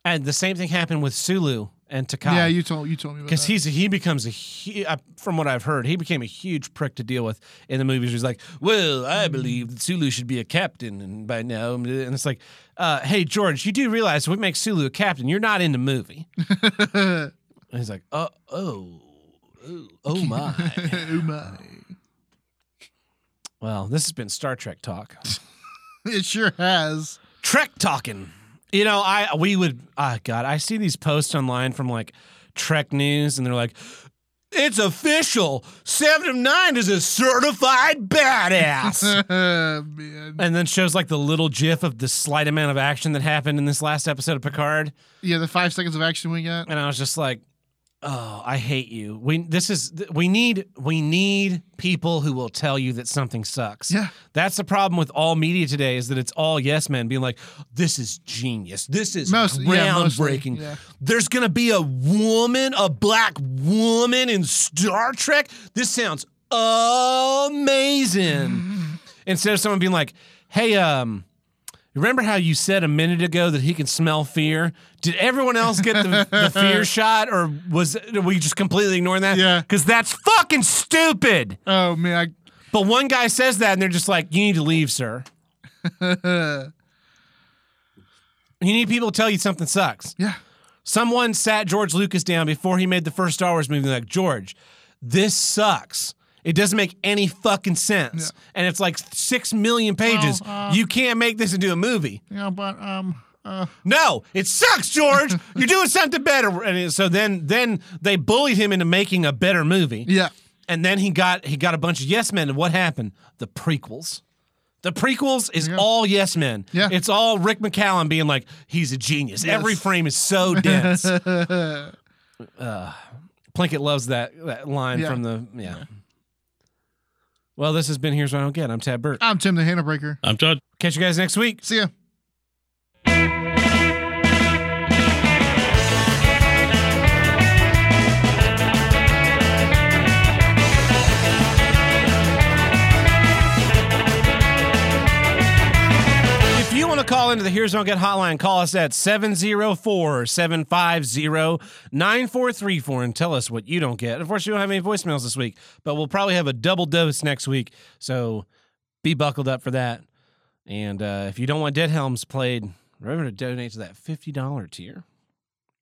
[SPEAKER 1] And the same thing happened with Sulu and Takai.
[SPEAKER 2] yeah. You told you told me about
[SPEAKER 1] because
[SPEAKER 2] that.
[SPEAKER 1] he's a, he becomes a hu- I- from what I've heard he became a huge prick to deal with in the movies. He's like, well,
[SPEAKER 2] Mm-hmm.
[SPEAKER 1] I believe that Sulu should be a captain, and by now, and it's like, uh, hey George, you do realize we make Sulu a captain. You're not in the movie. and he's like, oh, oh, oh, oh my.
[SPEAKER 2] oh my!
[SPEAKER 1] well, this has been Star Trek talk.
[SPEAKER 2] It sure has.
[SPEAKER 1] Trek talking. You know, I we would ah God, I see these posts online from like Trek News and they're like, It's official. Seven of nine is a certified badass.
[SPEAKER 2] Oh, Man.
[SPEAKER 1] and then shows like the little gif of the slight amount of action that happened in this last episode of Picard.
[SPEAKER 2] Yeah, the five seconds of action we got.
[SPEAKER 1] And I was just like, Oh, I hate you. We this is th- we need we need people who will tell you that something sucks.
[SPEAKER 2] Yeah.
[SPEAKER 1] That's the problem with all media today is that it's all yes men being like, this is genius. This is
[SPEAKER 2] Most yeah, mostly,
[SPEAKER 1] groundbreaking.
[SPEAKER 2] Yeah.
[SPEAKER 1] There's going to be a woman, a black woman in Star Trek. This sounds amazing. Instead of someone being like, hey, um, remember how you said a minute ago that he can smell fear? Did everyone else get the, the fear shot or was were we just completely ignoring that?
[SPEAKER 2] Yeah.
[SPEAKER 1] Because that's fucking stupid.
[SPEAKER 2] Oh man,
[SPEAKER 1] But one guy says that and they're just like, you need to leave, sir.
[SPEAKER 2] I,
[SPEAKER 1] You need people to tell you something sucks.
[SPEAKER 2] yeah.
[SPEAKER 1] Someone sat George Lucas down before he made the first Star Wars movie, like, George, this sucks. It doesn't make any fucking sense. And it's like six million pages.
[SPEAKER 2] Well, uh,
[SPEAKER 1] you can't make this into a movie.
[SPEAKER 2] Yeah, but um, uh,
[SPEAKER 1] No, it sucks, George. You're doing something better. And it- so then then they bullied him into making a better movie.
[SPEAKER 2] yeah,
[SPEAKER 1] and then he got he got a bunch of yes men. And what happened? The prequels. The prequels is all yes men.
[SPEAKER 2] Yeah.
[SPEAKER 1] It's all Rick McCallum being like, he's a genius. Every frame is so dense. uh, Plinkett loves that that line
[SPEAKER 2] Yeah.
[SPEAKER 1] from the yeah. Well, this has been Here's What I Don't Get. I'm Tad Burt.
[SPEAKER 2] I'm Tim the Handle Breaker.
[SPEAKER 3] I'm Todd.
[SPEAKER 1] Catch you guys next week.
[SPEAKER 2] See ya.
[SPEAKER 1] If you want to call into the Here's Don't Get hotline, call us at 704 750 9434 and tell us what you don't get. Unfortunately, we don't have any voicemails this week, but we'll probably have a double dose next week. So be buckled up for that. And uh, if you don't want Dead Helms played, remember to donate to that $50 tier.